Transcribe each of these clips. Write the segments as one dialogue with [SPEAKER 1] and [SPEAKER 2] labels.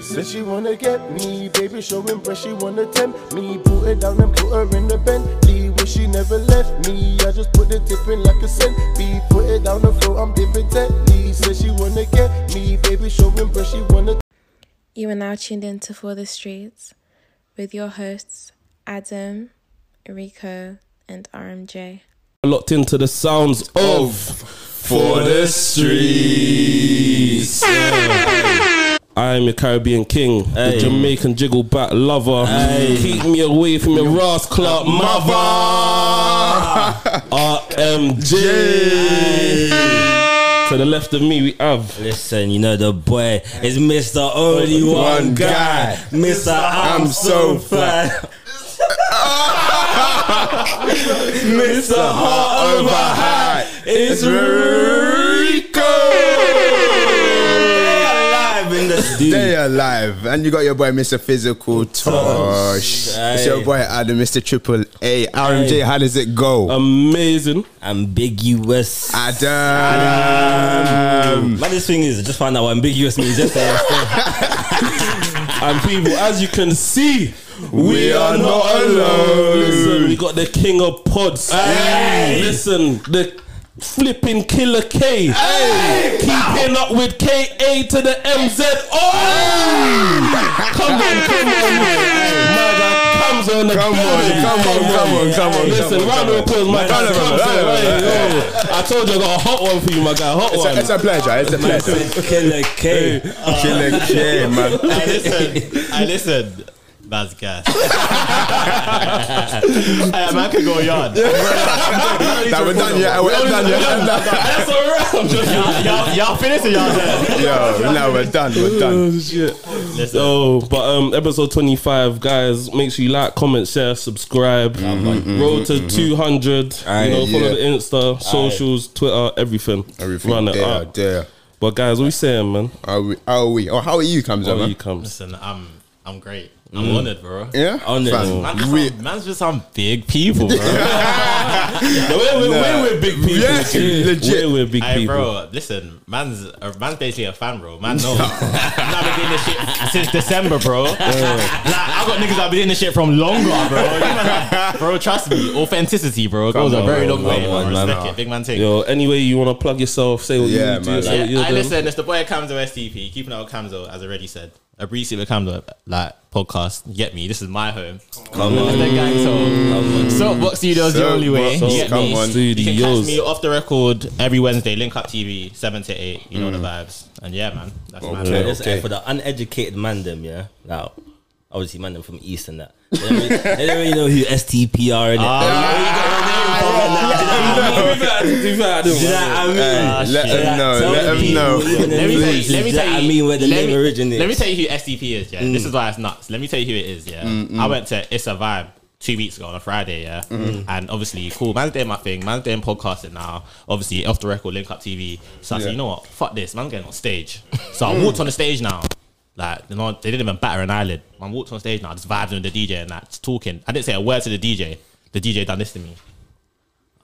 [SPEAKER 1] Said she wanna get me, baby, showing breast, she wanna tempt me. Put her down and put her in the Bentley, where she never left me. I just put the tip in like a centbeat. Put it down the floor, I'm dipping Tetley. Said she wanna get me, baby, showing breast, she wanna.
[SPEAKER 2] You are now tuned in to For the Streets with your hosts Adam, Rico, and RMJ.
[SPEAKER 3] Locked into the sounds of For the Streets. I'm your Caribbean king, the Jamaican jiggle back lover. Keep me away from your Ross Clark mother. RMJ. To the left of me, we have.
[SPEAKER 4] Listen, you know the boy is Mr. Only One,
[SPEAKER 5] One
[SPEAKER 4] guy.
[SPEAKER 5] guy.
[SPEAKER 4] Mr. I'm,
[SPEAKER 5] I'm
[SPEAKER 4] so
[SPEAKER 5] so
[SPEAKER 4] fat. Mr. Heart over High. It's alive in the
[SPEAKER 5] Stay
[SPEAKER 4] studio.
[SPEAKER 5] alive, and you got your boy Mr. Physical Tosh. It's your
[SPEAKER 4] Aye.
[SPEAKER 5] boy Adam, Mr. Triple A. RMJ, how does it go?
[SPEAKER 3] Amazing.
[SPEAKER 4] Ambiguous.
[SPEAKER 5] Adam,
[SPEAKER 4] My this thing is, I just found out what ambiguous means yesterday.
[SPEAKER 3] And people, as you can see, we,
[SPEAKER 5] We
[SPEAKER 3] are,
[SPEAKER 5] are
[SPEAKER 3] not
[SPEAKER 5] not
[SPEAKER 3] alone.
[SPEAKER 5] alone.
[SPEAKER 3] Listen, we got the king of pods.
[SPEAKER 4] Hey.
[SPEAKER 3] Listen, the flipping killer K. Keeping up with KA to the MZO. Come on, come on. Mother comes on the
[SPEAKER 5] Come on,
[SPEAKER 3] building.
[SPEAKER 5] come on, come on, come on,
[SPEAKER 3] Listen,
[SPEAKER 5] come on,
[SPEAKER 3] round
[SPEAKER 5] come
[SPEAKER 3] of
[SPEAKER 5] on.
[SPEAKER 3] applause, my
[SPEAKER 5] Round
[SPEAKER 3] guy.
[SPEAKER 5] of applause,
[SPEAKER 3] Thompson,
[SPEAKER 5] round of
[SPEAKER 3] hey,
[SPEAKER 5] applause.
[SPEAKER 3] yo. I told you I got a hot one for you, my guy. Hot
[SPEAKER 5] it's
[SPEAKER 3] one.
[SPEAKER 5] a, it's a pleasure. It's a pleasure.
[SPEAKER 4] Killer K.
[SPEAKER 5] Killer K, man.
[SPEAKER 6] I listened. I listened. That's gas. I am happy to go yard.
[SPEAKER 5] That we're done yet. We're done yet.
[SPEAKER 3] That's all right.
[SPEAKER 6] Y'all, y'all, y'all finish it, y'all. then.
[SPEAKER 5] Yo, now we're done. We're done.
[SPEAKER 3] Oh, shit.
[SPEAKER 6] Listen.
[SPEAKER 3] So, but um, episode twenty five, guys. Make sure you like, comment, share, subscribe. Road to two hundred.
[SPEAKER 5] Aye,
[SPEAKER 3] you know, follow
[SPEAKER 5] mm-hmm, yeah.
[SPEAKER 3] the Insta, socials, Twitter, everything.
[SPEAKER 5] Everything
[SPEAKER 3] Run it
[SPEAKER 5] there,
[SPEAKER 3] up.
[SPEAKER 5] there.
[SPEAKER 3] But guys, what we saying, man?
[SPEAKER 5] Are we? Are we? Oh, how are you, comes
[SPEAKER 3] How
[SPEAKER 5] up,
[SPEAKER 3] you
[SPEAKER 5] man?
[SPEAKER 3] comes?
[SPEAKER 6] Listen, I'm, I'm great. I'm honored, bro.
[SPEAKER 5] Mm. Yeah,
[SPEAKER 4] On it.
[SPEAKER 5] Fam,
[SPEAKER 6] Man, just
[SPEAKER 5] we-
[SPEAKER 6] some, man's just some big people, bro.
[SPEAKER 3] No, we're, we're,
[SPEAKER 5] Nah.
[SPEAKER 3] we're with big people.
[SPEAKER 5] Yeah, legit.
[SPEAKER 3] We're with big
[SPEAKER 6] Hey,
[SPEAKER 3] people.
[SPEAKER 6] bro, listen, man's uh, man's basically a fan, bro. Man, no, I've been doing this shit since December, bro. like, I got niggas that been doing this shit from longer, bro. You know, like, bro, trust me, authenticity, bro, goes a
[SPEAKER 5] on,
[SPEAKER 6] very
[SPEAKER 5] bro,
[SPEAKER 6] long way.
[SPEAKER 5] come
[SPEAKER 6] bro.
[SPEAKER 5] on, man.
[SPEAKER 6] Respect it, big man. Take.
[SPEAKER 3] Yo, anyway, you want to plug yourself? Say what
[SPEAKER 5] Yeah,
[SPEAKER 3] you do.
[SPEAKER 5] man,
[SPEAKER 3] say
[SPEAKER 6] Yeah,
[SPEAKER 3] what you're
[SPEAKER 6] I
[SPEAKER 3] doing.
[SPEAKER 6] listen. It's the boy Camzo STP, keeping out Camzo as already said. A brief with Camzo like podcast. Get me. This is my home. Come on, the gang. So, Soapbox Studios the only way.
[SPEAKER 5] Soapbox,
[SPEAKER 6] Get
[SPEAKER 5] come
[SPEAKER 6] me.
[SPEAKER 5] on.
[SPEAKER 6] You can catch me
[SPEAKER 3] Studios.
[SPEAKER 6] off the record every Wednesday. Link up TV seven to eight. You know the vibes. And yeah, man, that's my
[SPEAKER 5] Okay.
[SPEAKER 6] man.
[SPEAKER 4] Listen, and for the uneducated man them, yeah. Now, obviously, man them from East and that. They don't really, they don't really know who STP are in it.
[SPEAKER 6] Ah.
[SPEAKER 4] Do you know what I mean?
[SPEAKER 5] Hey, let
[SPEAKER 6] shit.
[SPEAKER 5] them know.
[SPEAKER 4] Tell
[SPEAKER 5] Let them
[SPEAKER 4] people,
[SPEAKER 5] know.
[SPEAKER 4] even in
[SPEAKER 6] Let me tell
[SPEAKER 4] English,
[SPEAKER 6] you. Let me
[SPEAKER 4] do
[SPEAKER 6] tell you.
[SPEAKER 4] what I mean where the
[SPEAKER 6] let
[SPEAKER 4] name
[SPEAKER 6] me,
[SPEAKER 4] originates. Mm.
[SPEAKER 6] Let me tell you who STP is. Yeah, this is why it's nuts. Let me tell you who it is. Yeah, I went to It's a Vibe two weeks ago on a Friday. Yeah,
[SPEAKER 4] Mm.
[SPEAKER 6] and obviously, cool. Man's doing my thing. Man's doing podcasting now. Obviously, off the record, link up TV. So I said, you know what? Fuck this. Man's getting on stage. So I walked on the stage now. Like you know, they didn't even batter an eyelid. I walked on stage now, just vibes with the DJ and that, just talking. I didn't say a word to the DJ. The DJ done this to me.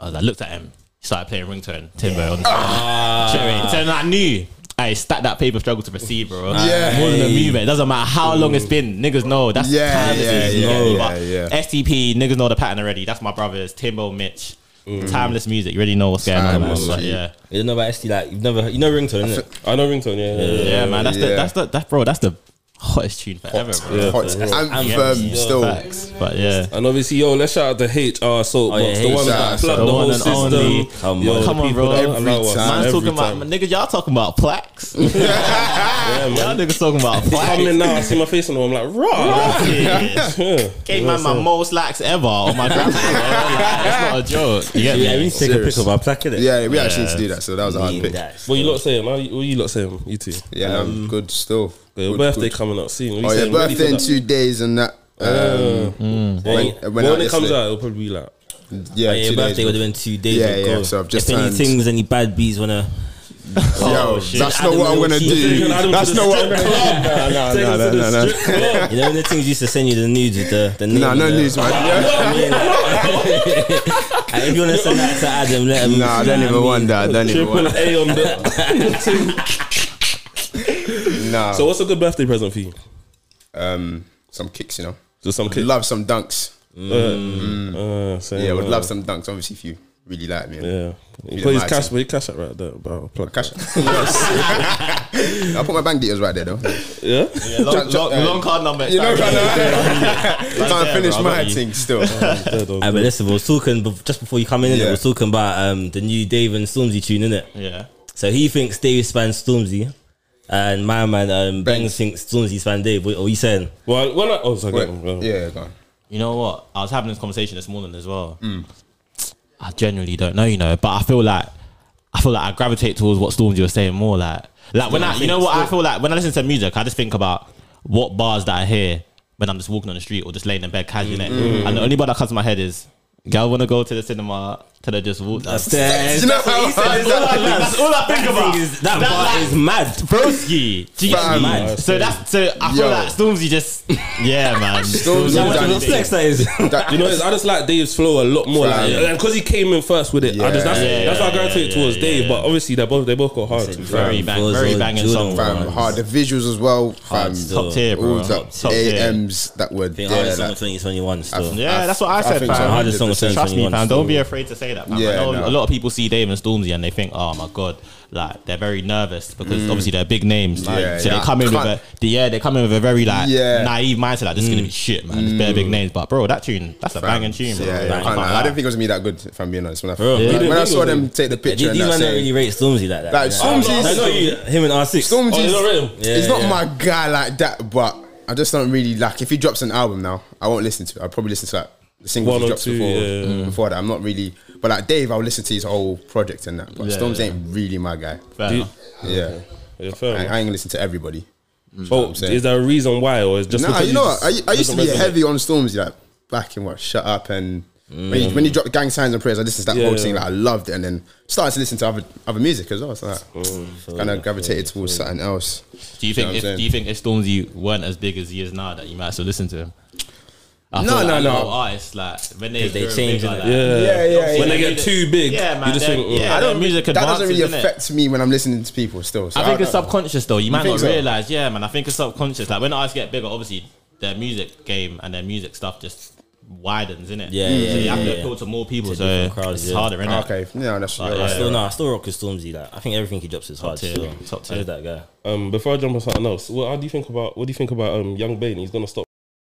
[SPEAKER 6] I was like, looked at him, started playing ringtone, Timbo. On the
[SPEAKER 3] Ah.
[SPEAKER 6] Cherry. So then I knew. I stack that paper struggle to proceed, bro.
[SPEAKER 5] Yeah.
[SPEAKER 6] More than a movement. It doesn't matter how long it's been. Niggas know. That's
[SPEAKER 5] Yeah,
[SPEAKER 6] time
[SPEAKER 5] yeah,
[SPEAKER 6] is
[SPEAKER 5] yeah,
[SPEAKER 6] no.
[SPEAKER 5] yeah,
[SPEAKER 6] But
[SPEAKER 5] yeah.
[SPEAKER 6] STP, niggas know the pattern already. That's my brothers, Timbo, Mitch.
[SPEAKER 3] Mm.
[SPEAKER 6] Timeless music. You already know what's going on, man.
[SPEAKER 5] Timeless
[SPEAKER 6] But
[SPEAKER 5] music.
[SPEAKER 6] yeah.
[SPEAKER 4] You don't know about ST, like you've never, you know ringtone, innit?
[SPEAKER 3] I know ringtone. Yeah, yeah, yeah.
[SPEAKER 6] Yeah, man. That's
[SPEAKER 5] yeah.
[SPEAKER 6] the that's the that bro, that's the hottest tune forever, bro.
[SPEAKER 5] Hot anthem
[SPEAKER 4] Yeah.
[SPEAKER 5] still.
[SPEAKER 6] Facts. But yeah.
[SPEAKER 3] And obviously, yo, let's shout out to HR Soapbox,
[SPEAKER 4] Oh, yeah,
[SPEAKER 3] the one
[SPEAKER 4] HR
[SPEAKER 3] that plugged
[SPEAKER 5] Soapbox.
[SPEAKER 3] the,
[SPEAKER 6] The
[SPEAKER 3] whole
[SPEAKER 6] one and only.
[SPEAKER 3] system.
[SPEAKER 4] Come
[SPEAKER 3] Yo,
[SPEAKER 4] on.
[SPEAKER 3] the
[SPEAKER 6] Come on,
[SPEAKER 3] people
[SPEAKER 6] bro.
[SPEAKER 3] that
[SPEAKER 6] Every
[SPEAKER 3] allow us.
[SPEAKER 5] time.
[SPEAKER 6] Man's
[SPEAKER 3] Every
[SPEAKER 6] talking about
[SPEAKER 3] time.
[SPEAKER 6] niggas, y'all talking about plaques. y'all
[SPEAKER 3] Yeah, man.
[SPEAKER 6] niggas talking about plaques.
[SPEAKER 3] Come in now, I see my face on them, I'm like, raw.
[SPEAKER 6] Yeah.
[SPEAKER 3] Yeah.
[SPEAKER 6] Gave man my most likes ever on my grandma. That's not a joke. You get me?
[SPEAKER 4] Yeah, we need to take a
[SPEAKER 5] Serious.
[SPEAKER 4] pic of our plaque, innit?
[SPEAKER 5] Yeah, we actually used to do that, so that was a hard
[SPEAKER 4] Need
[SPEAKER 5] pick.
[SPEAKER 4] that.
[SPEAKER 3] What you lot saying? How you- What you lot saying? You two.
[SPEAKER 5] Yeah, um, good still.
[SPEAKER 3] Your
[SPEAKER 5] Good,
[SPEAKER 3] birthday
[SPEAKER 5] good.
[SPEAKER 3] coming up soon.
[SPEAKER 5] Oh,
[SPEAKER 3] What you
[SPEAKER 5] yeah,
[SPEAKER 3] saying? Ready for
[SPEAKER 5] birthday in
[SPEAKER 3] that?
[SPEAKER 5] two days and that. Um,
[SPEAKER 4] Well,
[SPEAKER 5] when,
[SPEAKER 4] yeah,
[SPEAKER 5] when,
[SPEAKER 3] Well, when
[SPEAKER 5] out
[SPEAKER 3] it comes
[SPEAKER 5] yesterday.
[SPEAKER 3] out, it'll probably be like.
[SPEAKER 5] yeah,
[SPEAKER 4] your
[SPEAKER 5] two days.
[SPEAKER 4] birthday would have been two days
[SPEAKER 5] Yeah,
[SPEAKER 4] ago.
[SPEAKER 5] yeah, so I've just
[SPEAKER 4] if any
[SPEAKER 5] turned-
[SPEAKER 4] things, any bad bees wanna.
[SPEAKER 5] Yo,
[SPEAKER 6] shit.
[SPEAKER 5] that's
[SPEAKER 4] Adam
[SPEAKER 5] not what I'm
[SPEAKER 4] Lil
[SPEAKER 5] gonna
[SPEAKER 4] Keith.
[SPEAKER 5] do.
[SPEAKER 3] Taking Adam to
[SPEAKER 5] That's
[SPEAKER 3] the
[SPEAKER 5] not what I'm
[SPEAKER 3] strip
[SPEAKER 5] gonna
[SPEAKER 3] club. Take
[SPEAKER 5] do. No,
[SPEAKER 3] us
[SPEAKER 5] no,
[SPEAKER 3] to
[SPEAKER 5] no,
[SPEAKER 3] the
[SPEAKER 5] no, no.
[SPEAKER 3] strip club.
[SPEAKER 4] You know when the things used to send you the nudes with the the name.
[SPEAKER 5] Nah, no
[SPEAKER 4] and the-
[SPEAKER 5] news, man.
[SPEAKER 4] Like, if you wanna send that to Adam, let him.
[SPEAKER 5] Nah, I don't even want that. I don't even
[SPEAKER 3] Triple
[SPEAKER 5] want that.
[SPEAKER 3] A on the.
[SPEAKER 5] Nah.
[SPEAKER 3] So what's a good birthday present for you?
[SPEAKER 5] um, some kicks, you know.
[SPEAKER 3] Just some kick.
[SPEAKER 5] Love some dunks.
[SPEAKER 3] Uh, same,
[SPEAKER 5] Yeah, would
[SPEAKER 3] uh,
[SPEAKER 5] love some dunks. Obviously, if you really like me.
[SPEAKER 3] Yeah.
[SPEAKER 5] Feeling
[SPEAKER 3] Put his
[SPEAKER 5] my
[SPEAKER 3] cash,
[SPEAKER 5] accent.
[SPEAKER 3] where your cash at right there? About plug.
[SPEAKER 5] Cash. I'll put my bank details right there, though.
[SPEAKER 3] Yeah?
[SPEAKER 6] Yeah, long,
[SPEAKER 5] Ch- ch-
[SPEAKER 6] long,
[SPEAKER 5] uh,
[SPEAKER 6] long card number.
[SPEAKER 5] You know,
[SPEAKER 6] sorry.
[SPEAKER 5] trying to
[SPEAKER 6] Right
[SPEAKER 5] can't
[SPEAKER 6] there,
[SPEAKER 5] finish
[SPEAKER 6] bro, I
[SPEAKER 5] my
[SPEAKER 6] got you.
[SPEAKER 5] thing still.
[SPEAKER 3] There, though.
[SPEAKER 4] I but listen, we was talking bef- just before you come in. innit?
[SPEAKER 5] Yeah.
[SPEAKER 4] We was talking about um, the new Dave and Stormzy tune, innit?
[SPEAKER 6] Yeah.
[SPEAKER 4] So he thinks Dave spans Stormzy, and my man um, Bangs thinks Stormzy spans Dave. What are you saying?
[SPEAKER 3] Well, well, I- oh, sorry.
[SPEAKER 5] Wait,
[SPEAKER 3] go on, go on.
[SPEAKER 5] yeah, go on.
[SPEAKER 6] You know what? I was having this conversation this morning as well. I genuinely don't know, you know, but I feel like I feel like I gravitate towards what Stormzy was saying more. Like, like when I, you know what, I feel like when I listen to music, I just think about what bars that I hear when I'm just walking on the street or just laying in bed casually. innit? And the only bar that comes to my head is, "Girl, wanna go to the cinema till I just walk." That's,
[SPEAKER 4] That's
[SPEAKER 5] You know
[SPEAKER 4] what he
[SPEAKER 5] how hard
[SPEAKER 4] said.
[SPEAKER 5] is that?
[SPEAKER 6] that's all I think about.
[SPEAKER 4] Is, that
[SPEAKER 6] That-
[SPEAKER 4] bar
[SPEAKER 6] that-
[SPEAKER 4] is mad.
[SPEAKER 6] Broski, do you get
[SPEAKER 5] Fam.
[SPEAKER 6] me?
[SPEAKER 4] Mad.
[SPEAKER 6] So that's so I feel
[SPEAKER 5] Yo.
[SPEAKER 6] like Stormzy just, yeah, man.
[SPEAKER 5] Stormzy
[SPEAKER 4] How
[SPEAKER 5] Yeah,
[SPEAKER 4] much
[SPEAKER 5] that
[SPEAKER 4] of a
[SPEAKER 5] is-
[SPEAKER 4] flex that is.
[SPEAKER 5] That-
[SPEAKER 3] You know, I just like Dave's flow a lot more, like,
[SPEAKER 5] Right.
[SPEAKER 3] and because he came in first with it, I just that's,
[SPEAKER 6] Yeah.
[SPEAKER 3] that's why I gravitate
[SPEAKER 6] Yeah,
[SPEAKER 3] towards
[SPEAKER 6] yeah,
[SPEAKER 3] Dave.
[SPEAKER 6] yeah.
[SPEAKER 3] But obviously, they both they both got hard.
[SPEAKER 6] Very
[SPEAKER 4] Fam,
[SPEAKER 6] bang-
[SPEAKER 4] those
[SPEAKER 6] very
[SPEAKER 4] are
[SPEAKER 6] banging
[SPEAKER 4] Jordan
[SPEAKER 6] song.
[SPEAKER 5] Fam,
[SPEAKER 4] ones.
[SPEAKER 5] hard. The visuals as well. Fam,
[SPEAKER 4] Hard still.
[SPEAKER 6] Top tier,
[SPEAKER 5] all
[SPEAKER 6] bro.
[SPEAKER 5] the
[SPEAKER 6] Top tier.
[SPEAKER 5] AMs that were
[SPEAKER 4] I think yeah, hardest
[SPEAKER 5] there.
[SPEAKER 4] song
[SPEAKER 5] Like,
[SPEAKER 4] of 2021 still.
[SPEAKER 5] I-
[SPEAKER 6] Yeah, that's what I,
[SPEAKER 5] I
[SPEAKER 6] said,
[SPEAKER 5] think so.
[SPEAKER 6] fam.
[SPEAKER 4] Hardest song of
[SPEAKER 6] Trust me,
[SPEAKER 4] 2021
[SPEAKER 6] fam. Don't be
[SPEAKER 4] still.
[SPEAKER 6] afraid to say that, fam. I
[SPEAKER 5] Yeah,
[SPEAKER 6] know
[SPEAKER 5] no.
[SPEAKER 6] a lot of people see Dave and Stormzy and they think, oh my god, like they're very nervous because obviously they're big names. Like,
[SPEAKER 5] Mm. Yeah,
[SPEAKER 6] so
[SPEAKER 5] yeah.
[SPEAKER 6] they come in with
[SPEAKER 5] Can't-
[SPEAKER 6] a, the, yeah, they come in with a very like
[SPEAKER 5] Yeah. Mm.
[SPEAKER 6] naive mindset. Like this is gonna be shit, man. It's bare big names, but bro, that tune, that's a banging tune, bro.
[SPEAKER 5] Yeah, yeah,
[SPEAKER 6] I
[SPEAKER 5] I,
[SPEAKER 6] can't
[SPEAKER 5] can't lie. I
[SPEAKER 6] lie.
[SPEAKER 5] didn't think it was me that good. If I'm being honest, when I,
[SPEAKER 4] Bro,
[SPEAKER 5] like,
[SPEAKER 4] you
[SPEAKER 5] when
[SPEAKER 3] didn't
[SPEAKER 5] I
[SPEAKER 3] think
[SPEAKER 5] saw
[SPEAKER 3] it was
[SPEAKER 5] them
[SPEAKER 3] him?
[SPEAKER 5] take the picture,
[SPEAKER 4] These
[SPEAKER 5] and
[SPEAKER 4] these
[SPEAKER 5] that
[SPEAKER 4] man don't
[SPEAKER 5] saying,
[SPEAKER 4] really rate Stormzy like that.
[SPEAKER 5] Like,
[SPEAKER 4] yeah.
[SPEAKER 5] Stormzy's-
[SPEAKER 4] No, not you, him and R6.
[SPEAKER 5] Stormzy's-
[SPEAKER 3] Oh, you not ready?
[SPEAKER 4] Yeah,
[SPEAKER 5] he's not
[SPEAKER 4] yeah.
[SPEAKER 5] my guy like that, but I just don't really like. If he drops an album now, I won't listen to. it. I'll probably listen to like the singles
[SPEAKER 3] One
[SPEAKER 5] he
[SPEAKER 3] or
[SPEAKER 5] drops
[SPEAKER 3] two,
[SPEAKER 5] before mm,
[SPEAKER 3] yeah.
[SPEAKER 5] before that. I'm not really, but like Dave, I'll listen to his whole project and that. But
[SPEAKER 6] Yeah,
[SPEAKER 5] Storms
[SPEAKER 6] yeah.
[SPEAKER 5] ain't really my guy.
[SPEAKER 6] Fair
[SPEAKER 3] Do you-
[SPEAKER 6] enough.
[SPEAKER 5] Yeah,
[SPEAKER 3] Yeah,
[SPEAKER 5] I,
[SPEAKER 3] fair
[SPEAKER 5] I ain't
[SPEAKER 3] enough.
[SPEAKER 5] gonna listen to everybody.
[SPEAKER 3] Oh,
[SPEAKER 5] saying.
[SPEAKER 3] is there a reason why, or is just
[SPEAKER 5] Nah,
[SPEAKER 3] because
[SPEAKER 5] you know what?
[SPEAKER 3] just-
[SPEAKER 5] I, I used to be
[SPEAKER 3] doesn't resonate?
[SPEAKER 5] heavy on Storms, like back in what Shut Up and when, you, when you dropped Gang Signs and Prayers, I listened to that
[SPEAKER 3] Mm. Yeah,
[SPEAKER 5] whole
[SPEAKER 3] yeah.
[SPEAKER 5] thing. Like, I loved it, and then started to listen to other other music as well. So like, kind of gravitated towards something else.
[SPEAKER 6] Do you
[SPEAKER 5] know
[SPEAKER 6] think
[SPEAKER 5] what I'm
[SPEAKER 6] if
[SPEAKER 5] saying?
[SPEAKER 6] do you think if Stormzy weren't as big as he is now that you might still listen to him? I
[SPEAKER 5] No,
[SPEAKER 6] feel like
[SPEAKER 5] no,
[SPEAKER 6] a
[SPEAKER 5] no.
[SPEAKER 6] lot of Artists like when
[SPEAKER 4] They
[SPEAKER 6] they grow big
[SPEAKER 4] change,
[SPEAKER 6] like
[SPEAKER 4] innit?
[SPEAKER 6] that,
[SPEAKER 3] Yeah,
[SPEAKER 5] Yeah,
[SPEAKER 3] When
[SPEAKER 5] yeah, yeah.
[SPEAKER 3] they get too big,
[SPEAKER 6] Yeah, man,
[SPEAKER 3] you just
[SPEAKER 6] they're-
[SPEAKER 3] think, mm.
[SPEAKER 6] yeah.
[SPEAKER 3] I
[SPEAKER 6] don't music
[SPEAKER 5] that doesn't really
[SPEAKER 6] advances, innit?
[SPEAKER 5] affect me when I'm listening to people still. So
[SPEAKER 6] I think
[SPEAKER 5] don't
[SPEAKER 6] it's
[SPEAKER 5] know.
[SPEAKER 6] subconscious though. You might
[SPEAKER 5] think
[SPEAKER 6] not
[SPEAKER 5] so?
[SPEAKER 6] realize. Yeah, man. I think it's subconscious. Like when artists get bigger, obviously their music game and their music stuff just widens, innit?
[SPEAKER 4] Yeah,
[SPEAKER 6] so
[SPEAKER 4] yeah,
[SPEAKER 6] you
[SPEAKER 4] yeah,
[SPEAKER 6] have
[SPEAKER 4] yeah.
[SPEAKER 6] to appeal to more people,
[SPEAKER 4] To
[SPEAKER 6] so
[SPEAKER 4] different crowds,
[SPEAKER 6] it's
[SPEAKER 4] yeah.
[SPEAKER 6] harder, innit?
[SPEAKER 5] Oh, Okay, no, that's
[SPEAKER 6] But,
[SPEAKER 5] you're
[SPEAKER 6] yeah.
[SPEAKER 5] right.
[SPEAKER 4] I still, no, I still rock with Stormzy. Like, I think everything he drops is hard.
[SPEAKER 6] tier,
[SPEAKER 4] still.
[SPEAKER 6] top
[SPEAKER 4] I
[SPEAKER 6] tier.
[SPEAKER 4] love that guy.
[SPEAKER 3] um, before I jump on something else, what how do you think about what do you think about um Young Bane? He's gonna stop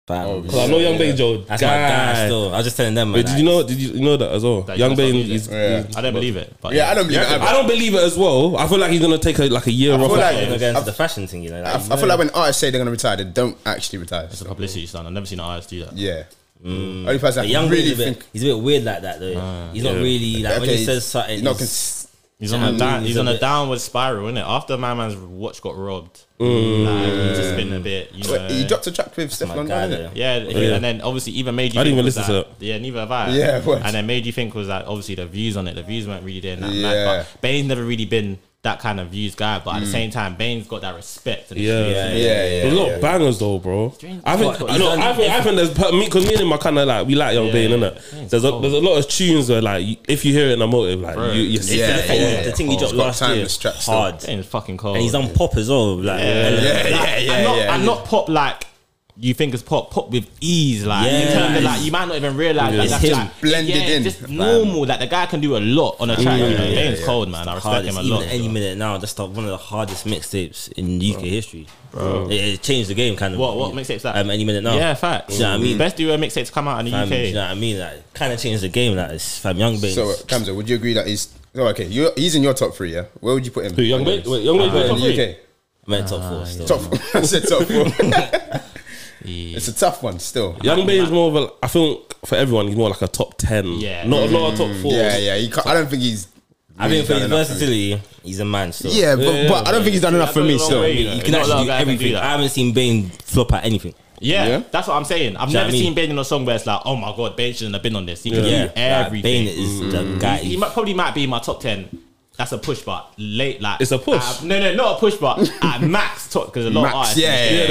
[SPEAKER 4] Fam.
[SPEAKER 5] Oh,
[SPEAKER 3] because I know Young Bane's your
[SPEAKER 4] That's my guy.
[SPEAKER 3] guy.
[SPEAKER 4] Still, I was just telling them. man,
[SPEAKER 3] Wait, did you know? Did you know that as well?
[SPEAKER 6] That he's
[SPEAKER 3] Young
[SPEAKER 6] gonna stop
[SPEAKER 3] Bane
[SPEAKER 6] music.
[SPEAKER 3] is.
[SPEAKER 5] Yeah.
[SPEAKER 6] I don't believe it. But
[SPEAKER 5] Yeah, I don't believe that.
[SPEAKER 3] I don't believe it as well. I feel like he's gonna take a, like a year off.
[SPEAKER 5] feel
[SPEAKER 3] like-
[SPEAKER 5] like-
[SPEAKER 4] Like, we're going to
[SPEAKER 5] I've-
[SPEAKER 4] the fashion thing, you know.
[SPEAKER 5] I,
[SPEAKER 4] Like,
[SPEAKER 5] I feel like when artists say they're gonna retire, they don't actually retire.
[SPEAKER 6] It's a publicity stunt. I've never seen an artist do that.
[SPEAKER 5] Yeah, only person I
[SPEAKER 4] Mm. young
[SPEAKER 5] can really
[SPEAKER 4] Bane's a bit,
[SPEAKER 5] think. Ah,
[SPEAKER 4] he's a bit weird like that though. he's not really like when he says something.
[SPEAKER 5] he's not
[SPEAKER 4] he's-
[SPEAKER 5] cons-
[SPEAKER 6] He's on a down,
[SPEAKER 4] he's
[SPEAKER 6] he's
[SPEAKER 4] a
[SPEAKER 6] on a
[SPEAKER 4] bit-
[SPEAKER 6] downward spiral, innit? After my man's watch got robbed,
[SPEAKER 3] Mm.
[SPEAKER 6] like, he's just been a bit, you know.
[SPEAKER 5] Wait, he dropped a track with Steph
[SPEAKER 4] my
[SPEAKER 5] London.
[SPEAKER 4] guy,
[SPEAKER 5] innit?
[SPEAKER 4] though.
[SPEAKER 6] Yeah, and then obviously even made you.
[SPEAKER 3] Oh, I didn't even
[SPEAKER 6] think was
[SPEAKER 3] listen to
[SPEAKER 6] Yeah, neither have I.
[SPEAKER 5] Yeah, what?
[SPEAKER 6] and then made you think was that obviously the views on it. The views weren't really there in that
[SPEAKER 5] Yeah. Mm.
[SPEAKER 6] match. But Bane's never really been that kind of views guy. But at the same time, Bane's got that respect. And
[SPEAKER 3] Yeah.
[SPEAKER 4] yeah,
[SPEAKER 5] Yeah, yeah, yeah.
[SPEAKER 3] There's a lot of bangers though, bro. I think,
[SPEAKER 4] What,
[SPEAKER 3] I, know,
[SPEAKER 4] he's
[SPEAKER 3] I,
[SPEAKER 4] done-
[SPEAKER 3] think I think there's per- me because me and him are kind of like we like Young
[SPEAKER 6] Yeah,
[SPEAKER 3] Bane,
[SPEAKER 6] yeah.
[SPEAKER 3] innit? There's a, there's a lot of tunes where like you- if you hear it in a motive, like you, you see
[SPEAKER 5] Yeah,
[SPEAKER 3] it.
[SPEAKER 4] the,
[SPEAKER 5] yeah,
[SPEAKER 4] the thing he
[SPEAKER 5] yeah.
[SPEAKER 4] dropped
[SPEAKER 5] He's got
[SPEAKER 4] last
[SPEAKER 5] time
[SPEAKER 4] year,
[SPEAKER 5] to stretch still. Oh,
[SPEAKER 4] hard,
[SPEAKER 6] Bane's fucking cold.
[SPEAKER 4] and he's on pop as well. Like,
[SPEAKER 6] Yeah.
[SPEAKER 4] yeah.
[SPEAKER 5] Yeah, yeah, yeah,
[SPEAKER 6] I'm not,
[SPEAKER 5] yeah.
[SPEAKER 6] I'm not pop like you think it's pop. Pop with ease, like
[SPEAKER 4] Yeah.
[SPEAKER 6] in terms of like you might not even realize that
[SPEAKER 4] It's
[SPEAKER 6] that's
[SPEAKER 4] him
[SPEAKER 6] like,
[SPEAKER 5] blended
[SPEAKER 6] yeah,
[SPEAKER 5] in.
[SPEAKER 6] Just normal, like the guy can do a lot on a track. you know? Bane's cold, man. I respect him
[SPEAKER 4] hardest.
[SPEAKER 6] a
[SPEAKER 4] Even
[SPEAKER 6] lot.
[SPEAKER 4] any minute now, that's the, one of the hardest mixtapes in UK history. Bro, it, it changed the game kind of.
[SPEAKER 6] What- what mixtape's that?
[SPEAKER 4] Um, any minute now.
[SPEAKER 6] Yeah, facts.
[SPEAKER 4] You know what I mean?
[SPEAKER 6] Best duo mixtape to come out in the
[SPEAKER 4] Fam,
[SPEAKER 6] UK.
[SPEAKER 4] do you know what I mean? Like, kind of changed the game. Like, it's fam, Young Bane.
[SPEAKER 5] So, uh, Kamza, would you agree that he's oh, okay? You he's in your top three, yeah? Where would you put him? Uh,
[SPEAKER 3] Who, Young Bane, Wait, Young Bane's
[SPEAKER 5] in
[SPEAKER 3] top
[SPEAKER 5] the
[SPEAKER 3] three?
[SPEAKER 5] UK.
[SPEAKER 4] I meant
[SPEAKER 5] uh,
[SPEAKER 4] top four still.
[SPEAKER 5] Top four. I said top four. it's a tough one still.
[SPEAKER 3] Young Bane's more of a. I think for everyone, he's more like a top ten.
[SPEAKER 6] Yeah.
[SPEAKER 3] not not a top four.
[SPEAKER 5] Mm, Yeah, yeah. He can't, I don't think he's.
[SPEAKER 4] I think for his
[SPEAKER 5] really done enough me.
[SPEAKER 4] versatility, he's a man still.
[SPEAKER 5] Yeah, but,
[SPEAKER 3] yeah,
[SPEAKER 5] but I don't think he's done enough for me still.
[SPEAKER 4] He can actually do everything. I haven't seen Bane flop at anything.
[SPEAKER 6] Yeah,
[SPEAKER 5] Yeah.
[SPEAKER 6] that's what I'm saying. I've
[SPEAKER 4] Do you know
[SPEAKER 6] never
[SPEAKER 4] what I mean?
[SPEAKER 6] seen Bane in a song where it's like, oh my god, Bane shouldn't have been on this. He can
[SPEAKER 4] Yeah,
[SPEAKER 6] do everything.
[SPEAKER 4] Like, Bane is
[SPEAKER 5] Mm.
[SPEAKER 4] the guy.
[SPEAKER 6] he might, probably might be in my top ten. That's a push, but late like
[SPEAKER 3] It's a push.
[SPEAKER 6] at- no, no, not a push, but at max top because a lot
[SPEAKER 5] Max,
[SPEAKER 6] of artists.
[SPEAKER 5] yeah, yeah,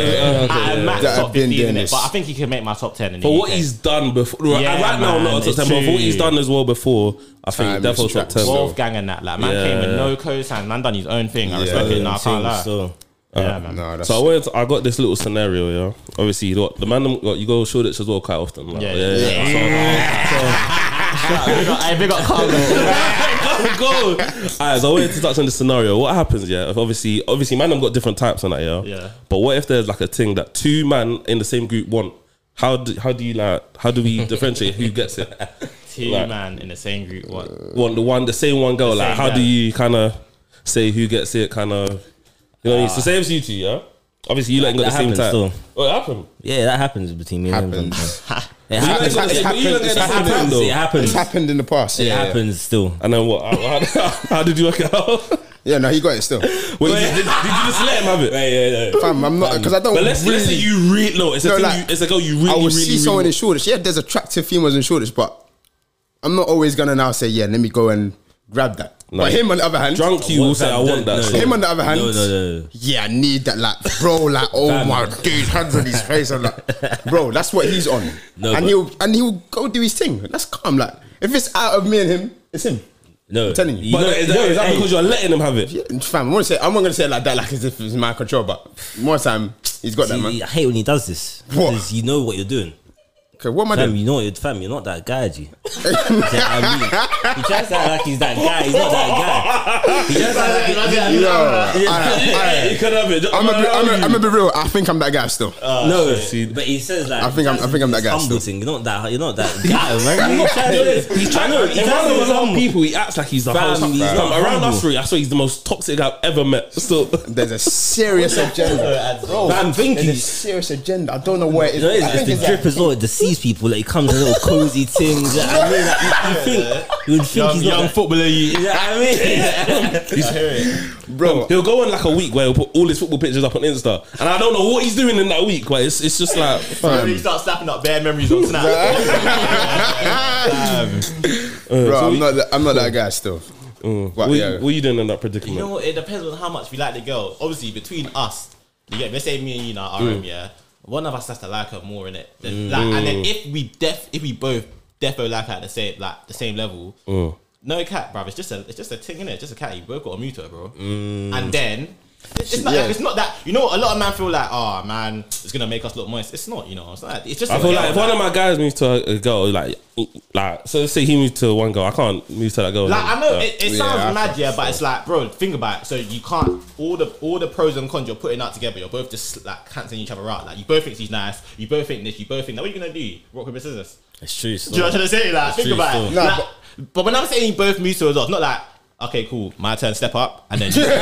[SPEAKER 5] yeah,
[SPEAKER 6] at max
[SPEAKER 5] That
[SPEAKER 6] top
[SPEAKER 5] have been
[SPEAKER 6] fifteen.
[SPEAKER 5] doing
[SPEAKER 6] innit?
[SPEAKER 5] this.
[SPEAKER 6] But I think he can make my top ten. In
[SPEAKER 3] But
[SPEAKER 6] the
[SPEAKER 3] what
[SPEAKER 6] UK.
[SPEAKER 3] he's done before,
[SPEAKER 6] Yeah,
[SPEAKER 3] right now,
[SPEAKER 6] man,
[SPEAKER 3] not a top
[SPEAKER 6] it's
[SPEAKER 3] ten. But for what
[SPEAKER 6] true.
[SPEAKER 3] he's done as well before, I think
[SPEAKER 5] Time
[SPEAKER 3] definitely top
[SPEAKER 5] is trapped.
[SPEAKER 3] ten.
[SPEAKER 5] Well,
[SPEAKER 6] Wolfgang and that, like man
[SPEAKER 3] Yeah.
[SPEAKER 6] came with no cosign, man done his own thing. I respect it. Nah, I can't lie.
[SPEAKER 4] So
[SPEAKER 6] yeah, man.
[SPEAKER 5] Oh, No, that's
[SPEAKER 3] So I wanted to, I got this little scenario, yeah. Obviously, you know, the man them got you go Shoreditch as well quite often. Like,
[SPEAKER 6] Yeah,
[SPEAKER 3] yeah,
[SPEAKER 6] yeah.
[SPEAKER 3] yeah. yeah.
[SPEAKER 6] I big up Carl.
[SPEAKER 3] go,
[SPEAKER 4] Oh,
[SPEAKER 3] go. Alright, so I wanted to touch on this scenario. What happens, yeah? If obviously, obviously, man, them got different types on that, yeah.
[SPEAKER 6] Yeah.
[SPEAKER 3] But what if there's like a thing that two man in the same group want? How do how do you like? How do we differentiate who gets it?
[SPEAKER 6] Two
[SPEAKER 3] Like-
[SPEAKER 6] man in the same group. What?
[SPEAKER 3] Want the one, the same one girl? Like,
[SPEAKER 6] same
[SPEAKER 3] how
[SPEAKER 6] guy.
[SPEAKER 3] do you kind of say who gets it? Kind of, you know what I mean? So same as you two, yeah. Obviously, you like got the
[SPEAKER 4] Ah. That
[SPEAKER 3] same
[SPEAKER 4] happens
[SPEAKER 3] type.
[SPEAKER 4] still.
[SPEAKER 3] Oh, it happened.
[SPEAKER 4] Yeah, that happens between me and him.
[SPEAKER 5] Happens.
[SPEAKER 4] sometimes. It
[SPEAKER 3] You ain't
[SPEAKER 4] happens.
[SPEAKER 3] got the
[SPEAKER 5] it's
[SPEAKER 3] same- you ain't
[SPEAKER 5] happened,
[SPEAKER 3] got the
[SPEAKER 5] it's
[SPEAKER 3] same thing,
[SPEAKER 5] happened.
[SPEAKER 3] though.
[SPEAKER 4] It happens.
[SPEAKER 5] it's happened in the past.
[SPEAKER 4] It
[SPEAKER 5] Yeah, yeah,
[SPEAKER 4] happens still.
[SPEAKER 3] And then what? How, how, how did you work it out?
[SPEAKER 5] Yeah, no, he got it still.
[SPEAKER 3] Wait, did, did, did you just let him have it?
[SPEAKER 5] Fam, I'm not because I don't.
[SPEAKER 3] But let's,
[SPEAKER 5] really,
[SPEAKER 3] let's say you read. No, it's a,
[SPEAKER 5] No,
[SPEAKER 3] thing
[SPEAKER 5] like,
[SPEAKER 3] you, it's a girl you really,
[SPEAKER 5] I will
[SPEAKER 3] really,
[SPEAKER 5] see
[SPEAKER 3] really
[SPEAKER 5] someone in Shoreditch. Yeah, there's attractive females in Shoreditch, but I'm not always gonna now say, yeah, let me go and grab that.
[SPEAKER 3] No.
[SPEAKER 5] But him on the other hand,
[SPEAKER 3] drunk. You will say, I want that.
[SPEAKER 4] No,
[SPEAKER 3] so-
[SPEAKER 5] him on the other hand,
[SPEAKER 4] No, no, no.
[SPEAKER 5] yeah, I need that, like, bro, like, oh my dude, hands on his face, I'm like, bro, that's what he's on,
[SPEAKER 4] No, but-
[SPEAKER 5] and he'll and he'll go do his thing. That's calm, like, if it's out of me and him, it's him.
[SPEAKER 4] No,
[SPEAKER 5] I'm telling you.
[SPEAKER 3] But
[SPEAKER 4] know-
[SPEAKER 3] is that,
[SPEAKER 4] yo,
[SPEAKER 3] is that
[SPEAKER 4] hey,
[SPEAKER 3] because you're letting him have it?
[SPEAKER 5] Yeah, Fam, I want to say I'm not gonna say it like that, like as if it's my control, but more time he's got that
[SPEAKER 4] see,
[SPEAKER 5] man.
[SPEAKER 4] I hate when he does this.
[SPEAKER 5] What?
[SPEAKER 4] Because you know what you're doing.
[SPEAKER 5] Okay, what am I
[SPEAKER 4] Fam,
[SPEAKER 5] doing?
[SPEAKER 4] you know what you're, fam, you're not that guy, G. I mean, he tries to act like he's that guy. He's not that guy. He just acts like he's
[SPEAKER 5] Yo,
[SPEAKER 3] Yeah,
[SPEAKER 5] alright,
[SPEAKER 3] you can have it.
[SPEAKER 5] I'm gonna be, I'm gonna, I'm gonna be real. I think I'm that guy still.
[SPEAKER 3] Uh.
[SPEAKER 4] No,
[SPEAKER 3] see.
[SPEAKER 4] Oh, but he says like
[SPEAKER 5] I think I'm- I think I'm that guy
[SPEAKER 4] Humble
[SPEAKER 5] still.
[SPEAKER 4] thing. You're not that. You're not that guy, man. He's trying to-
[SPEAKER 3] He's
[SPEAKER 4] I
[SPEAKER 3] trying
[SPEAKER 4] know,
[SPEAKER 3] to.
[SPEAKER 4] he
[SPEAKER 3] He's
[SPEAKER 4] tries to be
[SPEAKER 3] around
[SPEAKER 4] humble.
[SPEAKER 3] people. He acts like he's the
[SPEAKER 4] Fam,
[SPEAKER 3] house.
[SPEAKER 4] he's not
[SPEAKER 3] Around
[SPEAKER 4] humble.
[SPEAKER 3] us three, I swear he's the most toxic I've ever met. Still,
[SPEAKER 5] There's a serious agenda, bro.
[SPEAKER 4] Fam, thank
[SPEAKER 5] There's a
[SPEAKER 4] you.
[SPEAKER 5] serious agenda. I don't know where it is.
[SPEAKER 4] You know, it's,
[SPEAKER 5] I
[SPEAKER 4] it's
[SPEAKER 5] think
[SPEAKER 4] the
[SPEAKER 5] it's
[SPEAKER 4] drip
[SPEAKER 5] like,
[SPEAKER 4] as well. It deceives people. Like he comes in little cozy things. you know what I mean, like, you, you think you would think he's not. that-
[SPEAKER 6] footballer. You.
[SPEAKER 4] You know what I mean?
[SPEAKER 5] bro.
[SPEAKER 3] he'll go on like a week where he'll put all his football pictures up on Insta, and I don't know what he's doing in that week. But it's it's just like
[SPEAKER 6] When you start slapping up bare memories on Snap.
[SPEAKER 3] Uh,
[SPEAKER 5] bro, I'm not. That, I'm not that guy still. But
[SPEAKER 3] what,
[SPEAKER 5] yeah,
[SPEAKER 3] what are you doing in that
[SPEAKER 6] You know
[SPEAKER 3] predicament?
[SPEAKER 6] what? It depends on how much we like the girl. Obviously, between us, you get. Let's say me and you now are
[SPEAKER 3] Mm.
[SPEAKER 6] RM, yeah. One of us has to like her more in it. Like, and then
[SPEAKER 3] Mm.
[SPEAKER 6] if we def, if we both defo like her at the same like the same level,
[SPEAKER 3] Mm.
[SPEAKER 6] no cat, bruv. It's just a it's just a thing in it. Just a cat. You both got to mute her, bro.
[SPEAKER 3] Mm.
[SPEAKER 6] And then. It's it's not.
[SPEAKER 5] Yeah.
[SPEAKER 6] It's not that. You know. what? A lot of men feel like, oh man, it's gonna make us look moist. It's not. You know. It's not. It's just.
[SPEAKER 3] I
[SPEAKER 6] a
[SPEAKER 3] feel
[SPEAKER 6] girl,
[SPEAKER 3] like if one of my guys moves to a, a girl, like like so, let's say he moved to one girl, I can't move to that girl.
[SPEAKER 6] Like I know
[SPEAKER 3] Yeah.
[SPEAKER 6] it, it
[SPEAKER 5] Yeah,
[SPEAKER 6] sounds
[SPEAKER 5] I
[SPEAKER 6] mad, yeah, but it's like, bro, think about it. So you can't all the all the pros and cons you're putting out together. You're both just like canceling each other out. Like you both think she's nice, you both think this, you both think that. What are you gonna do? Rock paper scissors?
[SPEAKER 4] It's true. still.
[SPEAKER 6] Do you know what I'm trying to say? Like think
[SPEAKER 4] true,
[SPEAKER 6] about it.
[SPEAKER 4] still.
[SPEAKER 5] Nah,
[SPEAKER 6] Like, but, when I'm saying you both move to us, it's not like. Okay, cool. My turn. Step up, and then just, move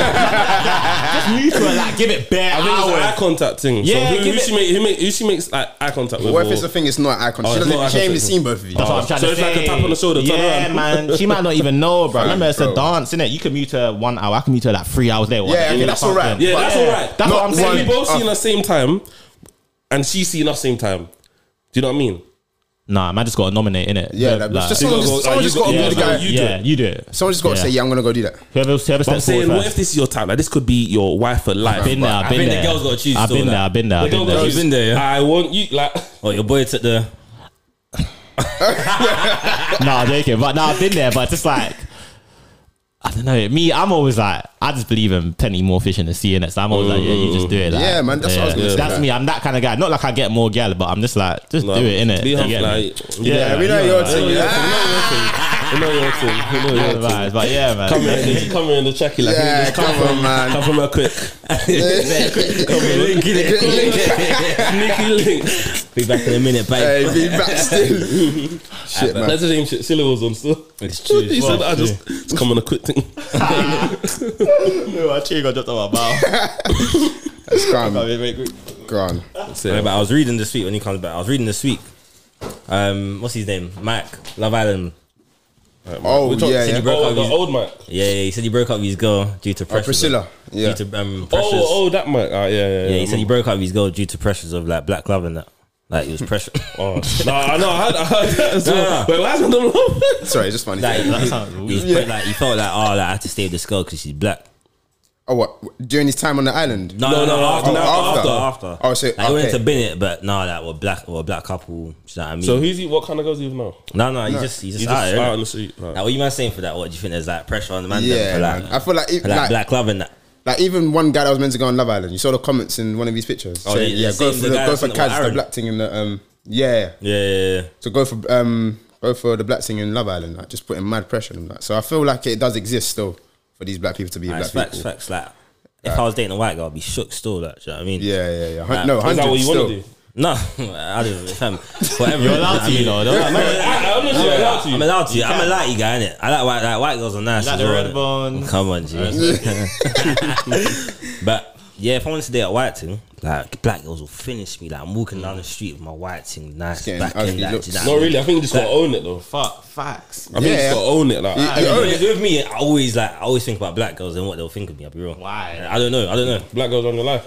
[SPEAKER 6] to her. Like, give it bare
[SPEAKER 3] I think it's an eye
[SPEAKER 6] hours.
[SPEAKER 3] contact thing.
[SPEAKER 6] Yeah,
[SPEAKER 3] so who,
[SPEAKER 6] give
[SPEAKER 3] who
[SPEAKER 6] it-
[SPEAKER 3] she make, who, make, who she makes like, eye contact with?
[SPEAKER 5] what if
[SPEAKER 3] or-
[SPEAKER 5] it's the thing? It's not icon.
[SPEAKER 3] Oh,
[SPEAKER 5] she
[SPEAKER 3] it's
[SPEAKER 5] doesn't.
[SPEAKER 3] not
[SPEAKER 5] she ain't
[SPEAKER 3] icon.
[SPEAKER 5] even seen both of you.
[SPEAKER 6] That's what I'm trying
[SPEAKER 3] So
[SPEAKER 6] to
[SPEAKER 3] it's
[SPEAKER 6] say.
[SPEAKER 3] like a tap on the shoulder, turn
[SPEAKER 6] Yeah,
[SPEAKER 3] around.
[SPEAKER 6] man. She might not even know, bro.
[SPEAKER 5] Fam,
[SPEAKER 6] Remember, it's
[SPEAKER 5] bro.
[SPEAKER 6] a dance, innit? You can mute her one hour. I can mute her like three hours later.
[SPEAKER 5] Yeah, okay,
[SPEAKER 6] Like,
[SPEAKER 5] that's
[SPEAKER 6] fuck
[SPEAKER 5] alright.
[SPEAKER 6] them.
[SPEAKER 3] yeah,
[SPEAKER 5] But-
[SPEAKER 3] that's
[SPEAKER 6] yeah.
[SPEAKER 3] all right.
[SPEAKER 6] That's
[SPEAKER 5] Not
[SPEAKER 6] what I'm saying.
[SPEAKER 5] one-
[SPEAKER 3] we both
[SPEAKER 5] uh,
[SPEAKER 3] seen the same time, and she seen us same time. Do you know what I mean?
[SPEAKER 6] Nah, man, just got to nominate in it.
[SPEAKER 5] Yeah, that- just someone
[SPEAKER 3] You gotta go-
[SPEAKER 5] just, someone
[SPEAKER 3] like,
[SPEAKER 5] just
[SPEAKER 3] you
[SPEAKER 5] got to
[SPEAKER 3] gotta-
[SPEAKER 5] be the
[SPEAKER 3] yeah,
[SPEAKER 5] guy.
[SPEAKER 3] like, you do
[SPEAKER 6] yeah,
[SPEAKER 3] it.
[SPEAKER 6] you do it.
[SPEAKER 5] Someone just got to
[SPEAKER 6] Yeah.
[SPEAKER 5] say, yeah, I'm gonna go do that.
[SPEAKER 6] Whoever, whoever
[SPEAKER 3] But I'm
[SPEAKER 6] steps
[SPEAKER 3] saying,
[SPEAKER 6] forward
[SPEAKER 3] what if
[SPEAKER 6] first.
[SPEAKER 3] this is your type? Like this could be your wife for life.
[SPEAKER 6] Been there, I've
[SPEAKER 4] I
[SPEAKER 6] been
[SPEAKER 4] think the
[SPEAKER 6] there.
[SPEAKER 4] girls gotta choose
[SPEAKER 6] I've
[SPEAKER 4] still,
[SPEAKER 6] been there,
[SPEAKER 4] like-
[SPEAKER 6] I've been there, I've
[SPEAKER 3] Don't
[SPEAKER 6] been
[SPEAKER 3] go
[SPEAKER 6] there.
[SPEAKER 4] You've
[SPEAKER 3] use-
[SPEAKER 4] been there, yeah?
[SPEAKER 3] I want you like.
[SPEAKER 4] Oh, your boy took the.
[SPEAKER 6] Nah, I'm joking, but nah, I've been there. But just like, I don't know. Me, I'm always like, I just believe in plenty more fish in the sea, and so I'm always like, yeah, you just do it. Like,
[SPEAKER 5] Mm. Yeah, man, that's what I was gonna say,
[SPEAKER 6] That's
[SPEAKER 5] like-
[SPEAKER 6] me. I'm that kind of guy. Not like I get more gal, but I'm just like, just
[SPEAKER 3] Nah,
[SPEAKER 6] do it innit?
[SPEAKER 3] be
[SPEAKER 6] You
[SPEAKER 3] humble,
[SPEAKER 6] get me?
[SPEAKER 3] like,
[SPEAKER 6] yeah,
[SPEAKER 5] Yeah, we know
[SPEAKER 6] you
[SPEAKER 5] your
[SPEAKER 6] know,
[SPEAKER 5] thing.
[SPEAKER 3] You know your
[SPEAKER 5] Yeah.
[SPEAKER 3] thing, you know your thing, you know your thing, you know your
[SPEAKER 6] like,
[SPEAKER 3] thing.
[SPEAKER 6] vibes, But yeah, man.
[SPEAKER 3] Come here, come here in the checky like.
[SPEAKER 5] Yeah,
[SPEAKER 3] just come
[SPEAKER 5] come
[SPEAKER 3] from,
[SPEAKER 5] on, man.
[SPEAKER 3] Come from her quick.
[SPEAKER 4] Come on, link it.
[SPEAKER 3] Sneaky link.
[SPEAKER 4] Be back in a minute, babe.
[SPEAKER 5] Hey, be back still. Shit, man.
[SPEAKER 3] That's the same shit. Syllables on still.
[SPEAKER 4] It's true.
[SPEAKER 3] He said, "I just, just come on a quick thing."
[SPEAKER 6] I actually got dropped out my
[SPEAKER 5] It's gone.
[SPEAKER 6] mouth.
[SPEAKER 5] Gone.
[SPEAKER 4] Yeah, but I was reading this week when he comes back. I was reading this week. Um, what's his name? Mike Love Island.
[SPEAKER 5] Oh
[SPEAKER 3] Which one?
[SPEAKER 5] yeah,
[SPEAKER 4] Said you
[SPEAKER 5] yeah.
[SPEAKER 4] broke
[SPEAKER 3] Oh,
[SPEAKER 4] up
[SPEAKER 3] the
[SPEAKER 4] with-
[SPEAKER 3] old mic.
[SPEAKER 4] Yeah, yeah, he said he broke up with his girl due to pressure.
[SPEAKER 5] Oh, Priscilla, yeah.
[SPEAKER 4] Due to um, pressures.
[SPEAKER 3] Oh, oh, that mic. Ah, yeah, yeah, yeah.
[SPEAKER 4] yeah, he said he
[SPEAKER 3] remember.
[SPEAKER 4] broke up with his girl due to pressures of like black love and that. Like it was pressure.
[SPEAKER 3] Oh, no, no, I had, I had that as
[SPEAKER 4] No,
[SPEAKER 3] well.
[SPEAKER 4] no, no.
[SPEAKER 3] Wait, what happened on the
[SPEAKER 5] Sorry, it's just funny.
[SPEAKER 4] like,
[SPEAKER 6] That sounds
[SPEAKER 4] he was pre- like he felt like oh, like, I had to stay with this girl because she's black.
[SPEAKER 5] Oh, what? During his time on the island?
[SPEAKER 4] No, no, no, after,
[SPEAKER 5] no,
[SPEAKER 4] after, after,
[SPEAKER 5] after. Oh, so-
[SPEAKER 4] like, he went
[SPEAKER 5] okay.
[SPEAKER 4] to Bennett, but no, that were black, were a black couple. Do you know what I mean?
[SPEAKER 3] So who's he? What kind of girls do you know?
[SPEAKER 4] no, no, he just, he just,
[SPEAKER 3] He just out,
[SPEAKER 4] out there, innit?
[SPEAKER 3] on the street. Like,
[SPEAKER 4] Like, what you man saying for that? What do you think? There's like pressure on the man. then
[SPEAKER 5] Yeah,
[SPEAKER 4] for, like,
[SPEAKER 5] man. I feel like, it,
[SPEAKER 4] for, like,
[SPEAKER 5] like,
[SPEAKER 4] black love and that.
[SPEAKER 5] Like even one guy that was meant to go on Love Island, you saw the comments in one of his pictures.
[SPEAKER 4] Oh,
[SPEAKER 5] saying,
[SPEAKER 4] the-
[SPEAKER 5] yeah,
[SPEAKER 4] the
[SPEAKER 5] go
[SPEAKER 4] same-
[SPEAKER 5] for
[SPEAKER 4] the
[SPEAKER 5] the,
[SPEAKER 4] guy
[SPEAKER 5] go
[SPEAKER 4] that's
[SPEAKER 5] for
[SPEAKER 4] on the- what,
[SPEAKER 5] Kaz, the
[SPEAKER 4] Aaron?
[SPEAKER 5] black thing in the um yeah.
[SPEAKER 4] Yeah, yeah, yeah.
[SPEAKER 5] So go for um go for the black thing in Love Island, like just putting mad pressure on them. Like. So I feel like it does exist still for these black people to be
[SPEAKER 4] Nah, it's
[SPEAKER 5] black
[SPEAKER 4] facts,
[SPEAKER 5] people.
[SPEAKER 4] facts. Like, if I was dating a white girl, I'd be shook still. Like, do you know what I mean?
[SPEAKER 5] Yeah, yeah, yeah.
[SPEAKER 4] Nah,
[SPEAKER 5] Hun-
[SPEAKER 4] is
[SPEAKER 5] no,
[SPEAKER 3] Is
[SPEAKER 5] hundred
[SPEAKER 3] that what you
[SPEAKER 5] still.
[SPEAKER 3] want to do?
[SPEAKER 4] No, I don't. Fam, whatever.
[SPEAKER 6] You're allowed to, you know. don't-
[SPEAKER 4] I'm,
[SPEAKER 3] I- I- honestly, I'm allowed to.
[SPEAKER 4] I'm allowed to. I'm a lighty guy, innit? I like white, like white girls are nice.
[SPEAKER 6] You like
[SPEAKER 4] as
[SPEAKER 6] the
[SPEAKER 4] well, innit?
[SPEAKER 6] red bone.
[SPEAKER 4] Come on, G. but yeah, if I wanted to date a white thing, like black girls will finish me. Like I'm walking down the street with my white thing, nice
[SPEAKER 5] getting
[SPEAKER 4] back in,
[SPEAKER 5] ugly
[SPEAKER 4] like,
[SPEAKER 5] looks.
[SPEAKER 4] do you know
[SPEAKER 3] No,
[SPEAKER 4] what I mean?
[SPEAKER 3] really. I think you just gotta own it though.
[SPEAKER 6] Fuck, facts.
[SPEAKER 3] I think you
[SPEAKER 5] Yeah.
[SPEAKER 3] just gotta own it. Like,
[SPEAKER 5] You-
[SPEAKER 3] I-
[SPEAKER 5] you
[SPEAKER 4] I
[SPEAKER 5] own
[SPEAKER 4] mean,
[SPEAKER 5] it.
[SPEAKER 4] with me, I always like I always think about black girls and what they'll think of me. I'll be real.
[SPEAKER 6] Why?
[SPEAKER 4] I don't know. I don't know.
[SPEAKER 3] black girls on your life.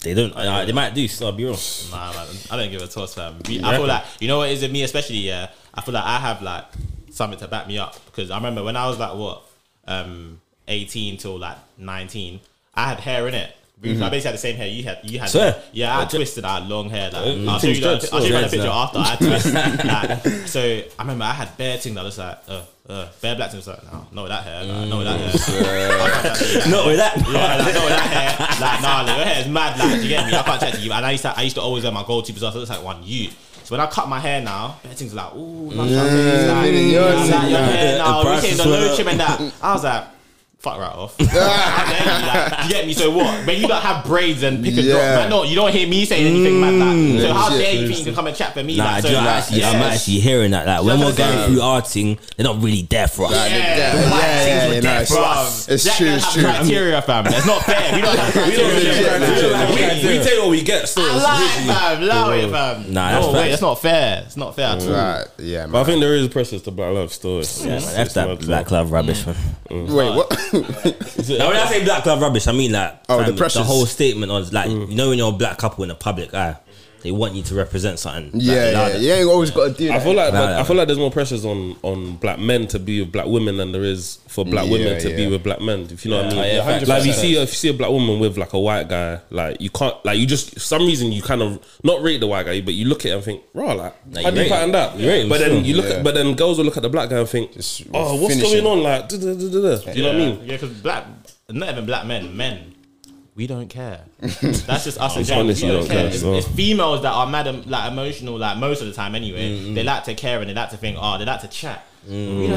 [SPEAKER 4] They don't. I, they might do. So I'll be real.
[SPEAKER 6] Nah, man, I don't give a toss, fam. We- I feel like you know what is it me especially. Yeah, I feel like I have like something to back me up because I remember when I was like what, um, eighteen till like nineteen, I had hair in it. I basically had the same hair you had. You had,
[SPEAKER 4] Swear?
[SPEAKER 6] yeah. I had
[SPEAKER 4] Oh,
[SPEAKER 6] twisted, I had long hair. Like,
[SPEAKER 3] Mm.
[SPEAKER 6] I'll show you,
[SPEAKER 3] Things
[SPEAKER 6] the, I'll
[SPEAKER 3] dreads,
[SPEAKER 6] show you the
[SPEAKER 4] dreads
[SPEAKER 6] picture
[SPEAKER 4] now.
[SPEAKER 6] after I had twist. like, so I remember I had bare thing that was like, uh, uh, bare black thing was like, no, no that hair, no, no that hair.
[SPEAKER 4] Not with that.
[SPEAKER 6] Yeah, like, no, that hair, like, nah, like, your hair is mad, like, do you get me? I can't chat to you. And I used to, I used to always wear my gold tubes, so it looks like one you. So when I cut my hair now, everything's like, ooh, yeah, like, like,
[SPEAKER 5] really,
[SPEAKER 6] your
[SPEAKER 5] yours is
[SPEAKER 6] hair now,
[SPEAKER 4] The
[SPEAKER 6] we
[SPEAKER 4] prices
[SPEAKER 6] saying the
[SPEAKER 4] went
[SPEAKER 6] low
[SPEAKER 4] up.
[SPEAKER 6] trim and that. I was like, fuck right off. How dare you, like, do you get me? So what? When you don't have braids and pick and drop,
[SPEAKER 5] Yeah.
[SPEAKER 6] man, no, you don't hear me saying anything, man. Like, so how
[SPEAKER 5] shit,
[SPEAKER 6] dare you think you can come and chat for me?
[SPEAKER 4] Nah,
[SPEAKER 6] like, so,
[SPEAKER 4] do you know,
[SPEAKER 6] like,
[SPEAKER 4] actually, I'm
[SPEAKER 6] yes.
[SPEAKER 4] actually hearing that. Like, when
[SPEAKER 6] what
[SPEAKER 4] we're
[SPEAKER 6] I'm
[SPEAKER 4] going
[SPEAKER 6] saying?
[SPEAKER 4] through arting, they're not really there for us.
[SPEAKER 5] Yeah,
[SPEAKER 6] Yeah,
[SPEAKER 5] yeah,
[SPEAKER 6] the
[SPEAKER 5] yeah,
[SPEAKER 6] white
[SPEAKER 5] yeah, yeah, no,
[SPEAKER 6] Bruv,
[SPEAKER 5] it's- It's
[SPEAKER 6] Jack
[SPEAKER 5] true,
[SPEAKER 6] don't
[SPEAKER 5] it's
[SPEAKER 6] have
[SPEAKER 5] true.
[SPEAKER 6] Criteria, fam. That's not fair. We don't have criteria.
[SPEAKER 5] legit, legit,
[SPEAKER 6] fam.
[SPEAKER 5] legit.
[SPEAKER 6] We- we-
[SPEAKER 3] take what we get. Still,
[SPEAKER 6] I
[SPEAKER 3] it's literally-
[SPEAKER 6] like, fam. Allow it, fam.
[SPEAKER 4] Nah,
[SPEAKER 6] no,
[SPEAKER 4] that's
[SPEAKER 6] wait,
[SPEAKER 4] facts.
[SPEAKER 6] that's not fair. It's not fair at all.
[SPEAKER 5] Right, yeah,
[SPEAKER 3] But I
[SPEAKER 5] man.
[SPEAKER 3] think there is pressures to black love still. It's-
[SPEAKER 4] Yeah,
[SPEAKER 3] it's-
[SPEAKER 4] that's
[SPEAKER 3] it's
[SPEAKER 4] that
[SPEAKER 3] mad,
[SPEAKER 4] black love rubbish, man.
[SPEAKER 5] Wait, what?
[SPEAKER 4] Now, when I say black love rubbish, I mean like
[SPEAKER 5] Oh,
[SPEAKER 4] fam,
[SPEAKER 5] the pressures.
[SPEAKER 4] whole statement on like
[SPEAKER 3] Mm.
[SPEAKER 4] you know when you're a black couple in the public eye, they want you to represent something. like,
[SPEAKER 5] Yeah, yeah,
[SPEAKER 4] louder.
[SPEAKER 5] you ain't always got to do that.
[SPEAKER 3] I feel like
[SPEAKER 4] Nah, nah,
[SPEAKER 3] I feel like there's more pressures on on black men to be with black women than there is for black
[SPEAKER 5] Yeah,
[SPEAKER 3] women to be
[SPEAKER 5] yeah.
[SPEAKER 3] with black men. If you know what I
[SPEAKER 4] Yeah,
[SPEAKER 3] mean?
[SPEAKER 4] yeah,
[SPEAKER 3] like
[SPEAKER 4] 100%.
[SPEAKER 3] if you see if you see a black woman with like a white guy, like you can't like you just for some reason you kind of not rate the white guy, but you look at it and think, raw, like
[SPEAKER 4] Nah,
[SPEAKER 3] how
[SPEAKER 4] you
[SPEAKER 3] do you
[SPEAKER 4] rate
[SPEAKER 3] pattern
[SPEAKER 4] him.
[SPEAKER 3] that?
[SPEAKER 4] You rate him
[SPEAKER 3] but then
[SPEAKER 4] still.
[SPEAKER 3] you look
[SPEAKER 5] Yeah.
[SPEAKER 3] at but then girls will look at the black guy and think,
[SPEAKER 5] Just
[SPEAKER 3] oh, what's
[SPEAKER 5] finish
[SPEAKER 3] going
[SPEAKER 5] him.
[SPEAKER 3] on? Like, duh, duh, duh, duh, duh. do you know what I mean?
[SPEAKER 6] Yeah, because black, not even black men, men, we don't care. That's just us. in
[SPEAKER 3] It's
[SPEAKER 6] general.
[SPEAKER 3] honest,
[SPEAKER 6] we
[SPEAKER 3] you
[SPEAKER 6] don't
[SPEAKER 3] don't
[SPEAKER 6] care.
[SPEAKER 3] care
[SPEAKER 6] It's,
[SPEAKER 3] as well.
[SPEAKER 6] it's females that are mad, em- like emotional, like most of the time anyway. They like to care and they like to think. Oh, they like to chat. we don't care. Do you know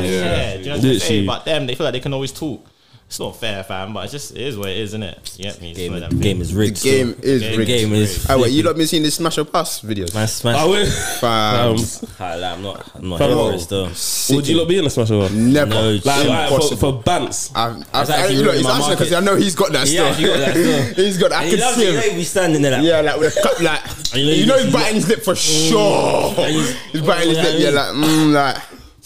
[SPEAKER 6] what I'm
[SPEAKER 3] Literally.
[SPEAKER 6] saying? But them, they feel like they can always talk. It's not fair, fam. But it's just it is what it is, isn't it? Yeah, me. it's
[SPEAKER 4] Game,
[SPEAKER 6] one of
[SPEAKER 4] the
[SPEAKER 6] them
[SPEAKER 4] game is rigged. still.
[SPEAKER 5] game is
[SPEAKER 4] The
[SPEAKER 5] rigged.
[SPEAKER 4] game is.
[SPEAKER 5] Oh wait, you lot been seeing the Smash Up Us videos?
[SPEAKER 4] Man, Um, smash.
[SPEAKER 3] I Um, would.
[SPEAKER 5] Fam,
[SPEAKER 4] Like, I'm not. I'm not
[SPEAKER 3] Fam,
[SPEAKER 4] here for
[SPEAKER 3] bro.
[SPEAKER 4] it still.
[SPEAKER 3] Would you lot be in a smash or what?
[SPEAKER 5] never.
[SPEAKER 4] No,
[SPEAKER 3] Like,
[SPEAKER 4] shit.
[SPEAKER 3] like, for,
[SPEAKER 5] Impossible. Ah.
[SPEAKER 3] for bants.
[SPEAKER 5] I've, I've, I,
[SPEAKER 4] actually
[SPEAKER 5] look,
[SPEAKER 4] ruining
[SPEAKER 5] it's
[SPEAKER 4] my
[SPEAKER 5] answering because
[SPEAKER 4] market.
[SPEAKER 5] I know he's got that
[SPEAKER 4] Yeah,
[SPEAKER 5] still.
[SPEAKER 4] he got that still.
[SPEAKER 5] he's got. That. I
[SPEAKER 4] And he
[SPEAKER 5] can
[SPEAKER 4] loves
[SPEAKER 5] see
[SPEAKER 4] it. You know,
[SPEAKER 5] him.
[SPEAKER 4] he be standing there like.
[SPEAKER 5] Yeah, like with a cup, like
[SPEAKER 4] And you know
[SPEAKER 5] you
[SPEAKER 4] you
[SPEAKER 5] know
[SPEAKER 4] just-
[SPEAKER 5] he's biting his lip for sure.
[SPEAKER 4] Mm. he's-
[SPEAKER 5] He's biting his
[SPEAKER 4] Yeah,
[SPEAKER 5] lip. Yeah, like mm, like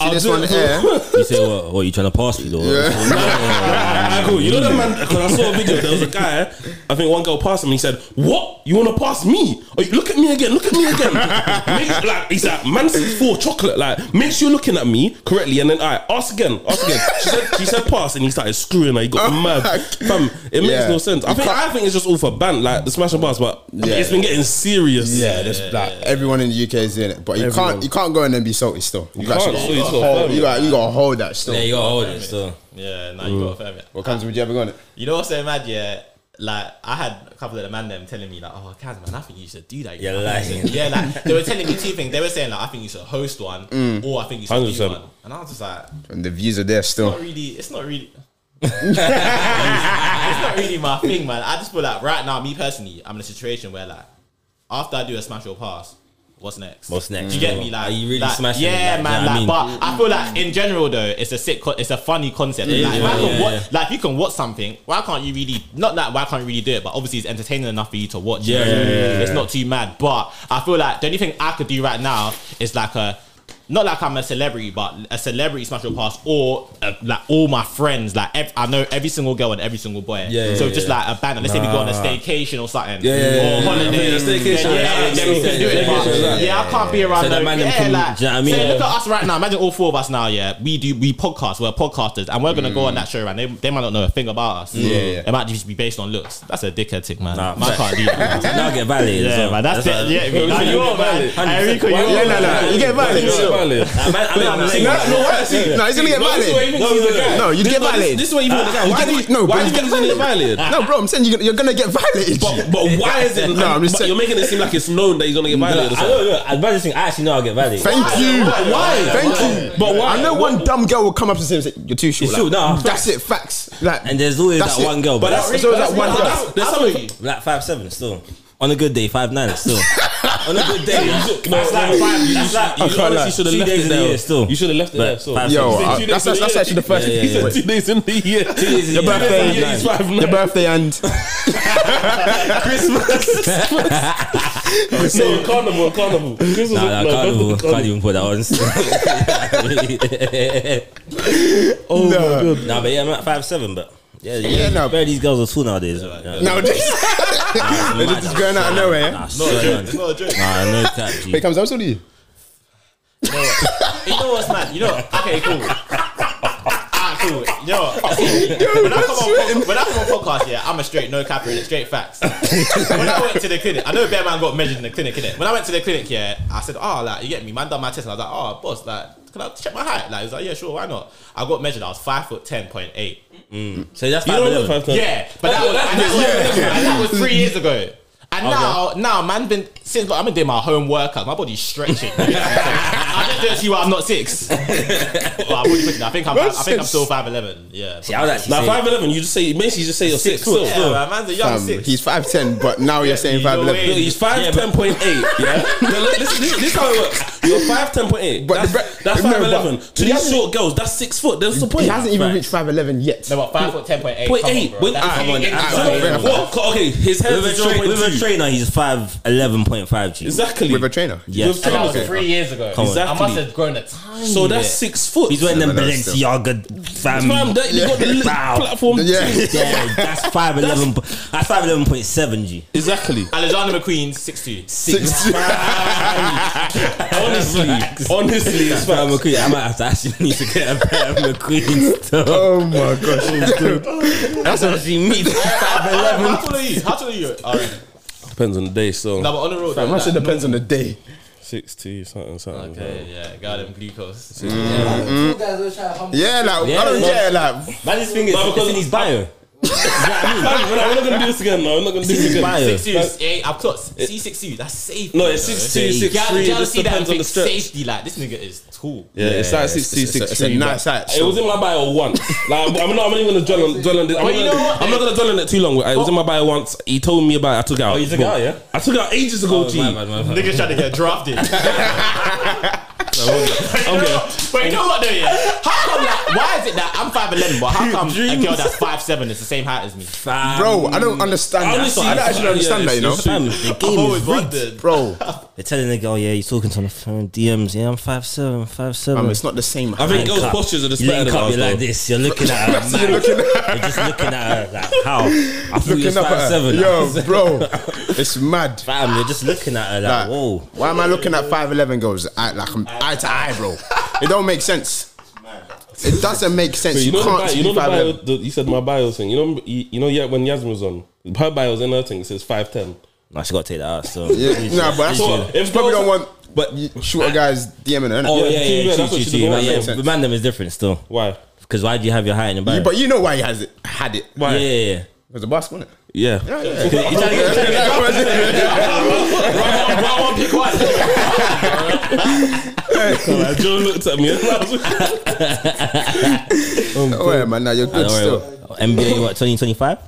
[SPEAKER 5] see this
[SPEAKER 3] do
[SPEAKER 5] one
[SPEAKER 3] it.
[SPEAKER 5] here.
[SPEAKER 4] You say what? What you trying to pass me though?
[SPEAKER 3] Ah, cool. You know that man? Because I saw a video. There was a guy. I think one girl passed him. And he said, "What? You want to pass me? Oh, look at me again. Look at me again." Make- like he's like, "Man, six four chocolate. Like, make sure you're looking at me correctly." And then I ask again, ask again. She said, "She said pass," and he started screwing her. He got mad. Fam, it makes
[SPEAKER 5] Oh Yeah.
[SPEAKER 3] no sense. I think I think it's just all for band, like the smash and pass. But
[SPEAKER 5] Yeah.
[SPEAKER 3] it's been getting serious.
[SPEAKER 5] Yeah, there's like everyone in the UK is in it, but you can't you can't go in and be salty still. You,
[SPEAKER 3] can't,
[SPEAKER 5] actually
[SPEAKER 3] so
[SPEAKER 5] gotta
[SPEAKER 3] you just gotta
[SPEAKER 5] hold-
[SPEAKER 3] firm
[SPEAKER 5] you
[SPEAKER 3] it.
[SPEAKER 5] got you got to hold that
[SPEAKER 4] Yeah,
[SPEAKER 5] still.
[SPEAKER 4] you gotta hold it still.
[SPEAKER 6] Yeah, nah, you got to firm it.
[SPEAKER 5] What comes would you ever go on it?
[SPEAKER 6] You know what's so mad, yeah? Like I had a couple of the man them telling me like, oh, Kaz, man, I think you should do that.
[SPEAKER 4] You're
[SPEAKER 6] I think you should- yeah, like they were telling me two things. They were saying like, I think you should host one,
[SPEAKER 4] Mm.
[SPEAKER 6] or I think you should do
[SPEAKER 3] 100%.
[SPEAKER 6] one. And I was just like,
[SPEAKER 5] And the views are there still.
[SPEAKER 6] not really. It's not really. it's not really my thing, man. I just feel like right now, me personally, I'm in a situation where like, after I do a smash or pass, what's next?
[SPEAKER 4] What's next?
[SPEAKER 6] Do you get me? Like,
[SPEAKER 4] Are you really
[SPEAKER 6] like,
[SPEAKER 4] smashing it?
[SPEAKER 6] Yeah,
[SPEAKER 4] Like,
[SPEAKER 6] man.
[SPEAKER 4] do
[SPEAKER 6] Like,
[SPEAKER 4] you know what I
[SPEAKER 6] but I feel like in general though, it's a sick, co- it's a funny concept. like, if I
[SPEAKER 4] yeah,
[SPEAKER 6] can
[SPEAKER 4] yeah,
[SPEAKER 6] wa-
[SPEAKER 4] yeah.
[SPEAKER 6] like, if you can watch something, why can't you really? Not that why can't you really do it, but obviously it's entertaining enough for you to watch.
[SPEAKER 4] Yeah,
[SPEAKER 6] it.
[SPEAKER 4] yeah, yeah,
[SPEAKER 6] it's not too mad. But I feel like the only thing I could do right now is like a. Not like I'm a celebrity, but a celebrity smash your pass, or uh, like all my friends, like ev- I know every single girl and every single boy.
[SPEAKER 4] Yeah, yeah,
[SPEAKER 6] so
[SPEAKER 4] yeah,
[SPEAKER 6] just
[SPEAKER 4] yeah.
[SPEAKER 6] like a banner. Let's say we go on a staycation or something,
[SPEAKER 3] yeah, yeah, yeah.
[SPEAKER 6] or holiday.
[SPEAKER 3] Yeah, staycation,
[SPEAKER 6] then
[SPEAKER 3] that
[SPEAKER 6] yeah,
[SPEAKER 3] makes
[SPEAKER 6] then we
[SPEAKER 3] sense.
[SPEAKER 6] can do it.
[SPEAKER 3] Staycation,
[SPEAKER 6] But
[SPEAKER 3] yeah.
[SPEAKER 6] yeah, I can't be around.
[SPEAKER 4] So that
[SPEAKER 6] no-
[SPEAKER 4] man them
[SPEAKER 6] yeah,
[SPEAKER 4] can-
[SPEAKER 6] like,
[SPEAKER 4] do you know what I mean?
[SPEAKER 6] say,
[SPEAKER 4] Yeah.
[SPEAKER 6] look at us right now. Imagine all four of us now. Yeah, we do. We podcast. We're podcasters, and we're gonna go on that show. And they, they might not know a thing about us.
[SPEAKER 5] Yeah, yeah.
[SPEAKER 6] it might just be based on looks. That's a dickhead tick, man.
[SPEAKER 4] Nah,
[SPEAKER 6] man, I can't do that.
[SPEAKER 4] Now I get validated. as
[SPEAKER 6] Yeah,
[SPEAKER 4] well.
[SPEAKER 6] man, that's,
[SPEAKER 4] That's
[SPEAKER 6] it. Yeah, nah, you are, man. Enrico, you
[SPEAKER 5] Yeah,
[SPEAKER 6] are.
[SPEAKER 5] no, no, you get violent.
[SPEAKER 3] Yeah. violated.
[SPEAKER 4] I'm, I'm, I'm, I'm,
[SPEAKER 5] See, no, no, why? See, no, he's gonna get
[SPEAKER 3] No, this is where you
[SPEAKER 5] violated.
[SPEAKER 3] think he's the guy.
[SPEAKER 5] No, you'd
[SPEAKER 3] This-
[SPEAKER 5] get
[SPEAKER 3] this-
[SPEAKER 5] violated.
[SPEAKER 3] This is where you think the guy. Why
[SPEAKER 5] Why
[SPEAKER 3] do
[SPEAKER 5] did
[SPEAKER 3] you?
[SPEAKER 5] he- no,
[SPEAKER 3] why
[SPEAKER 5] but
[SPEAKER 3] do you think he's gonna get violated?
[SPEAKER 5] No, bro, I'm saying you're, you're gonna get violated.
[SPEAKER 3] But, but why is it?
[SPEAKER 5] No, I'm just
[SPEAKER 3] but
[SPEAKER 5] saying-
[SPEAKER 3] You're making it seem like it's known that he's gonna get
[SPEAKER 4] No,
[SPEAKER 3] violated. or
[SPEAKER 4] I
[SPEAKER 3] something.
[SPEAKER 4] don't know. As bad as thing, I actually know I'll get validated.
[SPEAKER 5] Thank you.
[SPEAKER 3] Why?
[SPEAKER 5] Thank you.
[SPEAKER 3] But why?
[SPEAKER 5] I know one dumb girl will come up to say, "You're too short."
[SPEAKER 4] You're short,
[SPEAKER 5] like,
[SPEAKER 4] nah,
[SPEAKER 5] that's it. Facts. Like,
[SPEAKER 4] And there's always
[SPEAKER 5] that's
[SPEAKER 4] that
[SPEAKER 5] it.
[SPEAKER 4] one girl,
[SPEAKER 3] But
[SPEAKER 4] but
[SPEAKER 3] that's
[SPEAKER 5] There's
[SPEAKER 4] that's
[SPEAKER 3] that's-
[SPEAKER 5] always that one
[SPEAKER 3] that's-
[SPEAKER 5] girl.
[SPEAKER 3] There's something.
[SPEAKER 4] like five seven still. On a good day, five nine still. On a good day, that's
[SPEAKER 3] No,
[SPEAKER 4] like
[SPEAKER 3] no,
[SPEAKER 4] five.
[SPEAKER 3] you-
[SPEAKER 4] That's
[SPEAKER 3] you-
[SPEAKER 4] like
[SPEAKER 3] you honestly should have
[SPEAKER 4] two
[SPEAKER 3] left
[SPEAKER 4] days
[SPEAKER 3] it
[SPEAKER 4] in the
[SPEAKER 3] there.
[SPEAKER 4] year still.
[SPEAKER 3] You should have left it
[SPEAKER 4] But
[SPEAKER 3] there. So.
[SPEAKER 4] five,
[SPEAKER 5] Yo,
[SPEAKER 4] six.
[SPEAKER 3] He said
[SPEAKER 5] I-
[SPEAKER 3] two
[SPEAKER 5] that's,
[SPEAKER 3] days
[SPEAKER 5] that's,
[SPEAKER 3] in the
[SPEAKER 5] actually the
[SPEAKER 3] year.
[SPEAKER 5] first.
[SPEAKER 4] Yeah, yeah,
[SPEAKER 3] He said
[SPEAKER 5] Wait,
[SPEAKER 3] two days in the year. Two
[SPEAKER 4] days in
[SPEAKER 3] Your
[SPEAKER 4] the year.
[SPEAKER 3] birthday.
[SPEAKER 4] Yeah,
[SPEAKER 3] Yeah,
[SPEAKER 4] he's
[SPEAKER 3] he's five
[SPEAKER 5] Your
[SPEAKER 3] nine.
[SPEAKER 5] birthday and
[SPEAKER 3] No, carnival, carnival. This was
[SPEAKER 4] Nah,
[SPEAKER 3] a-
[SPEAKER 4] nah,
[SPEAKER 3] no,
[SPEAKER 4] can't, even,
[SPEAKER 3] carnival.
[SPEAKER 4] can't even put that on.
[SPEAKER 5] oh no.
[SPEAKER 4] nah, but yeah, I'm at five seven, but yeah, yeah,
[SPEAKER 5] Yeah, no.
[SPEAKER 4] Bro, these girls are tall nowadays. Yeah,
[SPEAKER 5] No, this
[SPEAKER 4] they're
[SPEAKER 5] just going out of nowhere.
[SPEAKER 4] Nah,
[SPEAKER 6] It's
[SPEAKER 4] swear,
[SPEAKER 6] not a joke.
[SPEAKER 4] nah, no cap, G.
[SPEAKER 5] Wait, comes out to you.
[SPEAKER 6] You know what's mad? You know, okay, cool. Ah, cool. You know what? when, I come on, pod- when I come on podcast, yeah, I'm a straight no capper in it, straight facts. when I went to the clinic, I know Bear Man got measured in the clinic, innit? When I went to the clinic, yeah, I said, oh, like, you get me, man done my test, and I was like, oh, boss, like, can I check my height? Like, he was like, yeah, sure, why not? I got measured, I was 5 foot 10.8.
[SPEAKER 4] So that's
[SPEAKER 3] You
[SPEAKER 4] five
[SPEAKER 3] don't look
[SPEAKER 4] eleven.
[SPEAKER 3] five ten.
[SPEAKER 6] Oh, Yeah, but that was, and that, was, and that was three years ago. And now, now, man, been since like, I've been doing my home workout, my body's stretching. I just don't see why I'm not six. well, I'm already pushing it. I think I'm, I think I'm still five eleven. Yeah,
[SPEAKER 4] See, I was actually
[SPEAKER 3] Now
[SPEAKER 4] saying-
[SPEAKER 3] five eleven, you just say basically you just say you're six.
[SPEAKER 4] Six
[SPEAKER 3] still.
[SPEAKER 4] foot.
[SPEAKER 6] yeah, man, man's a young
[SPEAKER 5] Um,
[SPEAKER 6] six.
[SPEAKER 5] he's five ten, but now you're saying
[SPEAKER 6] you're
[SPEAKER 5] five eleven.
[SPEAKER 6] way-
[SPEAKER 3] He's five ten point eight. Yeah. No, look, this, this, this is how it works. You're five ten point eight.
[SPEAKER 5] But
[SPEAKER 3] That's,
[SPEAKER 5] the bre-
[SPEAKER 3] that's
[SPEAKER 5] no,
[SPEAKER 3] five eleven.
[SPEAKER 5] but-
[SPEAKER 3] To
[SPEAKER 5] he
[SPEAKER 3] these
[SPEAKER 5] hasn't-
[SPEAKER 3] short girls, that's six foot. That's the point.
[SPEAKER 5] He hasn't even
[SPEAKER 4] Right.
[SPEAKER 5] reached five eleven yet.
[SPEAKER 6] no, but five foot ten point eight.
[SPEAKER 3] Point
[SPEAKER 6] come on,
[SPEAKER 3] eight.
[SPEAKER 6] bro.
[SPEAKER 3] Wait,
[SPEAKER 6] That's
[SPEAKER 3] come
[SPEAKER 6] three
[SPEAKER 5] on,
[SPEAKER 6] inches.
[SPEAKER 5] alright,
[SPEAKER 3] So,
[SPEAKER 5] alright, fair
[SPEAKER 6] That's
[SPEAKER 5] enough.
[SPEAKER 3] what- Okay, his head
[SPEAKER 4] With
[SPEAKER 3] is
[SPEAKER 4] a, tra- with a
[SPEAKER 3] 0.2.
[SPEAKER 4] trainer, he's five eleven point five G.
[SPEAKER 3] Exactly.
[SPEAKER 5] With a trainer.
[SPEAKER 4] Yeah.
[SPEAKER 3] With
[SPEAKER 6] That
[SPEAKER 3] trainers.
[SPEAKER 6] was three years ago.
[SPEAKER 4] on.
[SPEAKER 6] I must
[SPEAKER 3] Exactly.
[SPEAKER 6] have grown a tiny
[SPEAKER 3] So that's
[SPEAKER 6] bit.
[SPEAKER 3] six foot.
[SPEAKER 4] He's wearing them
[SPEAKER 5] Yeah, but that's still-
[SPEAKER 4] Balenciaga fam.
[SPEAKER 3] Fam, that, they got the little
[SPEAKER 4] Wow.
[SPEAKER 3] platform.
[SPEAKER 5] Yeah.
[SPEAKER 4] Yeah, that's five eleven. That's five eleven point seven G.
[SPEAKER 3] Exactly.
[SPEAKER 6] Alexander McQueen, six two.
[SPEAKER 5] Six.
[SPEAKER 3] honestly, honestly, it's fam.
[SPEAKER 4] Fam McQueen, I might have to actually need to get a pair of McQueen stuff.
[SPEAKER 5] oh my gosh.
[SPEAKER 4] That's actually me. Five eleven.
[SPEAKER 6] How tall are you? How tall are you? Alright.
[SPEAKER 3] Depends on the day. So
[SPEAKER 6] No, but on the road.
[SPEAKER 5] That
[SPEAKER 6] like,
[SPEAKER 5] much it depends on the day.
[SPEAKER 3] six two something something.
[SPEAKER 6] Yeah, yeah, got him glucose.
[SPEAKER 5] Yeah, like
[SPEAKER 4] Yeah,
[SPEAKER 5] I don't.
[SPEAKER 4] yeah.
[SPEAKER 5] Yeah, like
[SPEAKER 4] Man, this thing is
[SPEAKER 3] Nah, because-
[SPEAKER 4] because in his bio.
[SPEAKER 3] Fam, we're not, we're not gonna do this again. No, we're not gonna do
[SPEAKER 4] This
[SPEAKER 3] this
[SPEAKER 4] is
[SPEAKER 3] again.
[SPEAKER 4] bio.
[SPEAKER 6] Six years, eight. I've got C six U. That's safe.
[SPEAKER 3] No,
[SPEAKER 6] you
[SPEAKER 3] it's
[SPEAKER 6] know.
[SPEAKER 3] six two,
[SPEAKER 4] You
[SPEAKER 3] six
[SPEAKER 6] Yeah,
[SPEAKER 3] three.
[SPEAKER 6] you gotta
[SPEAKER 3] This
[SPEAKER 6] see that and
[SPEAKER 3] depends on the
[SPEAKER 6] think
[SPEAKER 3] stretch.
[SPEAKER 6] safety. Like this nigga is tall.
[SPEAKER 3] Yeah, it's like six
[SPEAKER 5] it's-
[SPEAKER 3] two,
[SPEAKER 5] it's a-
[SPEAKER 3] six
[SPEAKER 5] it's a
[SPEAKER 3] three.
[SPEAKER 5] nice
[SPEAKER 3] but
[SPEAKER 5] height,
[SPEAKER 3] It was in my bio once. Like, I'm not. I'm not even gonna dwell on dwell on it. I'm,
[SPEAKER 6] But you
[SPEAKER 3] not-
[SPEAKER 6] know what?
[SPEAKER 3] I'm not gonna dwell on it too long. It was in my bio once. He told me about. it. I took it
[SPEAKER 6] Oh,
[SPEAKER 3] out.
[SPEAKER 4] you took it
[SPEAKER 3] Bro,
[SPEAKER 4] out, yeah?
[SPEAKER 3] I took it out ages ago. G.
[SPEAKER 4] Oh, My bad, my bad.
[SPEAKER 6] Nigga's trying to get drafted.
[SPEAKER 3] I'm good.
[SPEAKER 6] but you know what though? Yeah, how come like why is it that I'm five eleven, but how come a girl that's five seven is the same height as me?
[SPEAKER 4] Fam.
[SPEAKER 5] bro, I don't understand. that.
[SPEAKER 3] Honestly,
[SPEAKER 5] I don't actually
[SPEAKER 3] yeah,
[SPEAKER 5] understand that. You know,
[SPEAKER 3] it's-
[SPEAKER 4] Fam, the game is rigged.
[SPEAKER 5] bro.
[SPEAKER 4] They're telling the girl, yeah, he's talking to on the phone, DMs, yeah, I'm 5'7, 5'7.
[SPEAKER 5] Um, it's not the same.
[SPEAKER 3] I think
[SPEAKER 4] Link
[SPEAKER 3] girls'
[SPEAKER 4] up.
[SPEAKER 3] postures are just
[SPEAKER 4] You
[SPEAKER 3] better
[SPEAKER 4] link
[SPEAKER 3] than
[SPEAKER 4] up,
[SPEAKER 3] ours.
[SPEAKER 4] you're like
[SPEAKER 3] though.
[SPEAKER 4] this. You're looking at her.
[SPEAKER 5] You're
[SPEAKER 4] mad.
[SPEAKER 5] looking at-
[SPEAKER 4] You're just looking at her like, how? I thought you was
[SPEAKER 5] looking up at her.
[SPEAKER 4] 5'7.
[SPEAKER 5] Yo, bro, it's mad.
[SPEAKER 4] Fam, you're just looking at her like,
[SPEAKER 5] Like,
[SPEAKER 4] whoa.
[SPEAKER 5] Why am I looking at 5'11 girls eye- like I'm eye to eye, bro? It don't make sense. It doesn't make sense.
[SPEAKER 3] But you
[SPEAKER 5] you,
[SPEAKER 3] know, the
[SPEAKER 5] can't
[SPEAKER 3] bio,
[SPEAKER 5] see
[SPEAKER 3] you know the bio.
[SPEAKER 5] 5'11.
[SPEAKER 3] The, you said my bio thing. You know, you, you know, yeah. When Yasmin was on, her bio was in her thing. It says five ten.
[SPEAKER 4] Nah, she got to take that out, so.
[SPEAKER 5] Yeah, nah, but that's
[SPEAKER 3] So,
[SPEAKER 5] what,
[SPEAKER 3] if
[SPEAKER 5] you probably
[SPEAKER 3] girls-
[SPEAKER 5] don't want
[SPEAKER 3] but-
[SPEAKER 5] you shorter guys DMing her, innit?
[SPEAKER 4] Oh,
[SPEAKER 3] Yeah,
[SPEAKER 4] yeah, yeah,
[SPEAKER 3] she-
[SPEAKER 4] yeah.
[SPEAKER 3] that's
[SPEAKER 4] true,
[SPEAKER 3] what
[SPEAKER 4] true,
[SPEAKER 3] she
[SPEAKER 4] true.
[SPEAKER 3] did.
[SPEAKER 4] But
[SPEAKER 3] That
[SPEAKER 4] yeah,
[SPEAKER 5] makes sense.
[SPEAKER 4] the man them is different still.
[SPEAKER 3] Why?
[SPEAKER 4] Because why do you have your height in the bio?
[SPEAKER 5] You- But you know why he has it, had it.
[SPEAKER 4] yeah, yeah, yeah.
[SPEAKER 5] It was a bus, wasn't it?
[SPEAKER 3] Yeah.
[SPEAKER 4] You're trying to get-
[SPEAKER 6] Round one, pick one.
[SPEAKER 3] Like, Joe looked at me. And I was like,
[SPEAKER 5] Oh, yeah, man. Now you're good
[SPEAKER 4] Don't worry.
[SPEAKER 5] still.
[SPEAKER 4] NBA, what, 2025?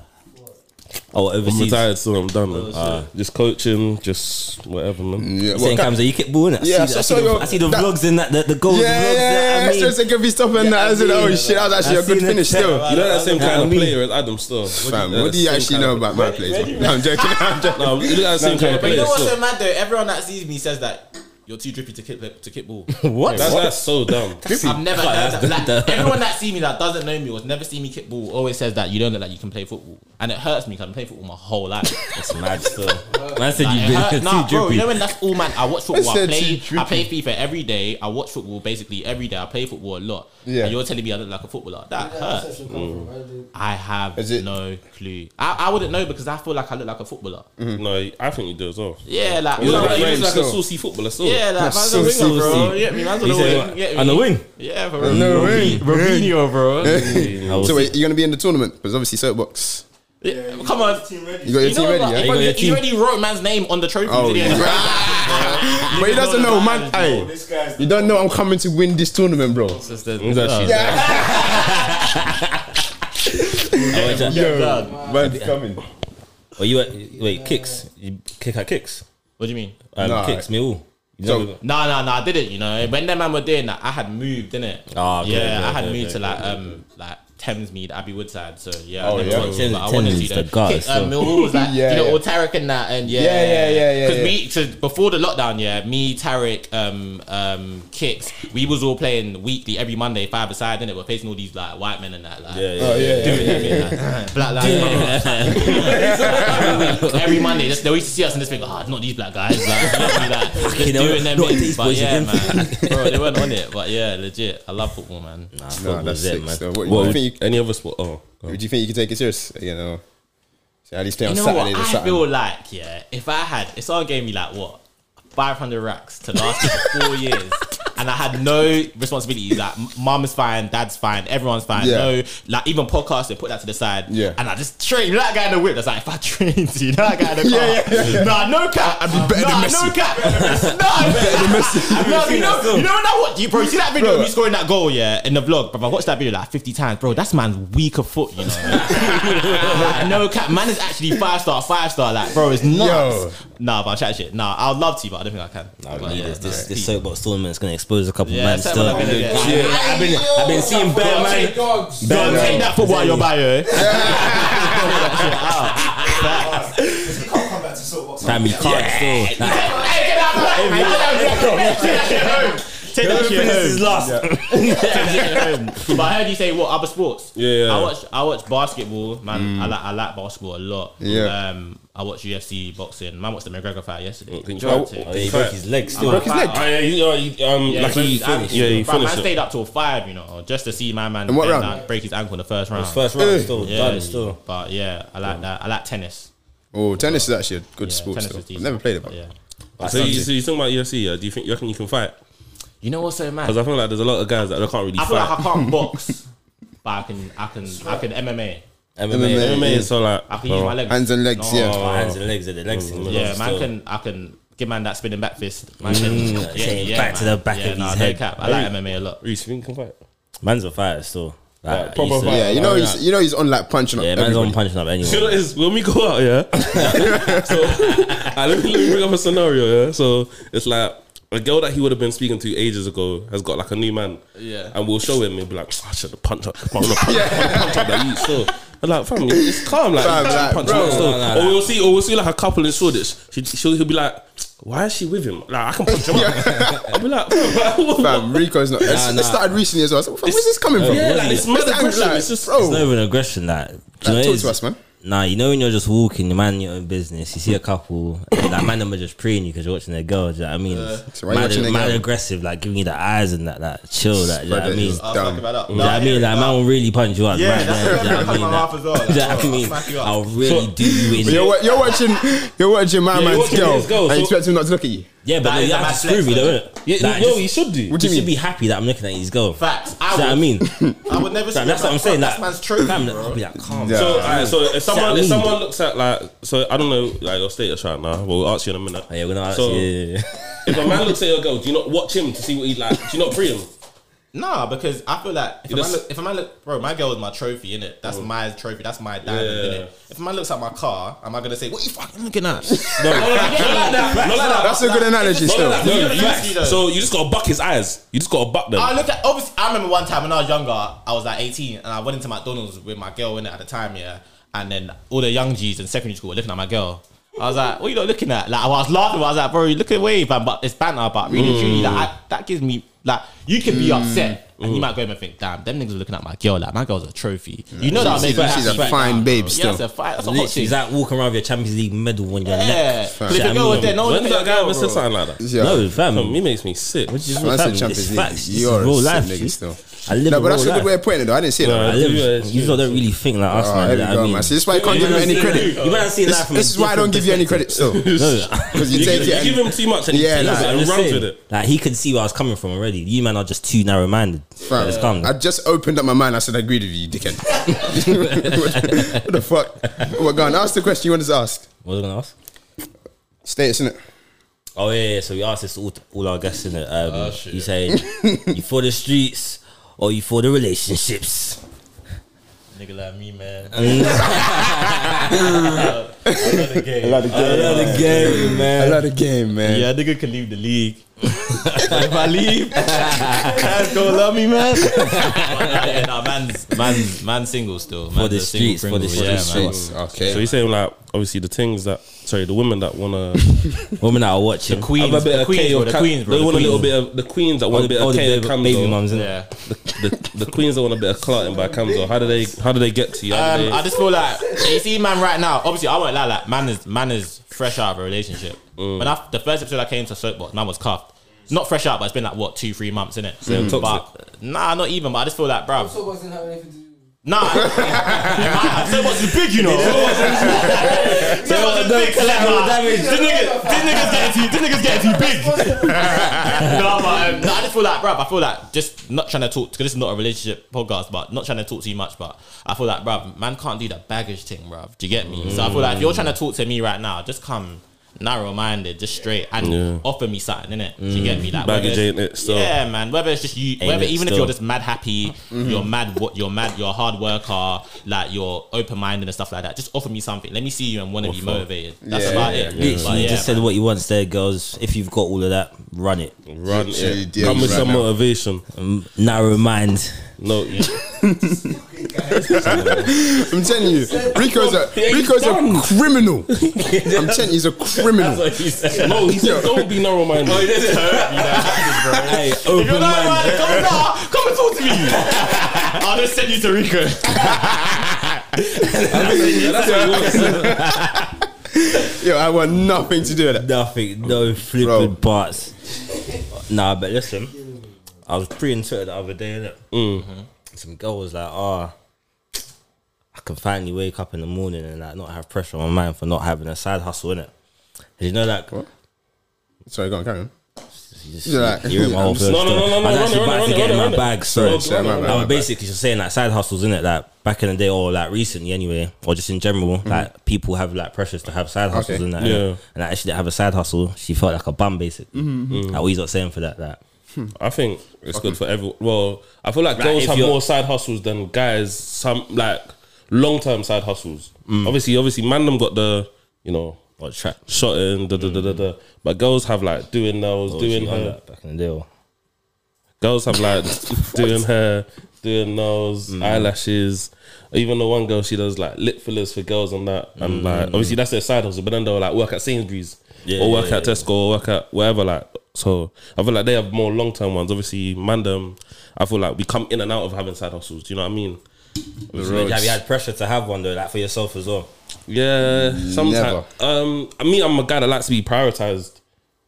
[SPEAKER 4] Oh,
[SPEAKER 3] I'm
[SPEAKER 4] overseas.
[SPEAKER 3] retired, so I'm done. Man. just coaching, just whatever, man.
[SPEAKER 5] Yeah,
[SPEAKER 4] Same
[SPEAKER 5] what-
[SPEAKER 4] times that you keep balling.
[SPEAKER 5] Yeah,
[SPEAKER 4] I
[SPEAKER 5] I
[SPEAKER 4] see,
[SPEAKER 5] saw-
[SPEAKER 4] I see,
[SPEAKER 5] saw
[SPEAKER 4] the,
[SPEAKER 5] your-
[SPEAKER 4] I see the
[SPEAKER 5] that-
[SPEAKER 4] vlogs in that, the, the goals.
[SPEAKER 5] Yeah,
[SPEAKER 4] the vlogs,
[SPEAKER 5] yeah, yeah.
[SPEAKER 4] you know
[SPEAKER 5] So
[SPEAKER 4] what
[SPEAKER 5] it's a good be stopping that.
[SPEAKER 4] I
[SPEAKER 5] I said,
[SPEAKER 4] mean,
[SPEAKER 5] oh shit, that was actually
[SPEAKER 4] I
[SPEAKER 5] a good
[SPEAKER 4] seen
[SPEAKER 5] finish
[SPEAKER 4] the
[SPEAKER 5] still.
[SPEAKER 4] chat.
[SPEAKER 3] You know that same
[SPEAKER 4] Nah,
[SPEAKER 3] kind of
[SPEAKER 4] me.
[SPEAKER 3] player as Adam still.
[SPEAKER 5] Fam, what do you actually know about my place? man? No, I'm joking. I'm joking.
[SPEAKER 3] No, you look at that same kind of
[SPEAKER 6] But you
[SPEAKER 3] player.
[SPEAKER 6] know what's
[SPEAKER 3] still.
[SPEAKER 6] so mad though? Everyone that sees me says that you're too drippy to kick to kick ball.
[SPEAKER 4] I mean? What?
[SPEAKER 3] That's, that's so dumb.
[SPEAKER 6] I've never heard
[SPEAKER 4] that's
[SPEAKER 6] that.
[SPEAKER 4] good,
[SPEAKER 6] Like,
[SPEAKER 4] though.
[SPEAKER 6] everyone that see me that doesn't know me or has never seen me kick ball always says that you don't look like you can play football, and it hurts me because I've been playing football my whole life.
[SPEAKER 4] It's mad still. Man said
[SPEAKER 6] Like,
[SPEAKER 4] you've
[SPEAKER 6] it hurt-
[SPEAKER 4] been
[SPEAKER 6] nah,
[SPEAKER 4] too
[SPEAKER 6] bro. You know
[SPEAKER 4] drippy.
[SPEAKER 6] when that's all, man. I watch football. I
[SPEAKER 5] said
[SPEAKER 6] play.
[SPEAKER 5] too
[SPEAKER 6] I play FIFA every day. I watch football basically every day. I play football a lot.
[SPEAKER 5] Yeah.
[SPEAKER 6] And you're telling me I look like a footballer. That hurts. Mm. I have
[SPEAKER 5] Is it-
[SPEAKER 6] no clue. I, I wouldn't know because I feel like I look like a footballer.
[SPEAKER 3] No, I think you do as well.
[SPEAKER 6] Yeah, like
[SPEAKER 3] You
[SPEAKER 6] all
[SPEAKER 3] look
[SPEAKER 6] I
[SPEAKER 3] like, you
[SPEAKER 6] wanna-
[SPEAKER 3] look like a
[SPEAKER 5] still.
[SPEAKER 3] saucy footballer still.
[SPEAKER 6] yeah, Yeah, like,
[SPEAKER 5] That's
[SPEAKER 6] man's
[SPEAKER 5] so
[SPEAKER 6] a winger,
[SPEAKER 5] saucy.
[SPEAKER 6] bro. Yeah, me, man's on the
[SPEAKER 4] He said,
[SPEAKER 6] wing. Oh, Yeah,
[SPEAKER 3] on the
[SPEAKER 6] me.
[SPEAKER 3] wing.
[SPEAKER 6] Yeah, for
[SPEAKER 5] On the wing.
[SPEAKER 6] Robinho, bro.
[SPEAKER 3] I was-
[SPEAKER 5] So wait, you're gonna be in the tournament because obviously soapbox.
[SPEAKER 6] Yeah, Come on.
[SPEAKER 5] You got your
[SPEAKER 6] You
[SPEAKER 5] team
[SPEAKER 6] know
[SPEAKER 5] ready,
[SPEAKER 6] what?
[SPEAKER 5] yeah?
[SPEAKER 3] You got
[SPEAKER 6] He
[SPEAKER 3] your
[SPEAKER 6] already- he
[SPEAKER 3] team.
[SPEAKER 6] already wrote man's name on the trophy
[SPEAKER 5] Oh,
[SPEAKER 6] video.
[SPEAKER 5] yeah.
[SPEAKER 6] Yeah.
[SPEAKER 5] But he doesn't know, man.
[SPEAKER 6] the
[SPEAKER 5] Hey, you don't know I'm coming to win this tournament, bro.
[SPEAKER 6] It's the-
[SPEAKER 3] that shit?
[SPEAKER 5] Yeah,
[SPEAKER 4] I went to-
[SPEAKER 5] man's coming.
[SPEAKER 4] Oh, you went- wait kicks? You kick at kicks?
[SPEAKER 6] What do you mean?
[SPEAKER 4] Um,
[SPEAKER 5] Nah.
[SPEAKER 4] Kicks me all.
[SPEAKER 5] So-
[SPEAKER 6] No, no, no, I didn't. You know, when them man were doing that, I had moved, didn't it?
[SPEAKER 4] Ah, okay,
[SPEAKER 6] yeah,
[SPEAKER 4] okay,
[SPEAKER 6] I had
[SPEAKER 4] okay,
[SPEAKER 6] moved
[SPEAKER 4] okay,
[SPEAKER 6] to like um like Thamesmead, Abbey Woodside. So yeah,
[SPEAKER 5] Oh,
[SPEAKER 6] I never
[SPEAKER 5] yeah.
[SPEAKER 6] went to,
[SPEAKER 4] Thames-
[SPEAKER 6] but I wanted
[SPEAKER 4] Thames
[SPEAKER 6] to.
[SPEAKER 4] is
[SPEAKER 6] though.
[SPEAKER 4] the god,
[SPEAKER 6] Kick,
[SPEAKER 4] so-
[SPEAKER 6] um, Millwall was like,
[SPEAKER 5] Yeah,
[SPEAKER 6] you know,
[SPEAKER 5] yeah.
[SPEAKER 6] all Tarek and that, and yeah,
[SPEAKER 5] Yeah, yeah, yeah, yeah,
[SPEAKER 6] Because
[SPEAKER 5] yeah.
[SPEAKER 6] me, so before the lockdown, yeah, me, Tarek, um, um, kicks, we was all playing weekly every Monday, five aside, didn't it? We're facing all these like white men and that, like
[SPEAKER 4] Yeah, yeah.
[SPEAKER 5] Oh yeah, yeah.
[SPEAKER 6] black lives matter. every Monday, just, they used to see us and just think, oh, not these black guys. Like, literally, like, just
[SPEAKER 4] You know,
[SPEAKER 6] doing them
[SPEAKER 4] not
[SPEAKER 6] bits.
[SPEAKER 4] these
[SPEAKER 6] But
[SPEAKER 4] boys
[SPEAKER 6] yeah,
[SPEAKER 4] again.
[SPEAKER 6] man. Bro, they weren't on it. But yeah, legit. I love football, man.
[SPEAKER 5] Nah, that's sick. So what,
[SPEAKER 4] What
[SPEAKER 5] you
[SPEAKER 4] would-
[SPEAKER 5] think you,
[SPEAKER 3] Any other sport? Oh, go on.
[SPEAKER 5] would you think you could take it serious? You know, so at least stay
[SPEAKER 6] You
[SPEAKER 5] on
[SPEAKER 6] know
[SPEAKER 5] Saturdays
[SPEAKER 6] what?
[SPEAKER 5] or
[SPEAKER 6] I
[SPEAKER 5] something.
[SPEAKER 6] feel like, yeah, if I had, if someone gave me like, what, 500 racks to last me for four years. And I had no responsibilities. Like, m- mum is fine, dad's fine, everyone's fine.
[SPEAKER 5] Yeah.
[SPEAKER 6] No, like, even podcasting, put that to the side.
[SPEAKER 5] Yeah.
[SPEAKER 6] And I just train. You know that guy in the whip that's like, if I trained you, you know that guy in the car.
[SPEAKER 5] Yeah, yeah, yeah.
[SPEAKER 6] Nah, no cap. I'd
[SPEAKER 5] be better
[SPEAKER 6] nah,
[SPEAKER 5] than Messi.
[SPEAKER 6] no cap. nah, better than Messi. Nah, you know, you know when I watch you, bro, you see that video
[SPEAKER 5] Bro.
[SPEAKER 6] of me scoring that goal, yeah, in the vlog, bro. I watched that video like 50 times, bro. That's man's weaker foot, you know. like, no cap. Man is actually five star, five star. Like, bro, it's nuts.
[SPEAKER 5] Yo.
[SPEAKER 6] Nah, but I'm chatting shit. Nah, I'd love to, but I don't think I can.
[SPEAKER 4] I
[SPEAKER 6] But
[SPEAKER 4] don't need
[SPEAKER 6] yeah,
[SPEAKER 4] this. This,
[SPEAKER 6] nah.
[SPEAKER 4] this soapbox tournament is going to expose a couple
[SPEAKER 6] Yeah,
[SPEAKER 4] man
[SPEAKER 6] tell
[SPEAKER 4] still.
[SPEAKER 6] them
[SPEAKER 4] I've
[SPEAKER 6] I've been
[SPEAKER 4] been,
[SPEAKER 6] doing
[SPEAKER 4] I've been, I've been seeing bare man.
[SPEAKER 7] dogs.
[SPEAKER 4] bare
[SPEAKER 6] Don't
[SPEAKER 4] man-
[SPEAKER 6] take that football out your bio. eh?
[SPEAKER 7] can't come back to soapbox.
[SPEAKER 4] Fam, you can't still. Like,
[SPEAKER 6] Hey, get out of that, man. Get out of that. Take that shit home. Take that shit
[SPEAKER 4] this is
[SPEAKER 6] home.
[SPEAKER 4] last.
[SPEAKER 6] but I heard you say what other sports?
[SPEAKER 3] Yeah, yeah.
[SPEAKER 6] I watch I watch basketball, man. I like I like basketball a lot.
[SPEAKER 5] Yeah.
[SPEAKER 6] Um, I watch UFC boxing. Man, watched the McGregor fight yesterday.
[SPEAKER 3] Oh,
[SPEAKER 6] Enjoyed it.
[SPEAKER 4] Oh, yeah, he broke his leg still.
[SPEAKER 6] broke his leg.
[SPEAKER 3] Oh, yeah, he, uh, he, um,
[SPEAKER 6] Yeah,
[SPEAKER 3] like
[SPEAKER 6] but
[SPEAKER 3] he
[SPEAKER 6] his ankle-
[SPEAKER 3] finished. Yeah, he
[SPEAKER 6] but
[SPEAKER 3] finished.
[SPEAKER 6] Man
[SPEAKER 3] it.
[SPEAKER 6] stayed up till five, you know, just to see my man
[SPEAKER 5] In what
[SPEAKER 6] bend
[SPEAKER 5] round?
[SPEAKER 6] down, break his ankle in the first round.
[SPEAKER 4] First round still.
[SPEAKER 6] yeah,
[SPEAKER 4] Done still.
[SPEAKER 6] But yeah, I like that. I like tennis.
[SPEAKER 5] Oh, tennis is actually a good
[SPEAKER 6] Yeah,
[SPEAKER 5] sport.
[SPEAKER 6] tennis
[SPEAKER 5] Still.
[SPEAKER 6] is
[SPEAKER 5] I've
[SPEAKER 6] decent.
[SPEAKER 5] never played it, but
[SPEAKER 6] But yeah.
[SPEAKER 3] So, you, so you're talking about UFC, yeah? Do you think you reckon you can fight?
[SPEAKER 6] You know what's so mad?
[SPEAKER 3] Because I feel like there's a lot of guys that I can't really
[SPEAKER 6] I feel
[SPEAKER 3] fight.
[SPEAKER 6] like I can't box, but I can, I can, I can MMA.
[SPEAKER 4] MMA.
[SPEAKER 3] MMA is so like.
[SPEAKER 6] I can
[SPEAKER 3] bro.
[SPEAKER 6] use my legs.
[SPEAKER 5] hands and legs.
[SPEAKER 6] No.
[SPEAKER 5] Yeah,
[SPEAKER 4] Oh, hands and legs at the legs. thing.
[SPEAKER 6] yeah, man
[SPEAKER 4] Still.
[SPEAKER 6] can, I can give man that spinning back fist. Man can,
[SPEAKER 4] Mm, saying back to the back of
[SPEAKER 6] nah,
[SPEAKER 4] his
[SPEAKER 6] no
[SPEAKER 4] head.
[SPEAKER 6] cap. I like MMA a lot.
[SPEAKER 3] Reece, you think you can fight?
[SPEAKER 4] Man's a fighter still. Like,
[SPEAKER 3] proper
[SPEAKER 4] he's-
[SPEAKER 3] fighter.
[SPEAKER 5] yeah. You know, he's, you know, he's on like punching up.
[SPEAKER 4] Yeah, man's
[SPEAKER 5] everybody.
[SPEAKER 4] on punching up
[SPEAKER 3] You know
[SPEAKER 4] anyway.
[SPEAKER 3] what it is when we go out, yeah. so I let, me, let me bring up a scenario, yeah. So it's like a girl that he would have been speaking to ages ago has got like a new man,
[SPEAKER 6] Yeah.
[SPEAKER 3] And we'll show him. He'll be like, "Oh, I should have punched up, but I'm gonna punch, I'm gonna punch up that you. So I'm like, fam, it's calm, like,
[SPEAKER 5] Fam,
[SPEAKER 3] you should
[SPEAKER 5] like,
[SPEAKER 3] punch
[SPEAKER 5] bro.
[SPEAKER 3] him up still.
[SPEAKER 4] No, no, no.
[SPEAKER 3] Or we'll see, or we'll see like a couple in Shoreditch. She, she'll, he'll be like, why is she with him? Like I can punch him up. I'll be like, fam, what-
[SPEAKER 5] Fam, Rico's not. it's-
[SPEAKER 4] nah.
[SPEAKER 5] It started recently as well. I was like, where's this coming from?
[SPEAKER 3] yeah, like it's mad
[SPEAKER 5] Where's the
[SPEAKER 3] aggression.
[SPEAKER 5] angle?
[SPEAKER 3] It's just
[SPEAKER 5] Bro.
[SPEAKER 4] It's not even aggression. That do you know
[SPEAKER 5] Like,
[SPEAKER 4] it
[SPEAKER 5] talk
[SPEAKER 4] is?
[SPEAKER 5] to us, man.
[SPEAKER 4] Nah, you know when you're just walking, you mind your own business. You see a couple, and that man them are just preying you because you're watching their girl. Do you know what I mean?
[SPEAKER 5] So why you
[SPEAKER 4] mad,
[SPEAKER 5] watching their
[SPEAKER 4] mad
[SPEAKER 5] girl?
[SPEAKER 4] aggressive, like giving you the eyes and that, that chill. Like, do you know what I
[SPEAKER 5] Brother,
[SPEAKER 4] mean?
[SPEAKER 5] it's
[SPEAKER 4] Do
[SPEAKER 5] dumb.
[SPEAKER 4] you know what I mean? Like, man will really punch you out.
[SPEAKER 6] Yeah,
[SPEAKER 4] right
[SPEAKER 6] that's
[SPEAKER 4] there,
[SPEAKER 6] what
[SPEAKER 4] do you know
[SPEAKER 6] I'm
[SPEAKER 4] what I mean?
[SPEAKER 6] gonna
[SPEAKER 4] Like,
[SPEAKER 6] cut my mouth as well,
[SPEAKER 4] do you know what I
[SPEAKER 6] like, I'll
[SPEAKER 4] mean?
[SPEAKER 6] smack you up.
[SPEAKER 4] I'll really do you in.
[SPEAKER 5] But You're, wa- you're watching, you're watching my
[SPEAKER 3] you're
[SPEAKER 5] man's
[SPEAKER 3] watching
[SPEAKER 5] girl,
[SPEAKER 3] his girl,
[SPEAKER 5] and
[SPEAKER 3] so-
[SPEAKER 5] you expect him not to look at you.
[SPEAKER 4] Yeah, but
[SPEAKER 6] That
[SPEAKER 4] no,
[SPEAKER 6] is
[SPEAKER 4] you
[SPEAKER 6] a
[SPEAKER 4] have
[SPEAKER 6] mad
[SPEAKER 4] to screw
[SPEAKER 6] flex,
[SPEAKER 4] me,
[SPEAKER 6] though.
[SPEAKER 4] don't it?
[SPEAKER 3] Yeah,
[SPEAKER 4] Like,
[SPEAKER 3] no,
[SPEAKER 4] just-
[SPEAKER 3] he should do.
[SPEAKER 5] What do you
[SPEAKER 4] should
[SPEAKER 5] mean?
[SPEAKER 4] be happy that I'm looking at his girl. Do
[SPEAKER 6] Facts. I,
[SPEAKER 4] you know what I
[SPEAKER 6] would,
[SPEAKER 4] mean?
[SPEAKER 6] I would never.
[SPEAKER 4] Like,
[SPEAKER 6] see
[SPEAKER 4] that's what I'm
[SPEAKER 6] man's-
[SPEAKER 4] saying. Like,
[SPEAKER 6] That's man's trophy,
[SPEAKER 4] fam,
[SPEAKER 6] bro.
[SPEAKER 4] I'll be like, calm.
[SPEAKER 5] Yeah.
[SPEAKER 3] So, alright, so if someone if
[SPEAKER 4] Salim.
[SPEAKER 3] someone looks at like so I don't know like your status right now, but we'll ask you in a minute.
[SPEAKER 4] Yeah, we're not.
[SPEAKER 3] So
[SPEAKER 4] yeah, yeah, yeah.
[SPEAKER 3] if a man looks at your girl, do you not watch him to see what he like? Do you not free him?
[SPEAKER 6] Nah, because I feel like if a, man
[SPEAKER 3] just-
[SPEAKER 6] look, if a man look, bro, my girl is my trophy, innit? That's my trophy. That's my diamond,
[SPEAKER 3] Oh. Yeah.
[SPEAKER 6] innit? If a man looks at my car, am I gonna say, "What you fucking looking at?"
[SPEAKER 3] No, not like that. Not like that.
[SPEAKER 5] That's a good analogy,
[SPEAKER 3] Not
[SPEAKER 5] still.
[SPEAKER 3] like that. You
[SPEAKER 6] No,
[SPEAKER 3] gotta
[SPEAKER 6] facts.
[SPEAKER 3] use- So you just gotta buck his eyes. You just gotta buck them.
[SPEAKER 6] I look at obviously. I remember one time when I was younger, I was like 18, and I went into McDonald's with my girl in it at the time, yeah. And then all the young G's in secondary school were looking at my girl. I was like, "What you not looking at?" Like I was laughing. but I was like, "Bro, you look away, man." But it's banter. But really,
[SPEAKER 5] Mm.
[SPEAKER 6] truly, like, I, that gives me like you can be upset.
[SPEAKER 5] Mm.
[SPEAKER 6] And you might go home and think, damn, them niggas are looking at my girl. Like, my girl's a trophy. You know that makes me
[SPEAKER 5] She's a
[SPEAKER 6] happy.
[SPEAKER 5] fine babe,
[SPEAKER 6] Yeah,
[SPEAKER 5] still.
[SPEAKER 6] that's a fight. That's a hot
[SPEAKER 4] Literally,
[SPEAKER 6] chick.
[SPEAKER 4] it's like walking around with your Champions League medal on your neck.
[SPEAKER 6] Yeah. But if
[SPEAKER 4] Yeah, I
[SPEAKER 6] the girl was
[SPEAKER 4] mean,
[SPEAKER 6] there, no
[SPEAKER 3] When
[SPEAKER 6] one's
[SPEAKER 3] did
[SPEAKER 6] looking
[SPEAKER 3] that
[SPEAKER 6] at
[SPEAKER 3] guy
[SPEAKER 6] your girl,
[SPEAKER 3] ever say
[SPEAKER 6] bro.
[SPEAKER 3] something like that?
[SPEAKER 5] Yeah.
[SPEAKER 4] No, fam.
[SPEAKER 3] Fam, he makes me sick.
[SPEAKER 4] What do you
[SPEAKER 5] Man
[SPEAKER 4] fam,
[SPEAKER 5] said
[SPEAKER 4] it's
[SPEAKER 5] Champions
[SPEAKER 4] facts,
[SPEAKER 5] League.
[SPEAKER 4] this is
[SPEAKER 5] You're a
[SPEAKER 4] real
[SPEAKER 5] sick
[SPEAKER 4] life.
[SPEAKER 5] nigga still.
[SPEAKER 4] I live
[SPEAKER 5] No,
[SPEAKER 4] a
[SPEAKER 5] but
[SPEAKER 4] real
[SPEAKER 5] that's a good
[SPEAKER 4] life.
[SPEAKER 5] way of putting it. Though. I didn't see it.
[SPEAKER 3] Nah,
[SPEAKER 5] That.
[SPEAKER 4] I
[SPEAKER 5] way.
[SPEAKER 4] live.
[SPEAKER 3] Yeah, it's
[SPEAKER 4] you
[SPEAKER 3] true.
[SPEAKER 4] lot don't really think like us, man.
[SPEAKER 5] Ah, here
[SPEAKER 4] you know
[SPEAKER 5] we
[SPEAKER 4] what I
[SPEAKER 5] go,
[SPEAKER 4] mean?
[SPEAKER 5] man. See, this is why you can't
[SPEAKER 4] You
[SPEAKER 5] give him
[SPEAKER 4] better
[SPEAKER 5] any
[SPEAKER 4] see
[SPEAKER 5] credit.
[SPEAKER 4] life- You better see
[SPEAKER 5] This,
[SPEAKER 4] life from a
[SPEAKER 5] this is why I don't
[SPEAKER 4] different
[SPEAKER 5] give you any credit still. Because you
[SPEAKER 3] You,
[SPEAKER 5] take
[SPEAKER 3] give, you
[SPEAKER 5] it
[SPEAKER 3] give
[SPEAKER 5] and
[SPEAKER 3] him too much and he
[SPEAKER 5] Yeah,
[SPEAKER 3] takes
[SPEAKER 5] nah,
[SPEAKER 3] it
[SPEAKER 4] I'm
[SPEAKER 3] and
[SPEAKER 4] just
[SPEAKER 3] runs
[SPEAKER 4] saying,
[SPEAKER 3] with it.
[SPEAKER 4] Like he could see where I was coming from already. You man are just too narrow minded.
[SPEAKER 5] Fam,
[SPEAKER 4] It's calm.
[SPEAKER 5] I just opened up my mind. I said, I agreed with you, you dickhead. what, the fuck? Well, go on. Ask the question you wanted to ask.
[SPEAKER 4] What was I gonna ask?
[SPEAKER 5] Status, innit?
[SPEAKER 4] Oh yeah, yeah. So we asked this to all, all our guests in it. Um, you say you for the streets or you for the relationships?
[SPEAKER 6] Nigga like me, man. I love the game.
[SPEAKER 4] Another game, man.
[SPEAKER 5] love the game, man.
[SPEAKER 6] Yeah, nigga can leave the league. if I leave, guys don't love me, man. yeah, nah, man's man's man's single still. Man's
[SPEAKER 4] the
[SPEAKER 6] a single
[SPEAKER 4] streets, for the
[SPEAKER 6] Pringle,
[SPEAKER 4] streets,
[SPEAKER 6] yeah, man.
[SPEAKER 4] streets.
[SPEAKER 3] So
[SPEAKER 5] Okay.
[SPEAKER 3] you saying like obviously the things that sorry the women that wanna have
[SPEAKER 4] Women that are watching.
[SPEAKER 6] Queens,
[SPEAKER 3] a bit
[SPEAKER 6] the
[SPEAKER 3] of
[SPEAKER 6] queens,
[SPEAKER 3] K
[SPEAKER 6] bro,
[SPEAKER 3] or
[SPEAKER 6] the
[SPEAKER 3] ca-
[SPEAKER 6] queens, bro.
[SPEAKER 3] they
[SPEAKER 6] the
[SPEAKER 3] want a little
[SPEAKER 6] queens.
[SPEAKER 3] bit of the queens that want a bit
[SPEAKER 4] All
[SPEAKER 3] of
[SPEAKER 4] the
[SPEAKER 3] K or
[SPEAKER 4] baby, baby
[SPEAKER 3] Camzo.
[SPEAKER 4] mums. innit?
[SPEAKER 6] Yeah.
[SPEAKER 3] The, the queens that want a bit of clotting by Camzo. How do they how do they get to you? How do
[SPEAKER 6] Um,
[SPEAKER 3] they-
[SPEAKER 6] I just feel like you see, man, right now. Obviously, I won't lie. Like, man is man is fresh out of a relationship. When I, the first episode I came to Soapbox, man was cuffed. Not fresh out, but it's been like what two, three months, innit?
[SPEAKER 3] toxic.
[SPEAKER 6] But nah, not even. But I just feel like, bruv.
[SPEAKER 8] So wasn't having anything to do.
[SPEAKER 6] Nah, Soapbox is big, you know. Soapbox is big. so like, nah, This nigga, this nigga's getting too, this nigga's getting too big. no, but um, no, I just feel like, bruv, I feel like just not trying to talk because this is not a relationship podcast, but not trying to talk too much. But I feel like, bruv, man can't do that baggage thing, bruv. Do you get me? So I feel like if you're trying to talk to me right now, just come narrow minded, just straight, and
[SPEAKER 3] Yeah.
[SPEAKER 6] offer me something, innit? Do you get me? Like
[SPEAKER 3] Baggage
[SPEAKER 6] whether it's-
[SPEAKER 3] ain't it, so.
[SPEAKER 6] Yeah, man. Whether it's just you,
[SPEAKER 4] Ain't
[SPEAKER 6] whether
[SPEAKER 4] it
[SPEAKER 6] even if
[SPEAKER 4] still.
[SPEAKER 6] you're just mad happy,
[SPEAKER 3] Mm-hmm.
[SPEAKER 6] you're mad, what you're mad, you're a hard worker, like you're open minded and stuff like that. Just offer me something. Let me see you and want to be motivated. That's
[SPEAKER 5] Yeah,
[SPEAKER 6] about
[SPEAKER 5] yeah,
[SPEAKER 6] it.
[SPEAKER 4] Literally,
[SPEAKER 6] But
[SPEAKER 4] you
[SPEAKER 6] yeah,
[SPEAKER 4] just said what you want there, girls. If you've got all of that, run it.
[SPEAKER 3] Run
[SPEAKER 5] So you-
[SPEAKER 3] it.
[SPEAKER 5] yeah,
[SPEAKER 3] Come
[SPEAKER 5] you
[SPEAKER 3] with
[SPEAKER 5] run
[SPEAKER 3] some
[SPEAKER 5] now.
[SPEAKER 3] motivation.
[SPEAKER 4] Um, narrow mind.
[SPEAKER 3] No, you-
[SPEAKER 5] I'm telling you, Rico's a
[SPEAKER 3] he's
[SPEAKER 5] Rico's
[SPEAKER 3] done.
[SPEAKER 5] a criminal. I'm telling you, he's a criminal.
[SPEAKER 4] he said.
[SPEAKER 3] no. He said, don't be narrow minded.
[SPEAKER 4] Hey,
[SPEAKER 6] If you're
[SPEAKER 4] open
[SPEAKER 6] not
[SPEAKER 4] mind.
[SPEAKER 6] right, come, nah, come and talk to me. I'll just send you to Rico.
[SPEAKER 5] Yo, I want nothing to do with that.
[SPEAKER 4] Nothing, no flipping parts. nah, but listen, I was pre Twitter the other day, innit?
[SPEAKER 6] Mm-hmm.
[SPEAKER 4] Some girl was like, ah, I can finally wake up in the morning and like not have pressure on my mind for not having a side hustle, innit? You know, like,
[SPEAKER 5] Sorry, go on, carry on.
[SPEAKER 4] you just,
[SPEAKER 5] You're like-
[SPEAKER 4] you're in my whole
[SPEAKER 5] I'm just-
[SPEAKER 4] first
[SPEAKER 3] No, no,
[SPEAKER 4] story.
[SPEAKER 3] no, no, no,
[SPEAKER 4] I'm
[SPEAKER 3] run
[SPEAKER 4] actually
[SPEAKER 3] it,
[SPEAKER 4] about
[SPEAKER 3] run
[SPEAKER 4] to
[SPEAKER 3] it,
[SPEAKER 4] get in
[SPEAKER 3] run it,
[SPEAKER 4] my
[SPEAKER 3] run it.
[SPEAKER 4] bag, sorry.
[SPEAKER 5] sorry, my bad,
[SPEAKER 4] No,
[SPEAKER 5] my
[SPEAKER 4] but
[SPEAKER 5] bad.
[SPEAKER 4] basically, she's saying like side hustles, innit? Like back in the day, or like recently, anyway, or just in general, like people have like pressures to have side hustles
[SPEAKER 5] Mm-hmm. Okay.
[SPEAKER 4] and that.
[SPEAKER 3] Yeah.
[SPEAKER 4] innit? And like, if she didn't have a side hustle, she felt like a bum, basically.
[SPEAKER 5] Mm-hmm,
[SPEAKER 3] Mm.
[SPEAKER 4] Like, what he's not saying for that, that.
[SPEAKER 3] I think it's good for everyone. Well, I feel like girls
[SPEAKER 4] if
[SPEAKER 3] have
[SPEAKER 4] you're-
[SPEAKER 3] more side hustles than guys. Some like long term side hustles. Obviously, obviously, man, them got the you know
[SPEAKER 4] Or trap.
[SPEAKER 3] shot in da da da da da. But girls have like doing those, doing her.
[SPEAKER 4] back in the day. or-
[SPEAKER 3] Girls have like doing hair, doing nails,
[SPEAKER 4] Mm.
[SPEAKER 3] eyelashes. Even the one girl, she does like lip fillers for girls and that. And like, obviously, that's their side hustle. But then they'll like work at Sainsbury's
[SPEAKER 4] Mm. Yeah,
[SPEAKER 3] or work
[SPEAKER 4] yeah,
[SPEAKER 3] at
[SPEAKER 4] yeah.
[SPEAKER 3] Tesco or work at wherever. Like, so I feel like they have more long term ones. Obviously, Mandem, I feel like we come in and out of having side hustles. Do you know what I mean?
[SPEAKER 4] Have you had pressure to have one though, like for yourself as well?
[SPEAKER 3] Yeah,
[SPEAKER 5] Never.
[SPEAKER 3] sometimes. Um, I mean, I'm a guy that likes to be prioritized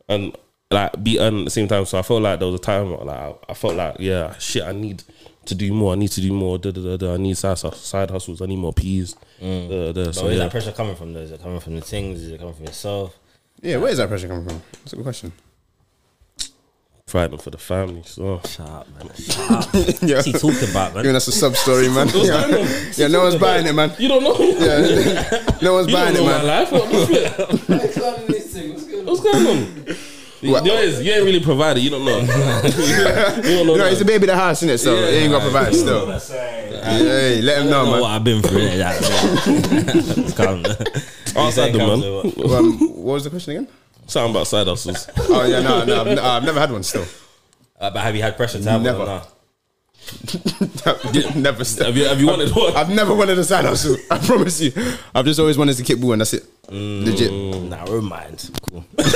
[SPEAKER 3] and like be earned at the same time. So I felt like there was a time where, like I, I felt like yeah, shit, I need to do more. I need to do more. Da, da, da, da. I need side, hus- side hustles. I need more peas.
[SPEAKER 5] Mm.
[SPEAKER 3] Da, da, da.
[SPEAKER 4] But
[SPEAKER 3] So
[SPEAKER 4] where's
[SPEAKER 3] yeah.
[SPEAKER 4] that pressure coming from though? Is it coming from the things? Is it coming from yourself?
[SPEAKER 5] Yeah, where is that pressure coming from? That's a good question.
[SPEAKER 3] fighting for the family. So
[SPEAKER 4] Shut up, man. Shut up. What's he talking about,
[SPEAKER 5] Even
[SPEAKER 4] man?
[SPEAKER 5] that's a sub story, man.
[SPEAKER 3] going on?
[SPEAKER 5] Yeah, yeah no one's buying it, man.
[SPEAKER 3] you don't know.
[SPEAKER 5] No one's
[SPEAKER 3] You don't
[SPEAKER 5] buying it,
[SPEAKER 3] know my
[SPEAKER 5] man.
[SPEAKER 3] life. What the flip?
[SPEAKER 8] What's going on in this thing? What's going
[SPEAKER 3] What's
[SPEAKER 8] on?
[SPEAKER 3] going on?
[SPEAKER 5] What?
[SPEAKER 3] You, ain't- you ain't really provided. You don't know. you don't know.
[SPEAKER 5] No,
[SPEAKER 3] that.
[SPEAKER 5] he's a baby in the house, innit? So
[SPEAKER 3] Yeah,
[SPEAKER 5] he ain't got provided still. Hey, let him know,
[SPEAKER 4] know what
[SPEAKER 5] man.
[SPEAKER 4] I've been through. innit, That, It's calm.
[SPEAKER 3] Ask Adam, man.
[SPEAKER 5] Um, what was the question again?
[SPEAKER 3] Something about side hustles.
[SPEAKER 5] Oh yeah, no, no, I've, no, I've never had one still.
[SPEAKER 4] Uh, but have you had pressure to have
[SPEAKER 5] Never.
[SPEAKER 4] one? Or
[SPEAKER 5] never. Still.
[SPEAKER 3] Have you have you wanted one?
[SPEAKER 5] I've never wanted a side hustle. I promise you. I've just always wanted to kick ball, and that's it.
[SPEAKER 4] Mm.
[SPEAKER 5] Legit.
[SPEAKER 4] no? Narrow mind. Cool.
[SPEAKER 3] that's,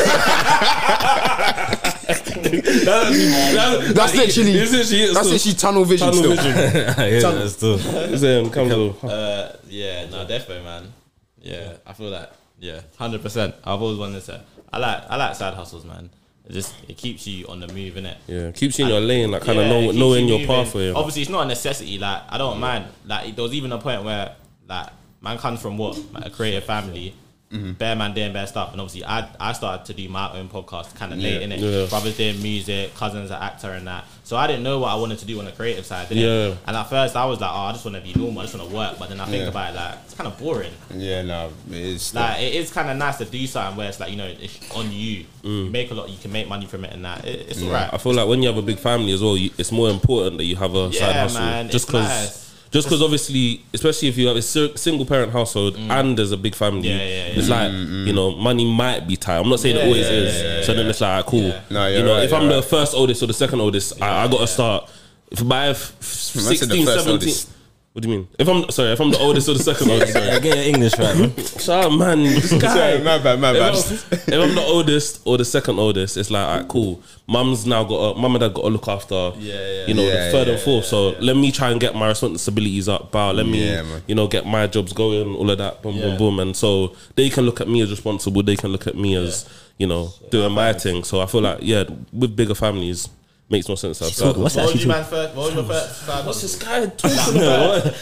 [SPEAKER 5] That's literally.
[SPEAKER 3] That's literally. it.
[SPEAKER 5] That's
[SPEAKER 3] So-
[SPEAKER 5] literally tunnel vision.
[SPEAKER 3] Tunnel
[SPEAKER 5] still.
[SPEAKER 3] vision.
[SPEAKER 4] yeah, that's still.
[SPEAKER 3] It's, um, comes with-
[SPEAKER 6] Uh, yeah, no, definitely, man. Yeah, I feel like yeah, hundred percent. I've always wanted to. I like I like side hustles, man. It just it keeps you on the move, innit?
[SPEAKER 3] Yeah, keeps you in your lane, like kind
[SPEAKER 6] Yeah,
[SPEAKER 3] of
[SPEAKER 6] it
[SPEAKER 3] know,
[SPEAKER 6] keeps
[SPEAKER 3] knowing
[SPEAKER 6] you
[SPEAKER 3] your
[SPEAKER 6] moving.
[SPEAKER 3] pathway.
[SPEAKER 6] Obviously, it's not a necessity. Like I don't mind. Like there was even a point where like man comes from what like, a creative family. Bear man doing bear stuff, and obviously I I started to do my own podcast kind of late in it.
[SPEAKER 3] Yeah.
[SPEAKER 6] Brothers doing music, cousins are actor and that. So I didn't know what I wanted to do on the creative side. Didn't
[SPEAKER 3] Yeah.
[SPEAKER 6] And at first I was like, oh, I just want to be normal, I just want to work. But then I think
[SPEAKER 5] Yeah.
[SPEAKER 6] about it, like it's kind of boring.
[SPEAKER 5] Yeah, no, it is.
[SPEAKER 6] Like it is kind of nice to do something where it's like you know it's on you.
[SPEAKER 3] Mm.
[SPEAKER 6] You make a lot, you can make money from it, and that it, it's alright.
[SPEAKER 3] I feel like when you have a big family as well, you, it's more important that you have a side
[SPEAKER 6] Yeah,
[SPEAKER 3] hustle.
[SPEAKER 6] man,
[SPEAKER 3] just
[SPEAKER 6] it's
[SPEAKER 3] because,
[SPEAKER 6] nice.
[SPEAKER 3] just because, obviously, especially if you have a si- single parent household and there's a big family,
[SPEAKER 6] Mm. Yeah, yeah,
[SPEAKER 3] it's like
[SPEAKER 5] Mm,
[SPEAKER 3] you know, money might be tight. I'm not saying it always
[SPEAKER 6] yeah,
[SPEAKER 3] is. so then it's like, ah, cool.
[SPEAKER 5] No, you're
[SPEAKER 3] you know,
[SPEAKER 5] right,
[SPEAKER 3] if
[SPEAKER 5] you're
[SPEAKER 3] I'm the
[SPEAKER 5] right.
[SPEAKER 3] first oldest or the second oldest, I, I got to start. If I have 16,
[SPEAKER 5] first
[SPEAKER 3] 17.
[SPEAKER 5] oldest.
[SPEAKER 3] What do you mean? If I'm sorry, if I'm the oldest or the second oldest, sorry.
[SPEAKER 4] Get your English right, man.
[SPEAKER 3] Shut up, man. This guy.
[SPEAKER 5] Sorry, my bad, my bad.
[SPEAKER 3] If I'm, if I'm the oldest or the second oldest, it's like, alright, cool. Mum's now got a, mum and dad got to look after,
[SPEAKER 6] yeah.
[SPEAKER 3] you know,
[SPEAKER 5] Yeah,
[SPEAKER 3] the third
[SPEAKER 5] yeah,
[SPEAKER 3] and fourth. so let me try and get my responsibilities up, bow. Let me,
[SPEAKER 5] Yeah, man.
[SPEAKER 3] you know, get my jobs going, all of that, boom,
[SPEAKER 6] Yeah.
[SPEAKER 3] boom, boom. And so they can look at me as responsible. They can look at me as, you know, doing my thing. So I feel like, yeah, with bigger families, makes more sense. to have
[SPEAKER 4] Talk-
[SPEAKER 3] side
[SPEAKER 4] what's
[SPEAKER 6] What
[SPEAKER 4] that?
[SPEAKER 6] was
[SPEAKER 4] She
[SPEAKER 6] your
[SPEAKER 4] talk-
[SPEAKER 6] man first? What was your first? side
[SPEAKER 3] What's
[SPEAKER 6] hustle?
[SPEAKER 3] this guy talking about?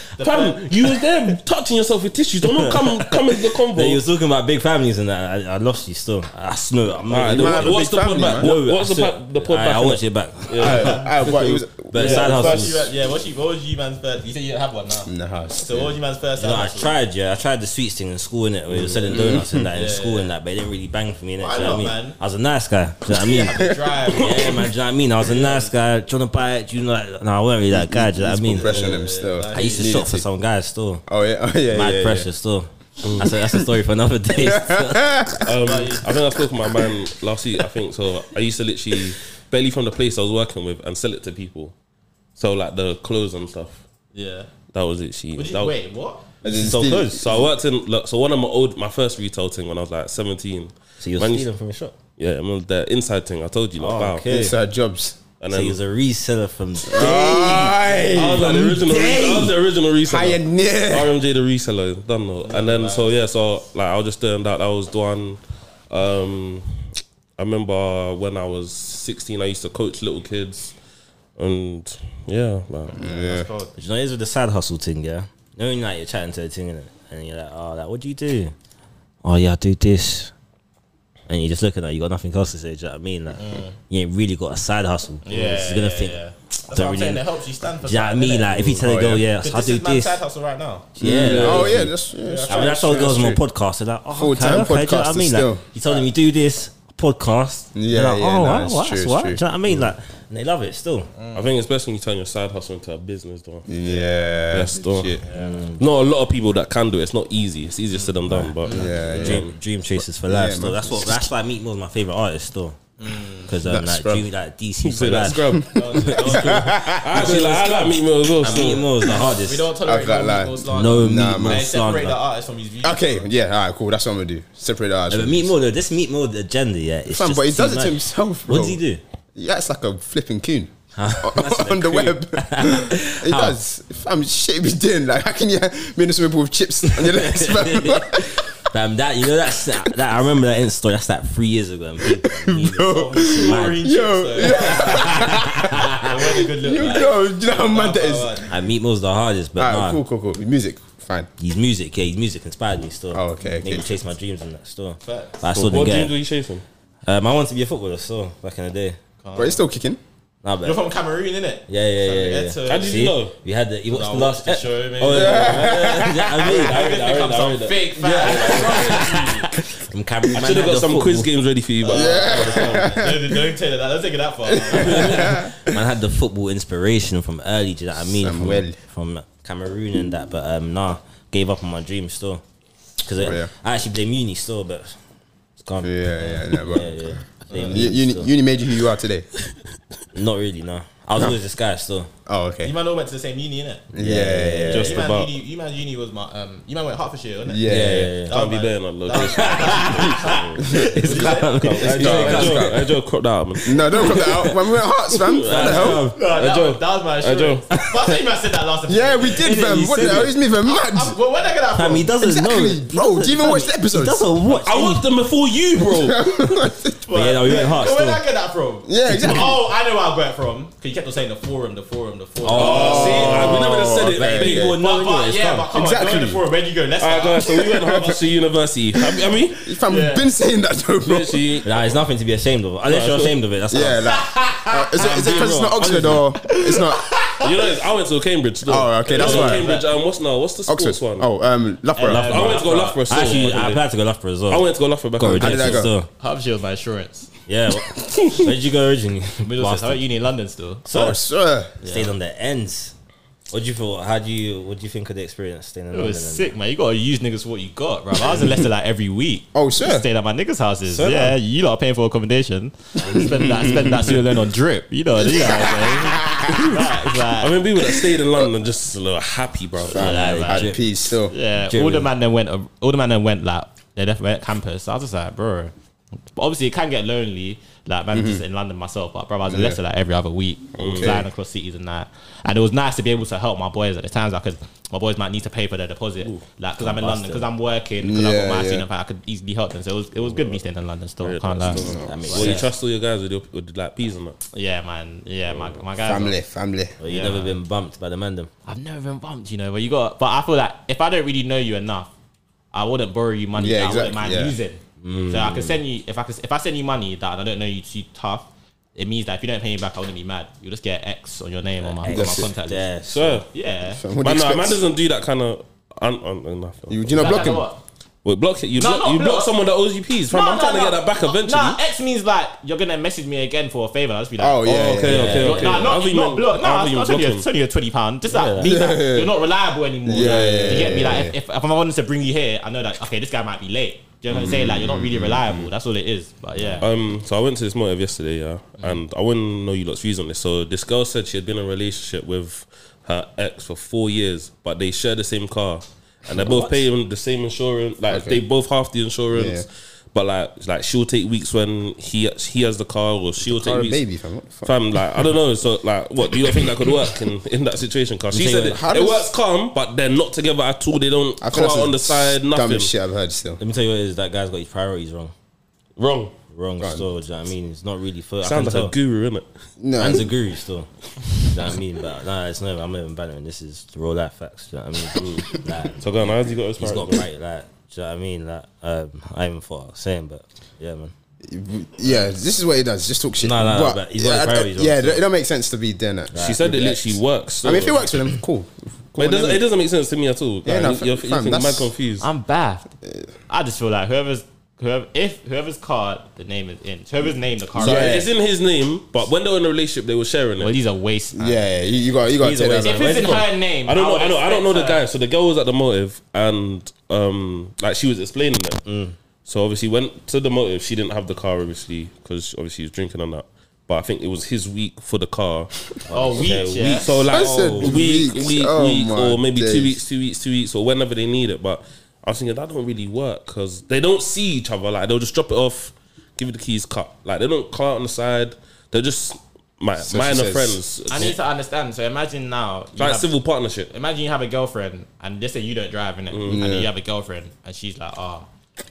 [SPEAKER 3] Fam, you was there touching yourself with tissues. Don't know, come come into the
[SPEAKER 4] Yeah, you
[SPEAKER 3] convo.
[SPEAKER 4] were talking about big families and that. I, I lost you still. I snow. I'm not.
[SPEAKER 3] Alright,
[SPEAKER 4] No,
[SPEAKER 5] might have a
[SPEAKER 3] what's
[SPEAKER 5] big
[SPEAKER 3] the pod
[SPEAKER 5] family,
[SPEAKER 3] back?
[SPEAKER 5] man.
[SPEAKER 3] What-
[SPEAKER 4] wait,
[SPEAKER 3] What's the
[SPEAKER 4] still-
[SPEAKER 3] pod- the pod
[SPEAKER 4] Aye, I
[SPEAKER 3] back?
[SPEAKER 4] watch it back.
[SPEAKER 5] I, I, but it was,
[SPEAKER 4] But
[SPEAKER 5] yeah,
[SPEAKER 4] side
[SPEAKER 5] first
[SPEAKER 4] hustles.
[SPEAKER 5] you
[SPEAKER 6] Yeah, what's you, what was you man's first? You said you didn't have one now.
[SPEAKER 5] in the house.
[SPEAKER 6] So what was you man's first?
[SPEAKER 4] No,
[SPEAKER 6] side
[SPEAKER 4] I
[SPEAKER 6] hustle?
[SPEAKER 4] tried, yeah. I tried the sweets thing in school, innit? Where they were selling donuts and that in
[SPEAKER 6] Yeah,
[SPEAKER 4] school and that, but it didn't really bang for me, innit?
[SPEAKER 6] Why
[SPEAKER 4] Do you know what I
[SPEAKER 6] not,
[SPEAKER 4] mean?
[SPEAKER 6] man?
[SPEAKER 4] I was a nice guy. Do you know what I mean?
[SPEAKER 6] Drive.
[SPEAKER 4] yeah, man, do you know what I mean? I was a nice guy, trying to buy it, you know, like, no, I wasn't really that guy, do you know what I mean?
[SPEAKER 5] Pressure them still.
[SPEAKER 4] I used to shop for some guys still.
[SPEAKER 5] Oh yeah, oh yeah,
[SPEAKER 4] Mad
[SPEAKER 5] yeah, yeah.
[SPEAKER 4] pressure still. That's, a, that's a story for another day.
[SPEAKER 3] Um, I think I spoke to my man last week. I think so. I used to literally barely from the place I was working with and sell it to people. So like the clothes and stuff.
[SPEAKER 6] Yeah.
[SPEAKER 3] That was it. She
[SPEAKER 6] Would you,
[SPEAKER 3] that was-
[SPEAKER 6] wait, what?
[SPEAKER 5] As in
[SPEAKER 3] so
[SPEAKER 5] steal-
[SPEAKER 3] close. So I worked in. Look, so one of my old, my first retail thing when I was like seventeen.
[SPEAKER 4] so you were
[SPEAKER 3] Man,
[SPEAKER 4] stealing from your shop.
[SPEAKER 3] Yeah, I mean, the inside thing I told you. Like,
[SPEAKER 4] Oh,
[SPEAKER 3] wow.
[SPEAKER 4] okay.
[SPEAKER 5] Inside uh, jobs.
[SPEAKER 3] And
[SPEAKER 4] So
[SPEAKER 3] then
[SPEAKER 4] you was a reseller from.
[SPEAKER 3] I was like the original. re- I was the original reseller.
[SPEAKER 5] Pioneer.
[SPEAKER 3] RMJ the reseller, done though. And then so yeah, so like I was just doing that. That was the one. Um, I remember when I was sixteen, I used to coach little kids, and yeah, like,
[SPEAKER 5] Yeah.
[SPEAKER 4] But you know, here's with the side hustle thing, yeah. You know, when, like you're chatting to a thing innit? and you're like, oh, like, what do you do? Oh, yeah, I do this. And you're just looking at it, you got nothing else to say. Do you know what I mean? Like,
[SPEAKER 5] Mm.
[SPEAKER 4] you ain't really got a side hustle.
[SPEAKER 6] Yeah.
[SPEAKER 4] you're gonna
[SPEAKER 6] yeah,
[SPEAKER 4] think.
[SPEAKER 6] yeah.
[SPEAKER 4] don't
[SPEAKER 6] That's what I'm
[SPEAKER 4] really-
[SPEAKER 6] saying. It helps you stand for
[SPEAKER 4] Do you know what I
[SPEAKER 6] something,
[SPEAKER 4] mean?
[SPEAKER 6] innit?
[SPEAKER 4] Like, if you tell a girl, yeah,
[SPEAKER 6] 'Cause
[SPEAKER 4] I
[SPEAKER 6] this
[SPEAKER 4] do
[SPEAKER 6] is man's
[SPEAKER 4] this.
[SPEAKER 6] side hustle right now.
[SPEAKER 4] Yeah.
[SPEAKER 5] Oh yeah, that's yeah. that's
[SPEAKER 4] I mean, I
[SPEAKER 5] true,
[SPEAKER 4] told
[SPEAKER 5] that's
[SPEAKER 4] girls on my
[SPEAKER 5] true.
[SPEAKER 4] podcast, they're like, oh,
[SPEAKER 5] Full-time
[SPEAKER 4] okay, okay, do you know what I
[SPEAKER 5] podcaster
[SPEAKER 4] mean? Like,
[SPEAKER 5] still.
[SPEAKER 4] you told them you do this podcast. they're
[SPEAKER 5] Yeah,
[SPEAKER 4] like,
[SPEAKER 5] yeah,
[SPEAKER 4] oh,
[SPEAKER 5] no,
[SPEAKER 4] wow,
[SPEAKER 5] it's
[SPEAKER 4] wow,
[SPEAKER 5] true,
[SPEAKER 4] that's
[SPEAKER 5] it's
[SPEAKER 4] what. Do
[SPEAKER 5] true. Mm.
[SPEAKER 4] you know what I mean? Like, and they love it still.
[SPEAKER 3] I think especially when you turn your side hustle into a business, though.
[SPEAKER 5] Yeah.
[SPEAKER 3] Yes, though.
[SPEAKER 5] Shit.
[SPEAKER 3] Not a lot of people that can do it. It's not easy. It's easier said than done, but
[SPEAKER 5] Yeah, yeah.
[SPEAKER 4] Dream, dream chasers for life.
[SPEAKER 5] yeah,
[SPEAKER 4] still,
[SPEAKER 5] man. Mm.
[SPEAKER 4] that's what. That's why Meat Mill's my favorite artist. Still, because um,
[SPEAKER 5] That
[SPEAKER 4] like,
[SPEAKER 5] scrub.
[SPEAKER 4] dream, like DC for
[SPEAKER 3] Say that
[SPEAKER 4] life.
[SPEAKER 3] scrub. I actually like, I like meat meal as well.
[SPEAKER 4] And
[SPEAKER 3] so-
[SPEAKER 4] Meat Mill is the
[SPEAKER 6] We
[SPEAKER 4] hardest.
[SPEAKER 6] don't tolerate
[SPEAKER 5] that line.
[SPEAKER 6] people's
[SPEAKER 4] No
[SPEAKER 6] slander.
[SPEAKER 5] Nah,
[SPEAKER 4] Meat
[SPEAKER 5] man.
[SPEAKER 4] Mill
[SPEAKER 6] They separate the
[SPEAKER 4] slander.
[SPEAKER 6] artist from his views.
[SPEAKER 5] Okay. Yeah. All right. Cool. That's what I'm gonna do. Separate ours.
[SPEAKER 4] But Meat Mill, though, this Meat Mill agenda, yeah, it's
[SPEAKER 5] Fam,
[SPEAKER 4] just
[SPEAKER 5] but he does
[SPEAKER 4] too
[SPEAKER 5] it
[SPEAKER 4] much.
[SPEAKER 5] to himself, bro.
[SPEAKER 4] What does he do?
[SPEAKER 5] Yeah, it's like a flipping coon. on the web, it does. Fam, shit, be doing like how can you be in a swimming pool with chips on your legs, fam?
[SPEAKER 4] Fam, that you know that's that, that- I remember that Insta story. That's like three years ago. And people,
[SPEAKER 5] Bro,
[SPEAKER 4] man,
[SPEAKER 5] yo, yo,
[SPEAKER 6] good look. like.
[SPEAKER 5] yo, do you know how mad that is?
[SPEAKER 4] and Meat Mill's the hardest, but nah,
[SPEAKER 5] Alright, cool, cool, cool. Music, fine.
[SPEAKER 4] his music, yeah, his music inspired me still.
[SPEAKER 5] Oh,
[SPEAKER 4] Made
[SPEAKER 5] okay, okay.
[SPEAKER 4] me chase my dreams in that store.
[SPEAKER 6] Facts.
[SPEAKER 4] But I still didn't
[SPEAKER 3] What dreams
[SPEAKER 4] get
[SPEAKER 3] were
[SPEAKER 4] it.
[SPEAKER 3] you chasing?
[SPEAKER 4] Um, I wanted to be a footballer still back in the day.
[SPEAKER 5] But it's still kicking.
[SPEAKER 4] Nah, but
[SPEAKER 6] You're from Cameroon, innit?
[SPEAKER 4] Yeah, yeah, yeah,
[SPEAKER 6] So they
[SPEAKER 4] yeah.
[SPEAKER 6] had to-
[SPEAKER 3] How did you
[SPEAKER 4] See,
[SPEAKER 3] know?
[SPEAKER 4] We had the he watched
[SPEAKER 6] I
[SPEAKER 4] the last
[SPEAKER 6] watched the
[SPEAKER 4] ep-
[SPEAKER 6] show, mate.
[SPEAKER 4] Oh, yeah, yeah, yeah, yeah. I mean, I
[SPEAKER 6] I
[SPEAKER 4] read,
[SPEAKER 6] just
[SPEAKER 4] I read,
[SPEAKER 6] think I'm
[SPEAKER 4] I
[SPEAKER 6] some
[SPEAKER 4] read, that.
[SPEAKER 6] fake fan.
[SPEAKER 4] I'm Cameroon.
[SPEAKER 3] I should have got some quiz games ready for you, but
[SPEAKER 6] Don't don't tell it that. Don't take it that far. man.
[SPEAKER 4] Man had the football inspiration from early. Do you know what I mean?
[SPEAKER 5] Samuel.
[SPEAKER 4] From, from Cameroon and that, but um, nah, gave up on my dream still. Because
[SPEAKER 5] yeah.
[SPEAKER 4] I actually blame uni still, but it's gone.
[SPEAKER 5] Yeah, yeah, yeah.
[SPEAKER 4] yeah,
[SPEAKER 5] But
[SPEAKER 4] yeah. Blame
[SPEAKER 5] uni,
[SPEAKER 4] uni
[SPEAKER 5] uni,
[SPEAKER 4] still.
[SPEAKER 5] uni made you who you are today.
[SPEAKER 4] Not really, no. I was always this guy still.
[SPEAKER 5] Oh,
[SPEAKER 6] You
[SPEAKER 5] okay.
[SPEAKER 6] man all went to the same uni, innit?
[SPEAKER 5] Yeah, yeah, yeah.
[SPEAKER 3] Just
[SPEAKER 6] you man
[SPEAKER 3] about.
[SPEAKER 6] Uni, you man uni was my. Um, you man went Hertfordshire, wasn't it?
[SPEAKER 5] Yeah, yeah,
[SPEAKER 3] yeah, yeah.
[SPEAKER 6] Oh,
[SPEAKER 3] Can't be
[SPEAKER 6] man.
[SPEAKER 3] there on location.
[SPEAKER 4] It's calm.
[SPEAKER 3] I
[SPEAKER 5] It's calm, it's
[SPEAKER 3] Joe,
[SPEAKER 5] calm.
[SPEAKER 3] hey, Joe, crop that out, man.
[SPEAKER 5] No, don't cut that out. When we went hearts, fam. What the hell?
[SPEAKER 6] No,
[SPEAKER 3] Hey,
[SPEAKER 6] that,
[SPEAKER 3] Joe.
[SPEAKER 6] was, that was my
[SPEAKER 3] Hey, Joe.
[SPEAKER 6] assurance. but I think you man said that last episode.
[SPEAKER 5] Yeah, we did,
[SPEAKER 4] Innit,
[SPEAKER 5] fam.
[SPEAKER 4] you
[SPEAKER 5] What
[SPEAKER 4] said
[SPEAKER 5] the hell?
[SPEAKER 4] it.
[SPEAKER 5] He's me, fam. Mad.
[SPEAKER 6] I'm, well, where did I get that
[SPEAKER 4] Fam,
[SPEAKER 6] from?
[SPEAKER 4] he doesn't
[SPEAKER 5] Exactly,
[SPEAKER 4] know,
[SPEAKER 5] bro. Do you even watch the
[SPEAKER 4] He
[SPEAKER 5] episodes?
[SPEAKER 4] doesn't watch.
[SPEAKER 3] I watched them before you, bro.
[SPEAKER 4] But yeah, no, we went hard
[SPEAKER 6] Well, where did I
[SPEAKER 4] still.
[SPEAKER 6] get that from?
[SPEAKER 5] Yeah, exactly.
[SPEAKER 6] Oh, I know where I got it from. Because you kept on saying the forum, the forum, the forum.
[SPEAKER 3] Oh, see, like, we never just said it. Like,
[SPEAKER 5] okay,
[SPEAKER 3] people
[SPEAKER 5] okay.
[SPEAKER 3] would know
[SPEAKER 6] but, but,
[SPEAKER 3] anyway. It's
[SPEAKER 6] yeah,
[SPEAKER 3] calm.
[SPEAKER 6] but come
[SPEAKER 5] Exactly.
[SPEAKER 6] on, join the forum. Where do you go? Let's
[SPEAKER 3] Alright, guys, so we went to Hertfordshire University. Have, have we?
[SPEAKER 5] Fam,
[SPEAKER 6] Yeah.
[SPEAKER 5] been saying that though, bro.
[SPEAKER 3] Literally.
[SPEAKER 4] Nah, it's nothing to be ashamed of. Unless you're ashamed of it, that's
[SPEAKER 5] Yeah,
[SPEAKER 4] yeah.
[SPEAKER 5] like, uh, is it because
[SPEAKER 3] being
[SPEAKER 5] it's not
[SPEAKER 3] wrong,
[SPEAKER 5] Oxford or it's not?
[SPEAKER 3] You know, it's- I went to Cambridge. Though.
[SPEAKER 5] Oh, okay, that's
[SPEAKER 3] I went
[SPEAKER 5] why.
[SPEAKER 3] to Cambridge. Um, what's now? What's the sports
[SPEAKER 5] Oxford.
[SPEAKER 3] one?
[SPEAKER 5] Oh, um, Loughborough.
[SPEAKER 3] I went to go Loughborough. Still,
[SPEAKER 4] Actually, I
[SPEAKER 3] I,
[SPEAKER 4] applied to go Loughborough as well.
[SPEAKER 3] I went to go Loughborough back.
[SPEAKER 4] Got
[SPEAKER 5] How did
[SPEAKER 4] rejected
[SPEAKER 5] that go?
[SPEAKER 4] still.
[SPEAKER 6] Hertfordshire was my insurance.
[SPEAKER 4] Yeah. wh- Where did you go originally?
[SPEAKER 6] Middlesex.
[SPEAKER 4] Bastard.
[SPEAKER 6] I went uni in London still.
[SPEAKER 5] Oh, sir.
[SPEAKER 4] Stayed on the ends. What do you feel? How do you? What do you think of the experience staying in
[SPEAKER 6] It
[SPEAKER 4] London?
[SPEAKER 6] was sick, man. You gotta use niggas for what you got, bro. I was in Leicester like every week.
[SPEAKER 5] Oh, sure.
[SPEAKER 6] Stayed at my niggas' houses. yeah, you lot are paying for accommodation. spend that, spend that student loan on drip. You know, you know what I'm saying? Like, like,
[SPEAKER 3] I mean, people that stayed in London just a little happy, bro.
[SPEAKER 4] Like,
[SPEAKER 5] At
[SPEAKER 4] legit.
[SPEAKER 5] peace still.
[SPEAKER 6] Yeah, all
[SPEAKER 4] Generally.
[SPEAKER 6] the man then went. All the man then went like they left went campus. I was just like, bro. But obviously, it can get lonely. Like, man,
[SPEAKER 5] Mm-hmm.
[SPEAKER 6] just in London myself. But bro, I was in Leicester like every other week, flying across cities and that. And it was nice to be able to help my boys at the times. I could. My boys might need to pay for their deposit, like because I'm in London, because I'm working, because I've
[SPEAKER 5] Yeah,
[SPEAKER 6] got my
[SPEAKER 5] yeah.
[SPEAKER 6] student pack, I could easily help them. So it was it was good me staying in London still. can't lie.
[SPEAKER 4] That makes
[SPEAKER 3] Well, you
[SPEAKER 4] sense.
[SPEAKER 3] trust all your guys with, your, with like peas and that.
[SPEAKER 6] Yeah, man. Yeah, my my guys. are-
[SPEAKER 5] Family, family.
[SPEAKER 4] But you've
[SPEAKER 6] Yeah.
[SPEAKER 4] never been bumped by the man them.
[SPEAKER 6] I've never been bumped, you know, but you got but I feel like if I don't really know you enough, I wouldn't borrow you money
[SPEAKER 5] Yeah,
[SPEAKER 6] that
[SPEAKER 5] exactly,
[SPEAKER 6] I
[SPEAKER 5] yeah.
[SPEAKER 6] wouldn't mind using. So I can send you if I can, if I send you money that I don't know you too tough, it means that if you don't pay me back I wouldn't be mad. You'll just get X on your name on my, on my
[SPEAKER 5] That's it.
[SPEAKER 6] contact list. Yeah.
[SPEAKER 4] Yeah.
[SPEAKER 3] So,
[SPEAKER 5] What do
[SPEAKER 3] but
[SPEAKER 5] you
[SPEAKER 3] no,
[SPEAKER 5] expect?
[SPEAKER 3] man doesn't do that kind of. Un, un, enough.
[SPEAKER 5] You, do you not block him?
[SPEAKER 3] Wait, block it. You,
[SPEAKER 6] No,
[SPEAKER 3] block,
[SPEAKER 6] not
[SPEAKER 3] you block
[SPEAKER 6] block.
[SPEAKER 3] someone that owes you peas. Fam, I'm trying to get that back eventually.
[SPEAKER 6] Nah, X means like you're gonna message me again for a favor. I'll just be like,
[SPEAKER 5] Oh, yeah.
[SPEAKER 3] Oh, okay,
[SPEAKER 5] yeah,
[SPEAKER 3] okay,
[SPEAKER 6] You're-
[SPEAKER 3] okay.
[SPEAKER 6] Nah,
[SPEAKER 3] I
[SPEAKER 6] not,
[SPEAKER 3] think you
[SPEAKER 6] not
[SPEAKER 3] meant-
[SPEAKER 6] block.
[SPEAKER 3] I
[SPEAKER 6] Nah,
[SPEAKER 3] think you meant
[SPEAKER 6] I'll send you,
[SPEAKER 3] block him.
[SPEAKER 6] it's only a twenty pound. Just like,
[SPEAKER 5] Yeah,
[SPEAKER 6] like,
[SPEAKER 5] yeah.
[SPEAKER 6] you're not reliable anymore.
[SPEAKER 5] Yeah,
[SPEAKER 6] like,
[SPEAKER 5] yeah,
[SPEAKER 6] you get me.
[SPEAKER 5] yeah,
[SPEAKER 6] Like, if, if, if I wanted to bring you here, I know that okay, this guy might be late. Do you know what I'm saying? Like, you're not really reliable. That's all it is. But yeah,
[SPEAKER 3] Um, so I went to this motive yesterday, yeah, and I wouldn't know you lot's views on this. So this girl said she had been in a relationship with her ex for four years, but they share the same car, and they're both paying the same insurance. Like
[SPEAKER 5] Okay.
[SPEAKER 3] they both half the insurance,
[SPEAKER 5] Yeah.
[SPEAKER 3] but like it's like she'll take weeks when he he has the car, or she'll
[SPEAKER 5] car
[SPEAKER 3] take
[SPEAKER 5] and
[SPEAKER 3] weeks.
[SPEAKER 5] baby, fam, what the fuck?
[SPEAKER 3] Fam, like I don't know. So like, what do you not think that could work in, in that situation? Because she
[SPEAKER 4] think
[SPEAKER 3] said
[SPEAKER 4] that-
[SPEAKER 3] it,
[SPEAKER 5] how
[SPEAKER 3] it
[SPEAKER 5] does-
[SPEAKER 3] works calm, but they're not together at all. They don't
[SPEAKER 5] I
[SPEAKER 3] come
[SPEAKER 5] feel
[SPEAKER 3] out
[SPEAKER 5] that's
[SPEAKER 3] on the side. Nothing
[SPEAKER 5] Dumbest shit I've heard still.
[SPEAKER 4] Let me tell you what it is. That guy's got his priorities wrong.
[SPEAKER 3] wrong.
[SPEAKER 4] Wrong still. Do you know what I mean? It's not really fair. I can
[SPEAKER 3] Sounds like
[SPEAKER 4] tell.
[SPEAKER 3] a guru, innit?
[SPEAKER 5] No.
[SPEAKER 4] Man's a guru still. Do you know what I mean? But nah, it's never. I'm not even bantering. This is the raw life facts. Do you know what I mean? Like,
[SPEAKER 3] So go on. How's he got his
[SPEAKER 4] he's got
[SPEAKER 3] priorities?
[SPEAKER 4] right. Like, do you know what I mean? Like, um, I even thought I was saying, but yeah, man.
[SPEAKER 5] Yeah, this is what he does. Just talk shit.
[SPEAKER 4] No, no, no, but he's got
[SPEAKER 5] yeah, I-
[SPEAKER 4] priorities
[SPEAKER 5] I- yeah,
[SPEAKER 4] also.
[SPEAKER 5] it don't make sense to be doing it.
[SPEAKER 3] She said it literally works.
[SPEAKER 5] I mean, if it
[SPEAKER 3] so-
[SPEAKER 5] works for them, cool.
[SPEAKER 3] But it doesn't, it doesn't make sense to me at all.
[SPEAKER 5] Yeah,
[SPEAKER 3] Like,
[SPEAKER 5] no,
[SPEAKER 3] you- you're,
[SPEAKER 5] fam,
[SPEAKER 3] you think mad
[SPEAKER 5] that's-
[SPEAKER 3] confused.
[SPEAKER 6] I'm baffed. I just feel like whoever's whoever if whoever's card the name is in whoever's name the card.
[SPEAKER 3] so
[SPEAKER 6] is
[SPEAKER 3] it's in his name, but when they were in a relationship, they were sharing it.
[SPEAKER 6] Well, these are waste. man.
[SPEAKER 5] Yeah, yeah, you, you got, you got to
[SPEAKER 4] Either
[SPEAKER 5] take
[SPEAKER 4] way,
[SPEAKER 5] that.
[SPEAKER 4] if
[SPEAKER 5] man.
[SPEAKER 6] If it's in her name,
[SPEAKER 3] I don't know.
[SPEAKER 6] would
[SPEAKER 3] I know. I don't know the
[SPEAKER 6] expect
[SPEAKER 3] guy.
[SPEAKER 6] her-
[SPEAKER 3] So the girl was at the motive, and um, like she was explaining it.
[SPEAKER 5] Mm.
[SPEAKER 3] So obviously, went to the motive. She didn't have the car, obviously, because obviously he was drinking and that. But I think it was his week for the car.
[SPEAKER 6] Oh, weeks. Yeah.
[SPEAKER 3] Week, so
[SPEAKER 5] I
[SPEAKER 3] like
[SPEAKER 5] said
[SPEAKER 3] week,
[SPEAKER 5] oh. weeks.
[SPEAKER 3] week,
[SPEAKER 5] Oh
[SPEAKER 3] week,
[SPEAKER 5] my
[SPEAKER 3] or maybe two
[SPEAKER 5] days.
[SPEAKER 3] weeks, two weeks, two weeks, or whenever they need it. But I was thinking that don't really work because they don't see each other. Like they'll just drop it off, give you the keys, cut. Like they don't call out on the side. They're just my,
[SPEAKER 5] So
[SPEAKER 3] minor
[SPEAKER 5] she says-
[SPEAKER 3] friends.
[SPEAKER 6] I need to understand. So imagine now. you
[SPEAKER 3] like
[SPEAKER 6] have-
[SPEAKER 3] civil partnership.
[SPEAKER 6] imagine you have a girlfriend and let's say you don't drive in it and then you have a girlfriend and she's like oh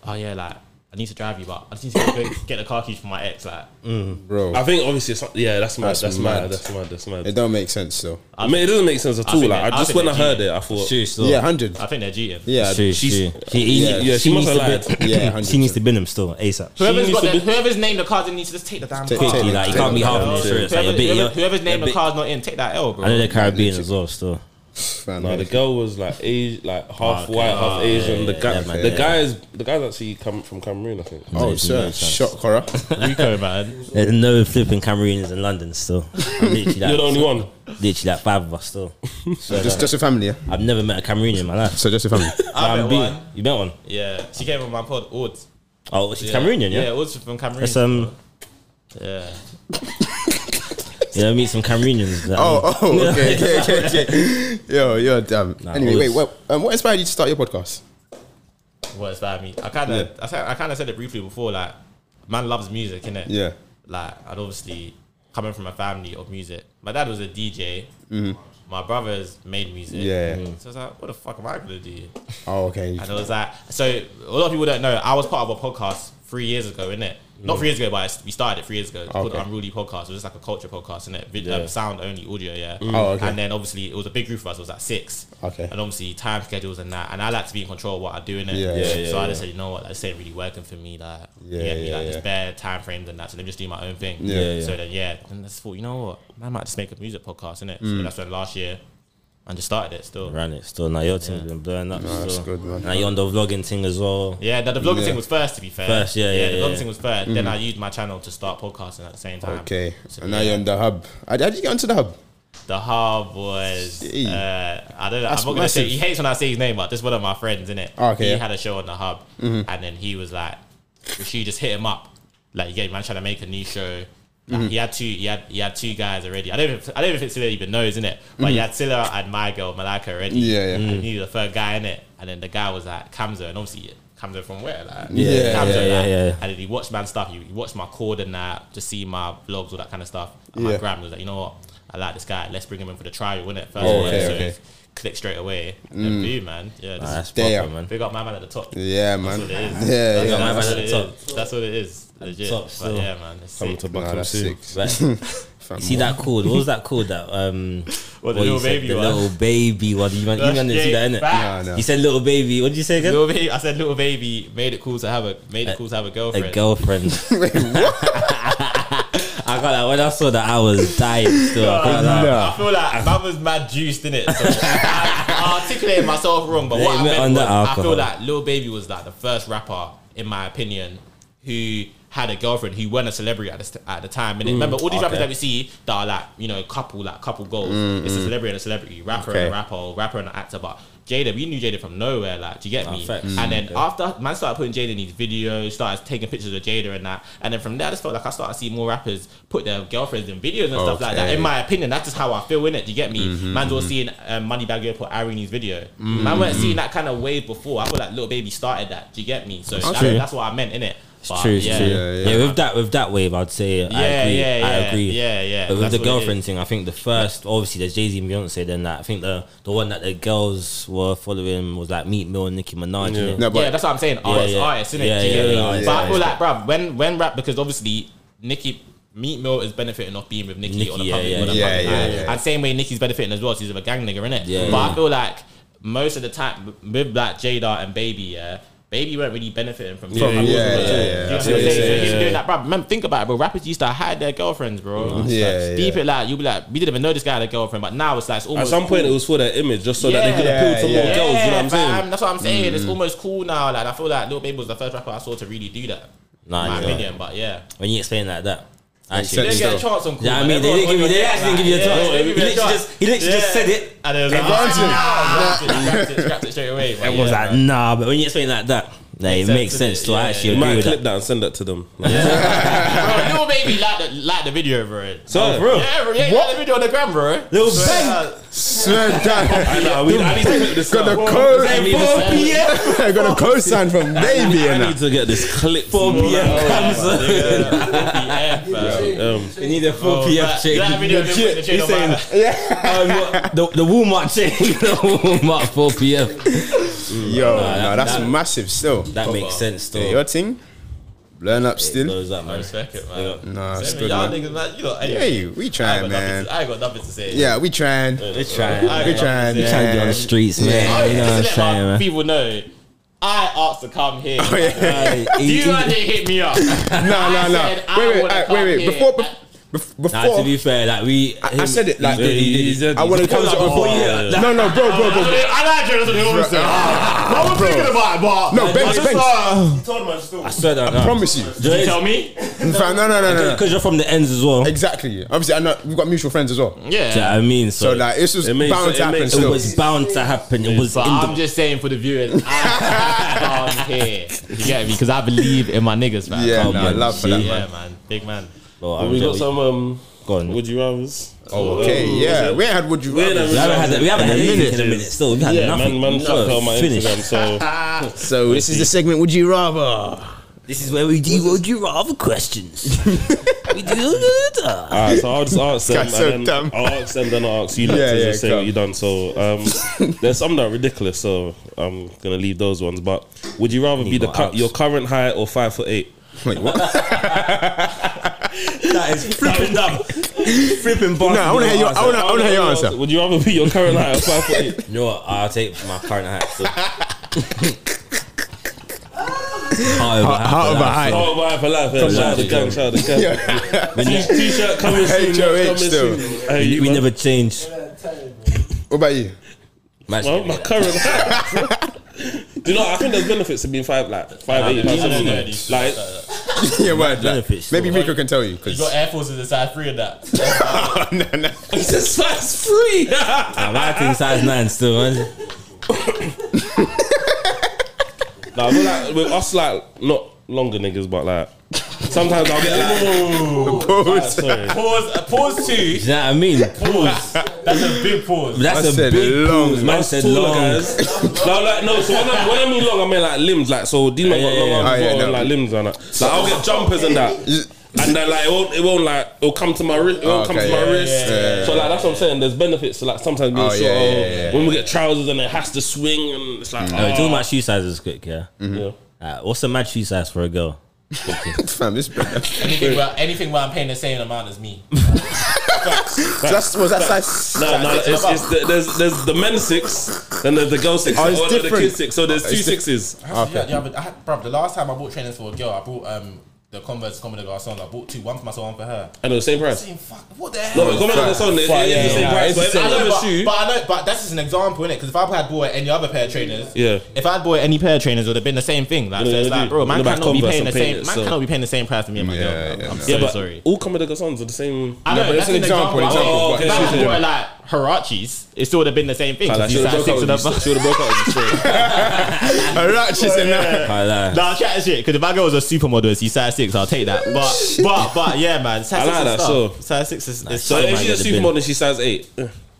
[SPEAKER 6] oh yeah like I need to drive you but I just need to go get the car keys from my ex like
[SPEAKER 5] Bro,
[SPEAKER 3] I think obviously, it's, yeah, that's mad.
[SPEAKER 5] That's
[SPEAKER 3] That's, mad.
[SPEAKER 5] mad.
[SPEAKER 3] That's mad. That's mad.
[SPEAKER 5] it don't make sense though.
[SPEAKER 3] I mean, it doesn't make sense at all.
[SPEAKER 6] think
[SPEAKER 3] Like
[SPEAKER 6] it-
[SPEAKER 3] I
[SPEAKER 6] I
[SPEAKER 3] just
[SPEAKER 6] think
[SPEAKER 3] when I
[SPEAKER 6] it-
[SPEAKER 3] heard it, I thought,
[SPEAKER 4] She still.
[SPEAKER 5] Yeah, hundred.
[SPEAKER 6] I think they're cheating
[SPEAKER 5] Yeah,
[SPEAKER 4] She,
[SPEAKER 5] she,
[SPEAKER 4] she, she, he-
[SPEAKER 5] yeah,
[SPEAKER 4] he-
[SPEAKER 3] yeah, she
[SPEAKER 4] she,
[SPEAKER 3] must
[SPEAKER 4] needs to
[SPEAKER 3] have
[SPEAKER 4] bin,
[SPEAKER 3] lied.
[SPEAKER 5] yeah, 100%.
[SPEAKER 4] she needs to bin him still ASAP.
[SPEAKER 6] Whoever's,
[SPEAKER 3] needs
[SPEAKER 6] got
[SPEAKER 3] to
[SPEAKER 6] the,
[SPEAKER 3] be-
[SPEAKER 6] whoever's named the card then needs to just take the damn
[SPEAKER 5] Take-
[SPEAKER 6] car.
[SPEAKER 5] take
[SPEAKER 4] Quickly,
[SPEAKER 5] it,
[SPEAKER 4] like, you
[SPEAKER 5] take
[SPEAKER 4] can't
[SPEAKER 5] it.
[SPEAKER 4] be half
[SPEAKER 6] Oh,
[SPEAKER 4] an insurance. Like,
[SPEAKER 6] whoever-
[SPEAKER 4] you're big,
[SPEAKER 6] whoever-
[SPEAKER 4] you're,
[SPEAKER 6] whoever's named the card's not in, take that L, bro.
[SPEAKER 4] I know they're Caribbean as well, still.
[SPEAKER 5] Fam,
[SPEAKER 3] No, the girl was like Asi- like half
[SPEAKER 6] Okay.
[SPEAKER 3] white, half
[SPEAKER 6] Oh,
[SPEAKER 3] Asian. the guy,
[SPEAKER 4] yeah, man,
[SPEAKER 3] the
[SPEAKER 4] yeah.
[SPEAKER 3] guys, the guys actually come from Cameroon, I think.
[SPEAKER 5] Oh,
[SPEAKER 4] There's
[SPEAKER 5] sure.
[SPEAKER 4] no chance.
[SPEAKER 5] Shock horror.
[SPEAKER 6] Rico, man.
[SPEAKER 4] There's no flipping Cameroons in London still. Literally, like,
[SPEAKER 3] You're the only one.
[SPEAKER 4] literally like five of us still. So,
[SPEAKER 5] Just,
[SPEAKER 4] like,
[SPEAKER 5] just a family, yeah.
[SPEAKER 4] I've never met a Cameroon in my life.
[SPEAKER 5] So just a family.
[SPEAKER 6] I
[SPEAKER 4] I'm
[SPEAKER 6] met
[SPEAKER 4] being-
[SPEAKER 6] one.
[SPEAKER 4] You met one?
[SPEAKER 6] Yeah, she came on my pod. Ords.
[SPEAKER 4] Oh, she's
[SPEAKER 6] Yeah.
[SPEAKER 4] Cameroonian, yeah.
[SPEAKER 6] Yeah, Ords from Cameroon.
[SPEAKER 4] That's um.
[SPEAKER 6] yeah.
[SPEAKER 4] Yeah, meet some Cameroonians. that
[SPEAKER 5] Oh, oh, okay, okay, okay, okay. Yo, yo, damn.
[SPEAKER 4] Nah,
[SPEAKER 5] anyway,
[SPEAKER 4] it
[SPEAKER 5] wait,
[SPEAKER 4] was-
[SPEAKER 5] what, um, what inspired you to start your podcast?
[SPEAKER 6] What does that mean? I kind of, I said, I kind of said it briefly before. Like, man loves music, innit?
[SPEAKER 5] Yeah.
[SPEAKER 6] Like, I'd obviously coming from a family of music. My dad was a DJ. My brothers made music.
[SPEAKER 5] Yeah.
[SPEAKER 6] So I was like, what the fuck am I gonna do?
[SPEAKER 5] Oh, okay.
[SPEAKER 6] And it was like, so a lot of people don't know. I was part of a podcast three years ago, innit? Not three years ago, but it's- we started it three years ago. It's called
[SPEAKER 5] Mm. Okay.
[SPEAKER 6] the Unruly Podcast. It was just like a culture podcast, innit? Vid-
[SPEAKER 4] Yeah.
[SPEAKER 6] um, sound only, audio, yeah.
[SPEAKER 5] Oh, okay.
[SPEAKER 6] And then obviously it was a big group for us. It was like six.
[SPEAKER 5] Okay.
[SPEAKER 6] And obviously time schedules and that. And I like to be in control of what I do, innit?
[SPEAKER 5] Yeah. Yeah,
[SPEAKER 6] so I just said, you know what? Like, this ain't really working for me. Like,
[SPEAKER 5] Yeah,
[SPEAKER 6] yeah, me,
[SPEAKER 5] yeah,
[SPEAKER 6] like
[SPEAKER 5] yeah.
[SPEAKER 6] just bare time frames and that. So let me just do my own thing.
[SPEAKER 5] Yeah, yeah.
[SPEAKER 6] So then, yeah. And I just thought, you know what? I might just make a music podcast, innit?
[SPEAKER 5] Mm.
[SPEAKER 6] So that's when last year I just started it still.
[SPEAKER 4] Ran it still. Now your team's been blowing up.
[SPEAKER 5] that's
[SPEAKER 4] still.
[SPEAKER 5] good, man.
[SPEAKER 4] Now you're on the vlogging thing as well.
[SPEAKER 6] Yeah, the, the vlogging
[SPEAKER 5] Yeah.
[SPEAKER 6] thing was first, to be fair.
[SPEAKER 4] First, yeah, yeah,
[SPEAKER 6] The
[SPEAKER 4] yeah.
[SPEAKER 6] vlogging thing was first. Then I used my channel to start podcasting at the same time.
[SPEAKER 5] Mm. Okay.
[SPEAKER 6] So,
[SPEAKER 5] And now
[SPEAKER 6] yeah,
[SPEAKER 5] you're on the hub. How how did you get onto the hub?
[SPEAKER 6] the hub was.
[SPEAKER 5] Gee.
[SPEAKER 6] Uh, I don't know.
[SPEAKER 5] That's
[SPEAKER 6] I'm not gonna say
[SPEAKER 5] massive.
[SPEAKER 6] he hates when I say his name, but this is one of my friends, innit?
[SPEAKER 5] Oh, okay,
[SPEAKER 6] He
[SPEAKER 5] yeah. Mm-hmm.
[SPEAKER 6] had a show on the hub, and then he was like, "She just hit him up, like, yeah, man, trying to make a new show." Like,
[SPEAKER 5] Mm-hmm.
[SPEAKER 6] He had two. He had he had two guys already. I don't. Even, I don't even think Silla even knows, innit? But he had Silla and my girl Malika already.
[SPEAKER 5] Mm-hmm. Yeah, Mm. yeah.
[SPEAKER 6] And he needed a third guy in it, and then the guy was like Kamzo, and obviously Kamzo from where? Like,
[SPEAKER 5] Yeah,
[SPEAKER 6] Kamzo,
[SPEAKER 4] yeah, yeah,
[SPEAKER 6] like,
[SPEAKER 4] yeah.
[SPEAKER 6] and then he watched man stuff. He, he watched my cord and that, just see my vlogs, all that kind of stuff. And
[SPEAKER 5] Yeah.
[SPEAKER 6] my gram was like, you know what? I like this guy. Let's bring him in for the trial, wouldn't it? First
[SPEAKER 5] Oh,
[SPEAKER 6] one,
[SPEAKER 5] okay,
[SPEAKER 6] so
[SPEAKER 5] okay.
[SPEAKER 6] click straight away. And then boom, man. Yeah,
[SPEAKER 4] Nah,
[SPEAKER 6] this
[SPEAKER 4] that's
[SPEAKER 6] is,
[SPEAKER 5] Damn.
[SPEAKER 4] proper, man.
[SPEAKER 6] big up my man at the top.
[SPEAKER 5] Mm. Yeah, man.
[SPEAKER 6] That's what it is.
[SPEAKER 5] Yeah,
[SPEAKER 6] That's
[SPEAKER 5] yeah.
[SPEAKER 6] what
[SPEAKER 4] my
[SPEAKER 5] man.
[SPEAKER 4] man at
[SPEAKER 6] it
[SPEAKER 4] the
[SPEAKER 6] is.
[SPEAKER 4] top.
[SPEAKER 6] That's what it is. Legit.
[SPEAKER 4] top
[SPEAKER 6] But
[SPEAKER 4] still.
[SPEAKER 6] yeah, man. It's
[SPEAKER 3] Coming
[SPEAKER 6] sick.
[SPEAKER 3] to
[SPEAKER 5] Nah,
[SPEAKER 3] Buckingham
[SPEAKER 5] that's
[SPEAKER 3] soon.
[SPEAKER 5] six.
[SPEAKER 4] Right.
[SPEAKER 5] Fam,
[SPEAKER 4] You see that called? What was that called? That um,
[SPEAKER 6] What, the
[SPEAKER 4] you
[SPEAKER 6] little
[SPEAKER 4] said,
[SPEAKER 6] baby
[SPEAKER 4] the
[SPEAKER 6] one?
[SPEAKER 4] little baby one. You man, you man didn't see that innit?
[SPEAKER 5] Nah,
[SPEAKER 6] Facts.
[SPEAKER 5] nah.
[SPEAKER 4] You said little baby. What did you say again?
[SPEAKER 6] Little baby, I said, little baby made it cool to have a made it cool to have a girlfriend.
[SPEAKER 4] Eh. A girlfriend. I got that. When I saw that, I was dying. Still, I can't lie.
[SPEAKER 6] I feel like man was mad juiced in it. So I, I articulated myself wrong, but
[SPEAKER 4] They
[SPEAKER 6] what I
[SPEAKER 4] went
[SPEAKER 6] meant
[SPEAKER 4] under
[SPEAKER 6] was, I
[SPEAKER 4] alcohol.
[SPEAKER 6] feel like Lil Baby was like the first rapper, in my opinion, who had a girlfriend who weren't a celebrity at the, st- at the time. And remember,
[SPEAKER 4] Mm,
[SPEAKER 6] all these rappers that we see that are like you know couple like couple goals.
[SPEAKER 4] Mm,
[SPEAKER 6] it's a celebrity and a celebrity, rapper
[SPEAKER 5] Okay.
[SPEAKER 6] and a rapper, or rapper and an actor, but. Jada, we knew Jada from nowhere, like, do you get me?
[SPEAKER 4] facts.
[SPEAKER 6] And then after man started putting Jada in these videos, started taking pictures of Jada and that, and then from there I just felt like I started seeing more rappers put their girlfriends in videos and stuff like that.
[SPEAKER 5] Okay.
[SPEAKER 6] In my opinion, that's just how I feel in it. Do you get me?
[SPEAKER 4] Mm-hmm,
[SPEAKER 6] Man's all seeing um, Moneybag Yo put Irene in his video. Man
[SPEAKER 4] mm-hmm.
[SPEAKER 6] weren't seeing that kind of wave before. I feel like little baby started that. Do you get me? So that-
[SPEAKER 5] true.
[SPEAKER 6] that's what I meant in it.
[SPEAKER 4] It's true, it's
[SPEAKER 6] yeah.
[SPEAKER 4] true.
[SPEAKER 5] Yeah,
[SPEAKER 4] Yeah,
[SPEAKER 5] yeah.
[SPEAKER 4] with that, with that wave, I'd say I
[SPEAKER 6] Yeah,
[SPEAKER 4] agree.
[SPEAKER 6] yeah,
[SPEAKER 4] I
[SPEAKER 6] yeah,
[SPEAKER 4] agree.
[SPEAKER 6] yeah, yeah.
[SPEAKER 4] But with
[SPEAKER 6] That's
[SPEAKER 4] the
[SPEAKER 6] what it
[SPEAKER 4] girlfriend
[SPEAKER 6] is.
[SPEAKER 4] thing, I think the first, obviously, there's Jay Z and Beyonce. Then that, I think the the one that the girls were following was like Meat Mill and Nicki Minaj. Yeah.
[SPEAKER 5] No, but
[SPEAKER 6] yeah, that's what I'm saying. Artists,
[SPEAKER 4] yeah.
[SPEAKER 6] artists, innit?
[SPEAKER 4] Yeah,
[SPEAKER 6] Do you
[SPEAKER 4] yeah, yeah,
[SPEAKER 6] get me?
[SPEAKER 4] yeah,
[SPEAKER 6] but
[SPEAKER 4] yeah,
[SPEAKER 6] I feel
[SPEAKER 4] yeah.
[SPEAKER 6] like, bruv, when when rap because obviously Nicki Meat Mill is benefiting off being with Nicki,
[SPEAKER 4] Nicki,
[SPEAKER 6] on the
[SPEAKER 4] yeah,
[SPEAKER 6] public,
[SPEAKER 4] yeah,
[SPEAKER 6] on the
[SPEAKER 5] yeah.
[SPEAKER 6] public
[SPEAKER 5] Yeah, yeah,
[SPEAKER 6] eye.
[SPEAKER 5] yeah.
[SPEAKER 6] and same way Nicki's benefiting as well. She's a gang nigger, innit?
[SPEAKER 4] Yeah.
[SPEAKER 6] but I feel like most of the time with like Jada and Baby, yeah. Baby weren't really benefiting from
[SPEAKER 5] From-
[SPEAKER 6] Jada.
[SPEAKER 5] yeah, yeah,
[SPEAKER 6] Do you
[SPEAKER 5] yeah,
[SPEAKER 6] know what I'm
[SPEAKER 5] absolutely.
[SPEAKER 6] saying? So
[SPEAKER 5] Yeah,
[SPEAKER 6] he was doing that, bruv. Man, think about it, bro. Rappers used to hide their girlfriends, bro.
[SPEAKER 5] Yeah,
[SPEAKER 6] Like, Deep
[SPEAKER 5] yeah.
[SPEAKER 6] it like you'll be like, we didn't even know this guy had a girlfriend, but now it's like it's almost
[SPEAKER 3] At some point, it was for their image, just so that they could
[SPEAKER 5] Yeah,
[SPEAKER 3] appeal to more
[SPEAKER 5] yeah.
[SPEAKER 3] girls. You know what I'm
[SPEAKER 6] fam,
[SPEAKER 3] saying?
[SPEAKER 6] That's what I'm saying. It's almost cool now. Like I feel like Lil Baby was the first rapper I saw to really do that.
[SPEAKER 4] Nah,
[SPEAKER 6] in my
[SPEAKER 4] you're
[SPEAKER 6] opinion, but yeah.
[SPEAKER 4] When you explain it like that,
[SPEAKER 6] They
[SPEAKER 4] actually,
[SPEAKER 5] sense.
[SPEAKER 6] didn't get a
[SPEAKER 5] Still.
[SPEAKER 6] chance on cool.
[SPEAKER 4] yeah, I
[SPEAKER 6] man.
[SPEAKER 4] mean, they didn't give
[SPEAKER 6] Everyone
[SPEAKER 4] you,
[SPEAKER 6] was
[SPEAKER 4] they
[SPEAKER 6] like,
[SPEAKER 4] actually didn't give you a
[SPEAKER 6] yeah,
[SPEAKER 4] chance.
[SPEAKER 6] they
[SPEAKER 4] He
[SPEAKER 6] didn't give you a
[SPEAKER 4] literally
[SPEAKER 6] chance.
[SPEAKER 4] just, he literally just
[SPEAKER 6] Yeah.
[SPEAKER 4] said it.
[SPEAKER 6] And it was like,
[SPEAKER 5] grabbed him.
[SPEAKER 6] ah, nah, nah. Grabbed it, grabbed it straight away. but
[SPEAKER 4] Everyone's was
[SPEAKER 6] yeah,
[SPEAKER 4] like,
[SPEAKER 6] man.
[SPEAKER 4] nah, but when you explain it like that, nah, it
[SPEAKER 6] sense,
[SPEAKER 4] makes
[SPEAKER 6] innit?
[SPEAKER 4] sense. So I
[SPEAKER 6] Yeah,
[SPEAKER 4] actually
[SPEAKER 6] yeah.
[SPEAKER 3] You
[SPEAKER 4] agree
[SPEAKER 3] might
[SPEAKER 4] with
[SPEAKER 3] clip
[SPEAKER 4] that.
[SPEAKER 3] that and send that to them. Like,
[SPEAKER 6] Bro, Lil Baby liked the, liked the video, bro.
[SPEAKER 3] So,
[SPEAKER 6] Yeah, bro. Yeah, he liked the video on the gram, bro.
[SPEAKER 4] Little
[SPEAKER 6] So,
[SPEAKER 4] bang.
[SPEAKER 6] uh,
[SPEAKER 5] swear down.
[SPEAKER 3] I know, we- I need to clip this
[SPEAKER 5] Got a
[SPEAKER 3] out.
[SPEAKER 5] co
[SPEAKER 3] I need this out.
[SPEAKER 5] got a co-sign from baby
[SPEAKER 3] I
[SPEAKER 5] and
[SPEAKER 3] need
[SPEAKER 5] that.
[SPEAKER 3] to get this clip.
[SPEAKER 4] 4 p.m. comes.
[SPEAKER 6] Oh, yeah, bro.
[SPEAKER 3] Um,
[SPEAKER 4] We need a 4 p.m.
[SPEAKER 6] Oh, That-
[SPEAKER 4] chain.
[SPEAKER 6] that video of him putting the chain
[SPEAKER 4] He's
[SPEAKER 6] on my
[SPEAKER 4] saying,
[SPEAKER 6] back.
[SPEAKER 4] um, what- the, the Walmart chain, the Walmart 4 p.m.
[SPEAKER 5] Yo, no, that's
[SPEAKER 4] that-
[SPEAKER 5] massive still.
[SPEAKER 4] That makes sense, though.
[SPEAKER 5] Yeah, Your thing? Learn up still?
[SPEAKER 4] Blows up,
[SPEAKER 6] I
[SPEAKER 4] man.
[SPEAKER 6] respect it, man.
[SPEAKER 5] Nah, it's
[SPEAKER 6] Seven,
[SPEAKER 5] good,
[SPEAKER 6] y'all
[SPEAKER 5] man.
[SPEAKER 6] niggas, man, you know, anyway,
[SPEAKER 5] Hey, we
[SPEAKER 6] I ain't
[SPEAKER 5] trying,
[SPEAKER 6] got
[SPEAKER 5] man.
[SPEAKER 6] nothing to- I ain't got nothing to say.
[SPEAKER 5] Yeah, we trying.
[SPEAKER 4] They trying.
[SPEAKER 6] I ain't
[SPEAKER 5] We
[SPEAKER 6] got nothing
[SPEAKER 5] trying.
[SPEAKER 6] to say.
[SPEAKER 4] trying to be on the streets, man.
[SPEAKER 6] Oh,
[SPEAKER 4] You know
[SPEAKER 6] yeah,
[SPEAKER 4] what I'm
[SPEAKER 6] just to let
[SPEAKER 4] saying,
[SPEAKER 6] my
[SPEAKER 4] man.
[SPEAKER 6] people know, I asked to come here.
[SPEAKER 4] Aye,
[SPEAKER 6] You
[SPEAKER 4] he- he-
[SPEAKER 6] didn't hit me up.
[SPEAKER 5] No,
[SPEAKER 6] I
[SPEAKER 5] no,
[SPEAKER 6] said
[SPEAKER 5] no.
[SPEAKER 6] I
[SPEAKER 5] Wait, wait,
[SPEAKER 6] wanna
[SPEAKER 5] alright,
[SPEAKER 6] come
[SPEAKER 5] wait, wait.
[SPEAKER 6] here.
[SPEAKER 5] Before, bef- bef-
[SPEAKER 4] Nah, to be
[SPEAKER 5] before,
[SPEAKER 4] fair, like we,
[SPEAKER 5] I said it like I want to come to
[SPEAKER 4] before you.
[SPEAKER 5] No, no, bro, bro, bro. bro. Ah.
[SPEAKER 6] I like Jonathan Hilton. I was
[SPEAKER 5] Bro.
[SPEAKER 6] thinking about it, but
[SPEAKER 5] No,
[SPEAKER 6] I
[SPEAKER 5] Benz,
[SPEAKER 6] just,
[SPEAKER 5] Benz.
[SPEAKER 6] uh,
[SPEAKER 7] He told him I still.
[SPEAKER 4] I swear that. I
[SPEAKER 5] Promise you.
[SPEAKER 6] you tell me?
[SPEAKER 5] Fam, No, no, no, no, no.
[SPEAKER 4] Because you're from the ends as well. Do you
[SPEAKER 5] Exactly. Obviously, I know we've got mutual friends as well.
[SPEAKER 4] know what
[SPEAKER 6] Yeah.
[SPEAKER 4] I mean? So,
[SPEAKER 5] So like, this was
[SPEAKER 3] It makes-
[SPEAKER 5] bound
[SPEAKER 3] it
[SPEAKER 5] to happen.
[SPEAKER 3] makes-
[SPEAKER 4] it
[SPEAKER 5] Still,
[SPEAKER 4] was bound to happen. It was in
[SPEAKER 6] But I'm
[SPEAKER 4] the.
[SPEAKER 6] just saying for the viewers, I come here. You get me? Because I believe in my niggas, man.
[SPEAKER 5] yeah,
[SPEAKER 4] Oh,
[SPEAKER 5] nah,
[SPEAKER 4] man,
[SPEAKER 5] love for that,
[SPEAKER 4] see.
[SPEAKER 5] man.
[SPEAKER 6] Yeah, man. Big man.
[SPEAKER 4] Well,
[SPEAKER 3] But
[SPEAKER 4] I'm
[SPEAKER 3] we got
[SPEAKER 4] dead-
[SPEAKER 3] some um,
[SPEAKER 4] Go on.
[SPEAKER 3] would you rather's.
[SPEAKER 5] Oh, okay, yeah. We ain't had would you
[SPEAKER 3] ain't
[SPEAKER 5] rather.
[SPEAKER 3] had
[SPEAKER 4] We haven't had, we haven't had
[SPEAKER 3] In a
[SPEAKER 4] anything in a
[SPEAKER 3] minute.
[SPEAKER 4] minute still. We've had
[SPEAKER 3] Yeah,
[SPEAKER 4] nothing.
[SPEAKER 3] man, man,
[SPEAKER 4] No,
[SPEAKER 3] fuck out my
[SPEAKER 4] finish.
[SPEAKER 3] Instagram. So
[SPEAKER 5] Ah. So this is the segment. Would you rather?
[SPEAKER 4] This is where we do would you rather questions. we do.
[SPEAKER 3] Alright, so I'll just ask them,
[SPEAKER 5] Guy's so
[SPEAKER 3] and then
[SPEAKER 5] dumb.
[SPEAKER 3] I'll ask them, then I'll ask you lot
[SPEAKER 5] Yeah,
[SPEAKER 3] to
[SPEAKER 5] yeah,
[SPEAKER 3] just say
[SPEAKER 5] go.
[SPEAKER 3] what you done. So um, there's some that are ridiculous, so I'm gonna leave those ones. But would you rather be the
[SPEAKER 4] got
[SPEAKER 3] cu-
[SPEAKER 4] abs.
[SPEAKER 3] your current height or five foot eight?
[SPEAKER 5] Wait, what?
[SPEAKER 4] That is flipping dumb. flipping bar.
[SPEAKER 5] No, I want to hear your. I want to. I want to hear your answer.
[SPEAKER 3] Would you rather be your current height or five foot eight?
[SPEAKER 4] You know what? I'll take my current height. So.
[SPEAKER 5] How about height?
[SPEAKER 3] Oh, bye for life. eh? Shout out the gang, shout out the gang. T- T-shirt coming soon.
[SPEAKER 5] HOH
[SPEAKER 3] man, coming
[SPEAKER 5] still.
[SPEAKER 3] soon. Hey,
[SPEAKER 4] We,
[SPEAKER 3] you
[SPEAKER 4] we
[SPEAKER 3] man.
[SPEAKER 4] never change.
[SPEAKER 5] What about you?
[SPEAKER 4] Match
[SPEAKER 3] Well, Oh, my current height. Do you know? I think there's benefits to being five, like five eight.
[SPEAKER 6] there's
[SPEAKER 3] five,
[SPEAKER 6] no
[SPEAKER 3] seven.
[SPEAKER 6] benefits.
[SPEAKER 3] Like,
[SPEAKER 5] yeah, word. Like,
[SPEAKER 4] benefits,
[SPEAKER 5] maybe
[SPEAKER 4] though.
[SPEAKER 5] Rico can tell you
[SPEAKER 6] You
[SPEAKER 5] because.
[SPEAKER 6] got Air Force in the side three of that.
[SPEAKER 5] no, no.
[SPEAKER 3] it's a size three.
[SPEAKER 4] I'm acting size nine still. Man.
[SPEAKER 3] Nah, I feel like with us, like not longer niggas, but like sometimes I'll get like,
[SPEAKER 5] Pause.
[SPEAKER 3] sorry.
[SPEAKER 6] Pause. uh, Pause two.
[SPEAKER 4] Do you know what I mean?
[SPEAKER 6] Pause. That's a big pause.
[SPEAKER 4] That's
[SPEAKER 5] I
[SPEAKER 4] a
[SPEAKER 5] said
[SPEAKER 4] big
[SPEAKER 5] long.
[SPEAKER 4] pause. Man
[SPEAKER 3] Us
[SPEAKER 4] said
[SPEAKER 3] taller
[SPEAKER 4] long.
[SPEAKER 3] guys. no, like no. So when I, when I mean long, I mean like limbs. Like so, these men got
[SPEAKER 4] Yeah,
[SPEAKER 3] long
[SPEAKER 4] yeah,
[SPEAKER 3] arms,
[SPEAKER 5] yeah. Oh, yeah,
[SPEAKER 3] bottom,
[SPEAKER 5] no.
[SPEAKER 3] like limbs and that. Like I'll get jumpers and that. And then like it won't, it won't like it'll come to my wrist. It won't come
[SPEAKER 5] Okay,
[SPEAKER 3] to my
[SPEAKER 5] yeah,
[SPEAKER 3] wrist.
[SPEAKER 5] yeah, yeah, yeah.
[SPEAKER 3] so like that's what I'm saying. There's benefits to like sometimes being
[SPEAKER 5] Oh,
[SPEAKER 3] short.
[SPEAKER 5] yeah, yeah,
[SPEAKER 3] oh,
[SPEAKER 5] yeah, Mm. yeah.
[SPEAKER 3] When we get trousers and it has to swing and it's like.
[SPEAKER 4] No, we're
[SPEAKER 3] oh,
[SPEAKER 4] talking about shoe sizes quick, yeah.
[SPEAKER 5] Mm. Mm-hmm.
[SPEAKER 3] yeah.
[SPEAKER 4] Alright, what's the mad shoe size for a girl?
[SPEAKER 5] Fam, this brother.
[SPEAKER 6] Anything where, anything where I'm paying the same amount as me.
[SPEAKER 5] That's was that size.
[SPEAKER 3] No, no, it's, it's the, there's there's the men six, then there's the girl six,
[SPEAKER 5] Oh,
[SPEAKER 3] and
[SPEAKER 5] it's
[SPEAKER 3] all of the
[SPEAKER 5] different.
[SPEAKER 3] kids six. So there's two
[SPEAKER 5] It's di-
[SPEAKER 3] sixes.
[SPEAKER 5] Okay.
[SPEAKER 6] Yeah, yeah, but I had, bruv, the last time I bought trainers for a girl, I bought um the Converse Common Garçons. I bought two, one for myself, one for her.
[SPEAKER 3] And the same price.
[SPEAKER 6] Same fuck. What the hell?
[SPEAKER 3] No, but come on, it's on the
[SPEAKER 6] Fuck, yeah,
[SPEAKER 3] it's the same
[SPEAKER 6] yeah,
[SPEAKER 3] price.
[SPEAKER 6] it's
[SPEAKER 3] But if
[SPEAKER 6] the
[SPEAKER 3] I
[SPEAKER 6] same.
[SPEAKER 3] have a
[SPEAKER 6] But-
[SPEAKER 3] shoe,
[SPEAKER 6] But I know, but that's just an example, innit? Because if I had bought any other pair of trainers,
[SPEAKER 3] Yeah.
[SPEAKER 6] if I had bought any pair of trainers, it would have been the same thing. Like,
[SPEAKER 3] Yeah,
[SPEAKER 6] so it's
[SPEAKER 3] they
[SPEAKER 6] like,
[SPEAKER 3] do.
[SPEAKER 6] bro, man
[SPEAKER 3] Look back
[SPEAKER 6] cannot be
[SPEAKER 3] Converse
[SPEAKER 6] paying the
[SPEAKER 3] and paint
[SPEAKER 6] same.
[SPEAKER 3] it,
[SPEAKER 6] Man
[SPEAKER 3] so-
[SPEAKER 6] cannot be paying the same price for me and my
[SPEAKER 5] Yeah,
[SPEAKER 6] girl.
[SPEAKER 5] yeah,
[SPEAKER 6] I'm
[SPEAKER 5] no.
[SPEAKER 3] yeah,
[SPEAKER 6] so
[SPEAKER 3] but
[SPEAKER 6] sorry.
[SPEAKER 3] all Commodore Garçons are the same.
[SPEAKER 6] I
[SPEAKER 5] No,
[SPEAKER 6] know,
[SPEAKER 5] but
[SPEAKER 6] that's an example.
[SPEAKER 5] example,
[SPEAKER 6] Oh, okay.
[SPEAKER 3] example.
[SPEAKER 6] If I
[SPEAKER 3] Yeah.
[SPEAKER 6] had bought like Harachis, it still would have been the same thing. 'cause
[SPEAKER 3] Like,
[SPEAKER 6] you
[SPEAKER 3] should have
[SPEAKER 6] size
[SPEAKER 3] broke
[SPEAKER 6] six and
[SPEAKER 3] up with
[SPEAKER 6] above.
[SPEAKER 3] you, should have broke up with you straight.
[SPEAKER 5] Ratchets in that.
[SPEAKER 4] Alright, alright.
[SPEAKER 6] Nah, chat is shit. Because if my girl was a supermodel, she's size six. I'll take that. But but but yeah, man, size
[SPEAKER 3] I
[SPEAKER 6] six
[SPEAKER 3] like
[SPEAKER 6] is
[SPEAKER 3] that,
[SPEAKER 6] tough.
[SPEAKER 3] so.
[SPEAKER 6] size six is, is
[SPEAKER 3] So
[SPEAKER 6] tough,
[SPEAKER 3] if
[SPEAKER 6] man.
[SPEAKER 3] she's a
[SPEAKER 4] get the
[SPEAKER 3] supermodel, she's size eight.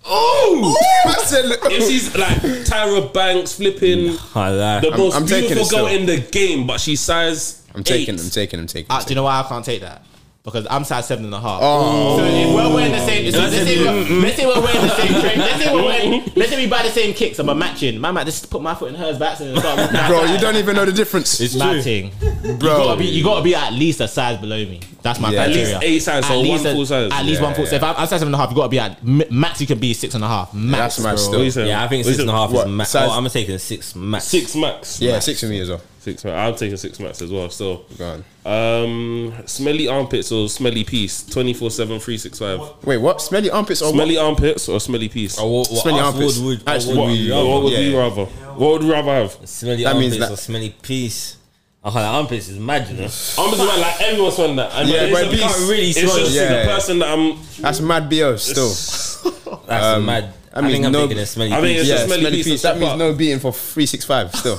[SPEAKER 5] Oh! I said,
[SPEAKER 3] If she's like Tyra Banks flipping
[SPEAKER 4] Alright.
[SPEAKER 3] the most
[SPEAKER 5] I'm taking
[SPEAKER 3] beautiful
[SPEAKER 5] it
[SPEAKER 3] girl
[SPEAKER 5] still.
[SPEAKER 3] in the game, but she's size.
[SPEAKER 5] I'm taking,
[SPEAKER 3] eight.
[SPEAKER 5] I'm taking, I'm taking.
[SPEAKER 6] Ah, do you know why I can't take that? Because I'm size seven and a half.
[SPEAKER 5] Oh,
[SPEAKER 6] So if we're wearing the same, so let's, say we're, let's say we're wearing the same train. Let's say we're wearing, let's say we buy the same kicks and we're matching. Man might just put my foot in hers back and start walking
[SPEAKER 5] Bro,
[SPEAKER 6] outside.
[SPEAKER 5] you don't even know the difference.
[SPEAKER 4] It's true.
[SPEAKER 6] Matching. You
[SPEAKER 5] Bro,
[SPEAKER 6] gotta be, you gotta be at least a size below me. That's my
[SPEAKER 5] Yeah. At
[SPEAKER 6] criteria.
[SPEAKER 3] least a size, so one
[SPEAKER 6] a-
[SPEAKER 3] full size.
[SPEAKER 6] At least
[SPEAKER 5] Yeah,
[SPEAKER 6] one full. So
[SPEAKER 5] yeah.
[SPEAKER 6] if I'm, I'm size seven and a half, you gotta be at mi- max. You can be six and a half. Max.
[SPEAKER 5] that's my
[SPEAKER 6] bro.
[SPEAKER 5] still.
[SPEAKER 4] Yeah, I think six and a half is
[SPEAKER 5] What,
[SPEAKER 4] max.
[SPEAKER 5] size-
[SPEAKER 4] Oh, I'm taking six max.
[SPEAKER 3] Six max.
[SPEAKER 5] Yeah, six for me as well.
[SPEAKER 3] Six max. I'm taking six max as well. So,
[SPEAKER 5] Go on.
[SPEAKER 3] um, smelly armpits or smelly piece, 24 7, 365.
[SPEAKER 5] Wait, what? Smelly armpits or
[SPEAKER 3] Smelly armpits or smelly piece?
[SPEAKER 4] Oh, what, what,
[SPEAKER 5] Smelly
[SPEAKER 4] us
[SPEAKER 5] armpits.
[SPEAKER 4] Would, would,
[SPEAKER 5] Actually,
[SPEAKER 4] what
[SPEAKER 3] What,
[SPEAKER 4] would you
[SPEAKER 5] we-
[SPEAKER 4] rather?
[SPEAKER 3] what would
[SPEAKER 5] yeah.
[SPEAKER 3] you rather? What would you rather have?
[SPEAKER 4] Smelly
[SPEAKER 5] That means
[SPEAKER 4] armpits
[SPEAKER 5] that-
[SPEAKER 4] or smelly piece. Oh, like armpits is mad, you know.
[SPEAKER 3] I'm just like, like everyone's smelling that. And
[SPEAKER 5] Yeah,
[SPEAKER 3] it's
[SPEAKER 5] but
[SPEAKER 3] just-
[SPEAKER 5] beast.
[SPEAKER 3] can't really
[SPEAKER 4] It's
[SPEAKER 3] smell
[SPEAKER 4] just
[SPEAKER 3] just
[SPEAKER 5] yeah.
[SPEAKER 3] the person that I'm.
[SPEAKER 5] what? That's mad BO still.
[SPEAKER 4] That's mad.
[SPEAKER 5] Um, I
[SPEAKER 4] I,
[SPEAKER 5] mean,
[SPEAKER 4] think I'm
[SPEAKER 5] no-
[SPEAKER 4] taking a smelly
[SPEAKER 3] I mean,
[SPEAKER 4] piece.
[SPEAKER 3] it's
[SPEAKER 5] Yeah,
[SPEAKER 3] a smelly,
[SPEAKER 5] smelly
[SPEAKER 3] piece.
[SPEAKER 5] piece.
[SPEAKER 3] That
[SPEAKER 5] That means no beating for 365 still.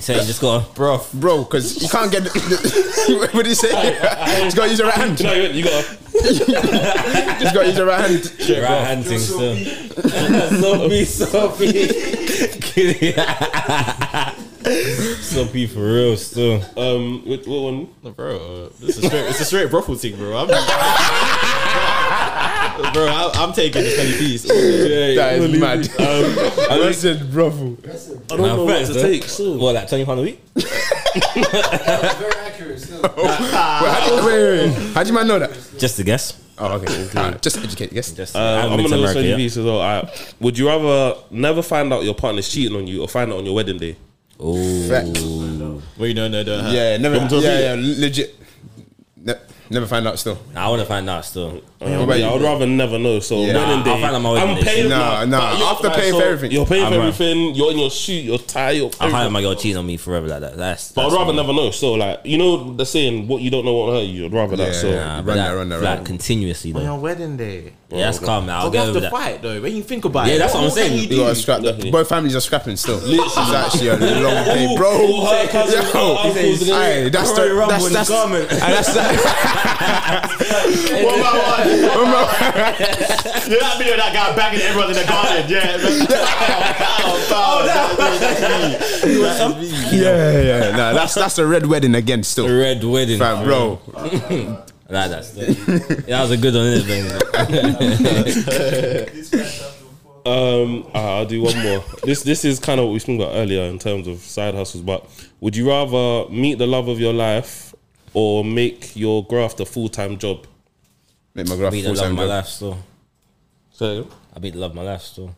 [SPEAKER 4] So you just got to bro.
[SPEAKER 5] Bro, because you can't get. what did he say? Just gotta use your right hand.
[SPEAKER 3] Do you know what you got?
[SPEAKER 5] Just gotta use your right hand.
[SPEAKER 4] Right hand thing still. Soapy, soapy. Soapy for real still.
[SPEAKER 3] Um, what, what one?
[SPEAKER 6] Bro, this is straight, it's a straight brothel thing, bro. I'm, bro, I, I'm taking the penny piece.
[SPEAKER 5] That is mad.
[SPEAKER 3] Um,
[SPEAKER 5] I said,
[SPEAKER 3] I
[SPEAKER 5] bravo.
[SPEAKER 3] don't know what to take. So.
[SPEAKER 4] What, like twenty pound a week?
[SPEAKER 8] Very accurate. Still.
[SPEAKER 5] Wait, how do, wait, wait, wait. How do you man know that?
[SPEAKER 4] Just a guess.
[SPEAKER 5] Oh, okay. Alright, just educate. Yes.
[SPEAKER 4] Just.
[SPEAKER 3] Uh, I'm
[SPEAKER 4] gonna
[SPEAKER 3] gonna go smelly
[SPEAKER 4] yeah?
[SPEAKER 3] piece as well. Alright. Would you rather never find out your partner's cheating on you or find out on your wedding day?
[SPEAKER 5] Fact.
[SPEAKER 6] Well, you know, no, don't hurt.
[SPEAKER 5] Yeah, never.
[SPEAKER 3] Come to a
[SPEAKER 5] Yeah, yeah, legit. Ne- never find out still.
[SPEAKER 4] Nah, I want to find out still.
[SPEAKER 3] Yeah,
[SPEAKER 5] about
[SPEAKER 3] I
[SPEAKER 5] you?
[SPEAKER 3] would rather never know. So
[SPEAKER 5] Yeah.
[SPEAKER 3] wedding
[SPEAKER 4] Nah,
[SPEAKER 3] day,
[SPEAKER 4] I'll find out my wedding
[SPEAKER 3] I'm
[SPEAKER 4] day.
[SPEAKER 3] paying.
[SPEAKER 5] Nah, nah,
[SPEAKER 3] but you're-
[SPEAKER 5] after paying for everything.
[SPEAKER 3] You're paying for
[SPEAKER 4] I'm right.
[SPEAKER 3] everything. You're in your suit. Your tie. Your
[SPEAKER 4] I find out
[SPEAKER 3] everything.
[SPEAKER 4] my girl cheating on me forever like that. That's.
[SPEAKER 3] But I'd
[SPEAKER 4] that's
[SPEAKER 3] rather
[SPEAKER 4] what-
[SPEAKER 3] never know. So like, you know, the saying, "What you don't know won't hurt you." I'd rather that.
[SPEAKER 5] Yeah,
[SPEAKER 3] So
[SPEAKER 5] yeah.
[SPEAKER 4] Nah,
[SPEAKER 5] Run
[SPEAKER 4] but
[SPEAKER 5] that, run that, run
[SPEAKER 4] Like
[SPEAKER 5] that.
[SPEAKER 4] continuously
[SPEAKER 6] On
[SPEAKER 3] Oh,
[SPEAKER 4] though.
[SPEAKER 6] your wedding day.
[SPEAKER 4] Yeah, that's calm. Now. I'll
[SPEAKER 6] But we
[SPEAKER 4] get
[SPEAKER 6] have
[SPEAKER 4] over
[SPEAKER 6] to
[SPEAKER 4] that.
[SPEAKER 6] fight, though. When you think about it.
[SPEAKER 4] Yeah, that's what I'm saying.
[SPEAKER 5] You gotta scrap.
[SPEAKER 3] Definitely.
[SPEAKER 5] Both families are scrapping still. It's actually a long day,
[SPEAKER 3] All
[SPEAKER 5] bro.
[SPEAKER 3] her cousins, all her
[SPEAKER 5] Yo,
[SPEAKER 3] uncles, and
[SPEAKER 5] aye, that's
[SPEAKER 4] Royal
[SPEAKER 5] the
[SPEAKER 4] Rumble
[SPEAKER 5] that's
[SPEAKER 4] in
[SPEAKER 5] that's
[SPEAKER 4] garment.
[SPEAKER 5] and that's the,
[SPEAKER 6] Yeah, that video of that guy banging everyone in the garden. Yeah. Oh,
[SPEAKER 5] yeah, yeah, nah, that's that's the red wedding again. Still,
[SPEAKER 4] Red wedding,
[SPEAKER 5] Fam, bro.
[SPEAKER 4] Nah, that's that was a good one, isn't it?
[SPEAKER 3] Um, ah, I'll do one more. this this is kind of what we spoke about earlier in terms of side hustles. But would you rather meet the love of your life or make your graft a full time job?
[SPEAKER 5] Make my
[SPEAKER 4] I
[SPEAKER 5] graph
[SPEAKER 4] beat the
[SPEAKER 5] full
[SPEAKER 4] love of
[SPEAKER 5] time
[SPEAKER 4] my
[SPEAKER 5] job.
[SPEAKER 4] life still.
[SPEAKER 3] So,
[SPEAKER 4] I beat the love of my life still.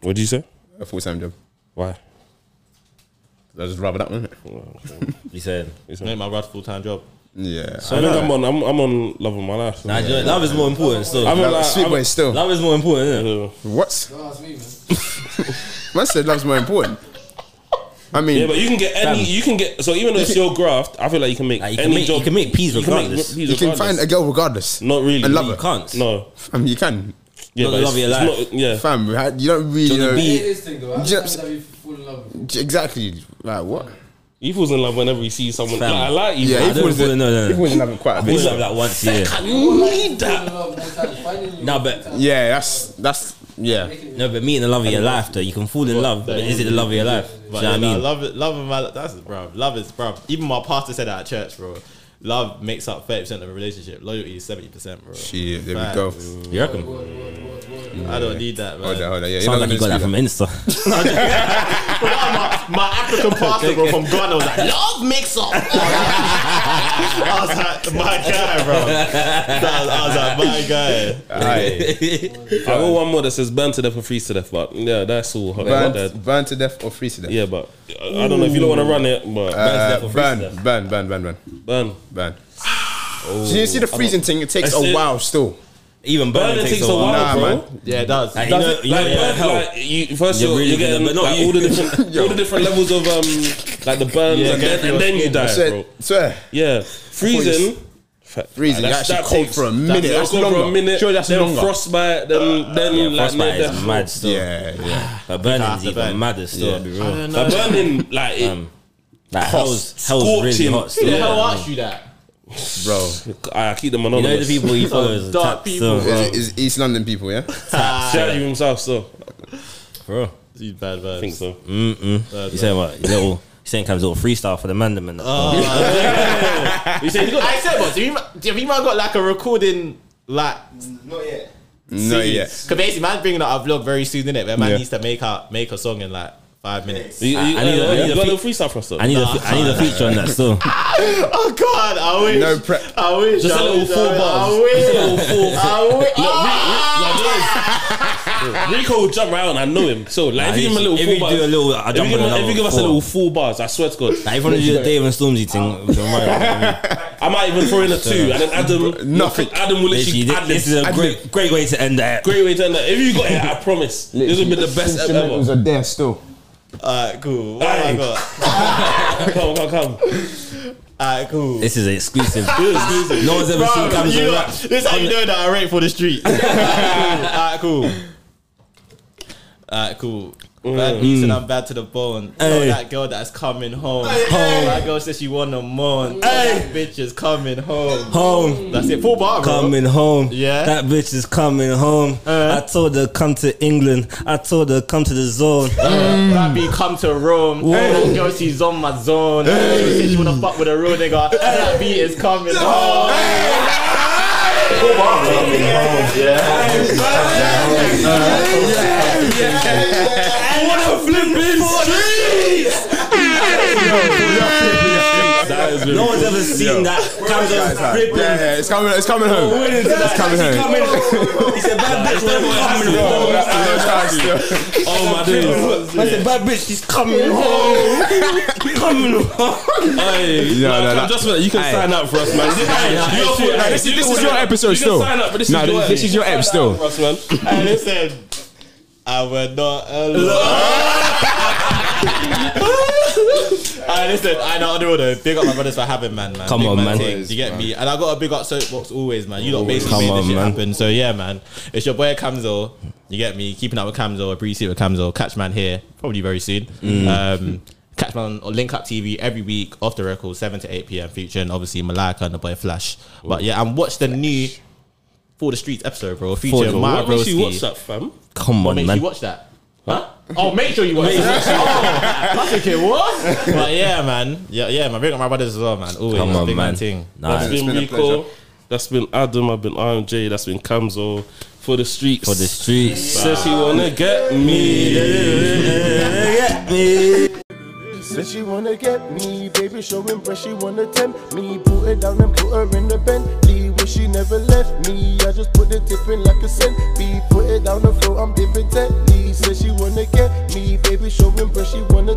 [SPEAKER 3] what do you say?
[SPEAKER 5] A full time job.
[SPEAKER 3] Why?
[SPEAKER 5] I just rather that one. innit?
[SPEAKER 4] You said.
[SPEAKER 6] Make my rod full time job.
[SPEAKER 5] Yeah,
[SPEAKER 3] I think I'm on. I'm, I'm on love of my life.
[SPEAKER 4] Nah, do you know, love is more important still.
[SPEAKER 3] I'm
[SPEAKER 5] Nah,
[SPEAKER 3] like,
[SPEAKER 5] sweet
[SPEAKER 3] I'm-
[SPEAKER 5] boy. Still,
[SPEAKER 4] love is more important, isn't it?
[SPEAKER 3] Uh,
[SPEAKER 5] what?
[SPEAKER 8] Don't ask me, man.
[SPEAKER 5] Man said love's more important. I mean,
[SPEAKER 3] Yeah, but you can get any. You can get. So even though it's your graft, I feel like you can make
[SPEAKER 4] Like, you can
[SPEAKER 3] any
[SPEAKER 4] make-
[SPEAKER 3] job.
[SPEAKER 4] you can make peas regardless.
[SPEAKER 3] peas
[SPEAKER 5] you can
[SPEAKER 3] regardless.
[SPEAKER 5] find a girl regardless.
[SPEAKER 3] Not really.
[SPEAKER 5] and love
[SPEAKER 4] You
[SPEAKER 5] her.
[SPEAKER 4] can't.
[SPEAKER 3] No.
[SPEAKER 5] Fam, you can.
[SPEAKER 3] Yeah,
[SPEAKER 4] Not
[SPEAKER 3] but
[SPEAKER 4] the
[SPEAKER 3] it's,
[SPEAKER 4] love of your
[SPEAKER 3] it's
[SPEAKER 4] life.
[SPEAKER 3] not- yeah.
[SPEAKER 5] Fam, you had- you don't really
[SPEAKER 4] Johnny
[SPEAKER 5] know
[SPEAKER 8] It
[SPEAKER 4] B.
[SPEAKER 8] is thing though. I understand
[SPEAKER 5] Just-
[SPEAKER 8] that you fall in love with me.
[SPEAKER 5] exactly like what.
[SPEAKER 3] He falls in love whenever he sees someone.
[SPEAKER 4] Fam.
[SPEAKER 3] Like, I like you.
[SPEAKER 5] Yeah,
[SPEAKER 3] Yeah,
[SPEAKER 5] he
[SPEAKER 4] I don't
[SPEAKER 5] falls in-
[SPEAKER 4] really know, no,
[SPEAKER 5] He
[SPEAKER 4] no.
[SPEAKER 5] wasn't having quite a
[SPEAKER 4] I was
[SPEAKER 5] bit.
[SPEAKER 4] like that once, yeah.
[SPEAKER 3] need
[SPEAKER 8] Fall
[SPEAKER 3] that.
[SPEAKER 8] in love more times. Finding you.
[SPEAKER 4] Nah, but
[SPEAKER 5] Yeah, that's that's yeah.
[SPEAKER 4] no, but meeting the love of your life though, you can fall in love, but is it the love of your life? Do you know
[SPEAKER 6] But
[SPEAKER 4] what I
[SPEAKER 6] yeah, nah,
[SPEAKER 4] mean?
[SPEAKER 6] love, love, of my, that's bro. Love is bro. Even my pastor said that at church, bro. Love makes up thirty percent of a relationship. Loyalty is seventy percent, bro.
[SPEAKER 5] Shit, there we
[SPEAKER 6] Facts.
[SPEAKER 5] go.
[SPEAKER 4] You reckon?
[SPEAKER 6] I don't need
[SPEAKER 4] Oh,
[SPEAKER 6] that, man.
[SPEAKER 5] Hold on, hold on. Yeah, you're
[SPEAKER 4] Sounds
[SPEAKER 5] not
[SPEAKER 4] like you got
[SPEAKER 5] gonna
[SPEAKER 4] that from
[SPEAKER 5] speak
[SPEAKER 4] Insta.
[SPEAKER 6] my, my African pastor, bro, from Ghana was like, love mix up. I was like, my guy, bro. I was, I was like, my guy.
[SPEAKER 5] up. Aye.
[SPEAKER 3] I got one more that says burn to death or freeze to death, but yeah, that's all. Like, not
[SPEAKER 5] Burn,
[SPEAKER 3] that-
[SPEAKER 5] burn to death or freeze to death.
[SPEAKER 3] Yeah, but I I don't know if you don't want to run it, but
[SPEAKER 5] Uh,
[SPEAKER 4] death or freeze
[SPEAKER 5] burn,
[SPEAKER 4] to death?
[SPEAKER 5] burn, burn, burn, burn,
[SPEAKER 3] burn.
[SPEAKER 5] burn.
[SPEAKER 3] Oh,
[SPEAKER 5] So you see the freezing thing? It takes
[SPEAKER 3] I see
[SPEAKER 5] a
[SPEAKER 3] it.
[SPEAKER 5] while still.
[SPEAKER 4] Even
[SPEAKER 3] Burn it takes a while,
[SPEAKER 5] Nah,
[SPEAKER 3] bro.
[SPEAKER 5] man.
[SPEAKER 6] Yeah, it does.
[SPEAKER 4] Like, you
[SPEAKER 3] That's
[SPEAKER 4] know,
[SPEAKER 3] it.
[SPEAKER 4] you know,
[SPEAKER 3] like,
[SPEAKER 4] yeah,
[SPEAKER 3] burn,
[SPEAKER 4] hell.
[SPEAKER 3] like, you, first you're,
[SPEAKER 4] You're really
[SPEAKER 3] you're
[SPEAKER 4] good,
[SPEAKER 3] getting
[SPEAKER 4] but not
[SPEAKER 3] like,
[SPEAKER 4] you.
[SPEAKER 3] all the different, all the different levels of um, like the burns, and, then, and then you die, bro.
[SPEAKER 5] Swear, swear.
[SPEAKER 3] Yeah, freezing.
[SPEAKER 5] Freezing,
[SPEAKER 3] Like,
[SPEAKER 5] you
[SPEAKER 3] that's-
[SPEAKER 5] actually
[SPEAKER 3] that
[SPEAKER 5] cold
[SPEAKER 3] takes-
[SPEAKER 5] for a minute.
[SPEAKER 3] That's,
[SPEAKER 5] That's
[SPEAKER 3] cold for a
[SPEAKER 5] longer.
[SPEAKER 3] minute.
[SPEAKER 5] Sure, that's
[SPEAKER 3] then
[SPEAKER 5] longer.
[SPEAKER 3] frostbite. Then, then
[SPEAKER 4] Uh, Yeah,
[SPEAKER 3] like
[SPEAKER 4] frostbite
[SPEAKER 3] near
[SPEAKER 4] is
[SPEAKER 3] death.
[SPEAKER 4] mad still.
[SPEAKER 5] Yeah, yeah.
[SPEAKER 4] But burning's
[SPEAKER 6] After
[SPEAKER 4] even
[SPEAKER 6] burn.
[SPEAKER 4] madder still, I'll be real.
[SPEAKER 3] Like burning, like it,
[SPEAKER 4] Um, Like, hell's, hell's really
[SPEAKER 3] scorching.
[SPEAKER 4] hot still.
[SPEAKER 3] Yeah,
[SPEAKER 4] you know
[SPEAKER 3] hell
[SPEAKER 4] what I mean?
[SPEAKER 6] asked you that?
[SPEAKER 5] Bro,
[SPEAKER 3] I keep them
[SPEAKER 4] You know
[SPEAKER 3] anonymous.
[SPEAKER 4] the people you follow is
[SPEAKER 6] dark
[SPEAKER 4] tapped
[SPEAKER 6] people,
[SPEAKER 4] still.
[SPEAKER 5] Is it- is East London people, yeah?
[SPEAKER 3] Shout out to himself, so
[SPEAKER 4] For real.
[SPEAKER 6] These bad
[SPEAKER 3] I
[SPEAKER 6] vibes.
[SPEAKER 3] think so.
[SPEAKER 4] Mm. You saying what? You little, you saying comes little freestyle for the Mandarin.
[SPEAKER 6] Oh, You said you got, I said, but do you, have you man got like a recording, like,
[SPEAKER 7] Not yet.
[SPEAKER 5] No, yeah.
[SPEAKER 6] Because basically, man's bringing out a vlog very soon, innit? Where man
[SPEAKER 5] Yeah.
[SPEAKER 6] needs to make a, make a song in like five minutes.
[SPEAKER 3] You, you,
[SPEAKER 4] I- I need a-
[SPEAKER 3] uh,
[SPEAKER 4] I need
[SPEAKER 3] you
[SPEAKER 4] a
[SPEAKER 3] got
[SPEAKER 4] fe-
[SPEAKER 3] a freestyle for us, though.
[SPEAKER 4] I need a, fe- I need a feature on that still.
[SPEAKER 6] Oh, God, I wish.
[SPEAKER 5] No prep.
[SPEAKER 6] I wish.
[SPEAKER 3] Just
[SPEAKER 6] I
[SPEAKER 3] a little
[SPEAKER 6] wish, I
[SPEAKER 3] four
[SPEAKER 6] wish,
[SPEAKER 3] bars.
[SPEAKER 6] I wish.
[SPEAKER 3] Just a little four.
[SPEAKER 6] I wish. Ah!
[SPEAKER 3] Rico will jump around. I know him. So like, if you give him a little
[SPEAKER 4] If
[SPEAKER 3] four
[SPEAKER 4] you
[SPEAKER 3] bars,
[SPEAKER 4] do a little, I
[SPEAKER 3] if you
[SPEAKER 4] jump
[SPEAKER 3] give,
[SPEAKER 4] on
[SPEAKER 3] him- if
[SPEAKER 4] another
[SPEAKER 3] you give us a
[SPEAKER 4] four.
[SPEAKER 3] little four bars, I swear to God,
[SPEAKER 4] Like, if you want to do the Dave and Stormzy thing, we can write it, I mean.
[SPEAKER 3] I might even throw in a two, and then Adam,
[SPEAKER 5] Nothing.
[SPEAKER 3] Adam will literally
[SPEAKER 4] Literally, thi-
[SPEAKER 3] add
[SPEAKER 4] this is
[SPEAKER 3] this.
[SPEAKER 4] a great, great way to end that.
[SPEAKER 3] Great way to end that. If you got it, I promise this will be the best ever.
[SPEAKER 5] Instrumentals
[SPEAKER 3] ever.
[SPEAKER 5] are there still.
[SPEAKER 6] Alright, cool. What
[SPEAKER 3] Aye.
[SPEAKER 6] have I got?
[SPEAKER 3] Come, come, come.
[SPEAKER 6] Alright, cool.
[SPEAKER 4] This is exclusive. no one's ever
[SPEAKER 6] Bro,
[SPEAKER 4] seen Cam's
[SPEAKER 6] you
[SPEAKER 4] do
[SPEAKER 6] know,
[SPEAKER 4] rap.
[SPEAKER 6] this is how you know that I rate for the street. Alright, cool. Alright, cool. Bad beats and I'm bad to the bone.
[SPEAKER 4] Mm. Hey.
[SPEAKER 6] Oh, that girl that's coming home. That girl says she wanna moan. That bitch is coming home.
[SPEAKER 4] Home.
[SPEAKER 6] That's it. Full bar, bro.
[SPEAKER 4] Coming home,
[SPEAKER 6] Yeah.
[SPEAKER 4] That bitch is coming home.
[SPEAKER 6] Uh.
[SPEAKER 4] I told her come to England. I told her come to the zone.
[SPEAKER 6] That be come to Rome. That girl she's on my zone. She said she wanna fuck with a real nigga. That beat is coming home.
[SPEAKER 4] no one's ever seen that. Cam's
[SPEAKER 5] Guys,
[SPEAKER 4] just
[SPEAKER 5] guys, Yeah,
[SPEAKER 4] ripping.
[SPEAKER 5] yeah, it's coming, it's coming home. It's coming home.
[SPEAKER 4] Coming home. He said, "Bad bitch, I'm coming home."
[SPEAKER 3] Oh my days.
[SPEAKER 4] I said, "Bad bitch, she's coming home. coming home."
[SPEAKER 3] Hey,
[SPEAKER 5] Yeah,
[SPEAKER 3] nah,
[SPEAKER 5] no,
[SPEAKER 3] come,
[SPEAKER 5] that-
[SPEAKER 3] just for that. You can sign up for us, man. Hey, you're cool, man.
[SPEAKER 5] This is-
[SPEAKER 3] You
[SPEAKER 5] this
[SPEAKER 3] can
[SPEAKER 5] is your
[SPEAKER 3] sign up.
[SPEAKER 5] episode
[SPEAKER 3] You can
[SPEAKER 5] still.
[SPEAKER 3] sign up, but this
[SPEAKER 5] Nah,
[SPEAKER 3] is your
[SPEAKER 5] this is your
[SPEAKER 3] episode.
[SPEAKER 5] app still.
[SPEAKER 3] Us, man.
[SPEAKER 6] Hey, listen. I will not alone. Hey, listen, I know I do though. Big up my brothers for having man, man.
[SPEAKER 4] Come
[SPEAKER 6] big
[SPEAKER 4] on, man.
[SPEAKER 6] things, you get me? And I got a big up soapbox always, man. You lot basically
[SPEAKER 4] Come
[SPEAKER 6] made
[SPEAKER 4] on,
[SPEAKER 6] this shit
[SPEAKER 4] man.
[SPEAKER 6] happen. So yeah, man. It's your boy Camzo.
[SPEAKER 4] Mm.
[SPEAKER 6] You get me? Keeping up with Camzo, appreciate with Camzo. Catch man here, probably very soon. Um, Catch me on on Link Up TV every week off the record, 7 to 8 p.m. featuring obviously Malika and the boy Flash. But yeah, and watch the new For the Streets episode, bro,
[SPEAKER 4] For
[SPEAKER 6] featuring
[SPEAKER 4] the-
[SPEAKER 6] my
[SPEAKER 3] What makes you
[SPEAKER 6] broski.
[SPEAKER 3] watch that, fam?
[SPEAKER 4] Come
[SPEAKER 6] What
[SPEAKER 4] on,
[SPEAKER 6] makes
[SPEAKER 4] man.
[SPEAKER 6] you watch that? Huh? Oh, make sure you watch that. Oh, that's okay, what? But yeah, man. Yeah, yeah, man. Big up my brothers as well, man. Always.
[SPEAKER 4] Come
[SPEAKER 6] That's
[SPEAKER 4] on,
[SPEAKER 6] big
[SPEAKER 4] man.
[SPEAKER 6] man thing.
[SPEAKER 4] Nah,
[SPEAKER 3] That's been,
[SPEAKER 5] been a
[SPEAKER 3] Rico.
[SPEAKER 5] pleasure.
[SPEAKER 3] That's been Adam. I've been RMJ. That's been Camzo. For the streets.
[SPEAKER 4] for the streets.
[SPEAKER 3] Says she wanna get me.
[SPEAKER 1] Said she wanna get me, baby, showing breast, she wanna tempt me. Put her down and put her in the Bentley, where she never left me. I just put the tip in like a centbeat. Put it down the floor, I'm dipping deadly. Said she wanna get me, baby, showing breast, she wanna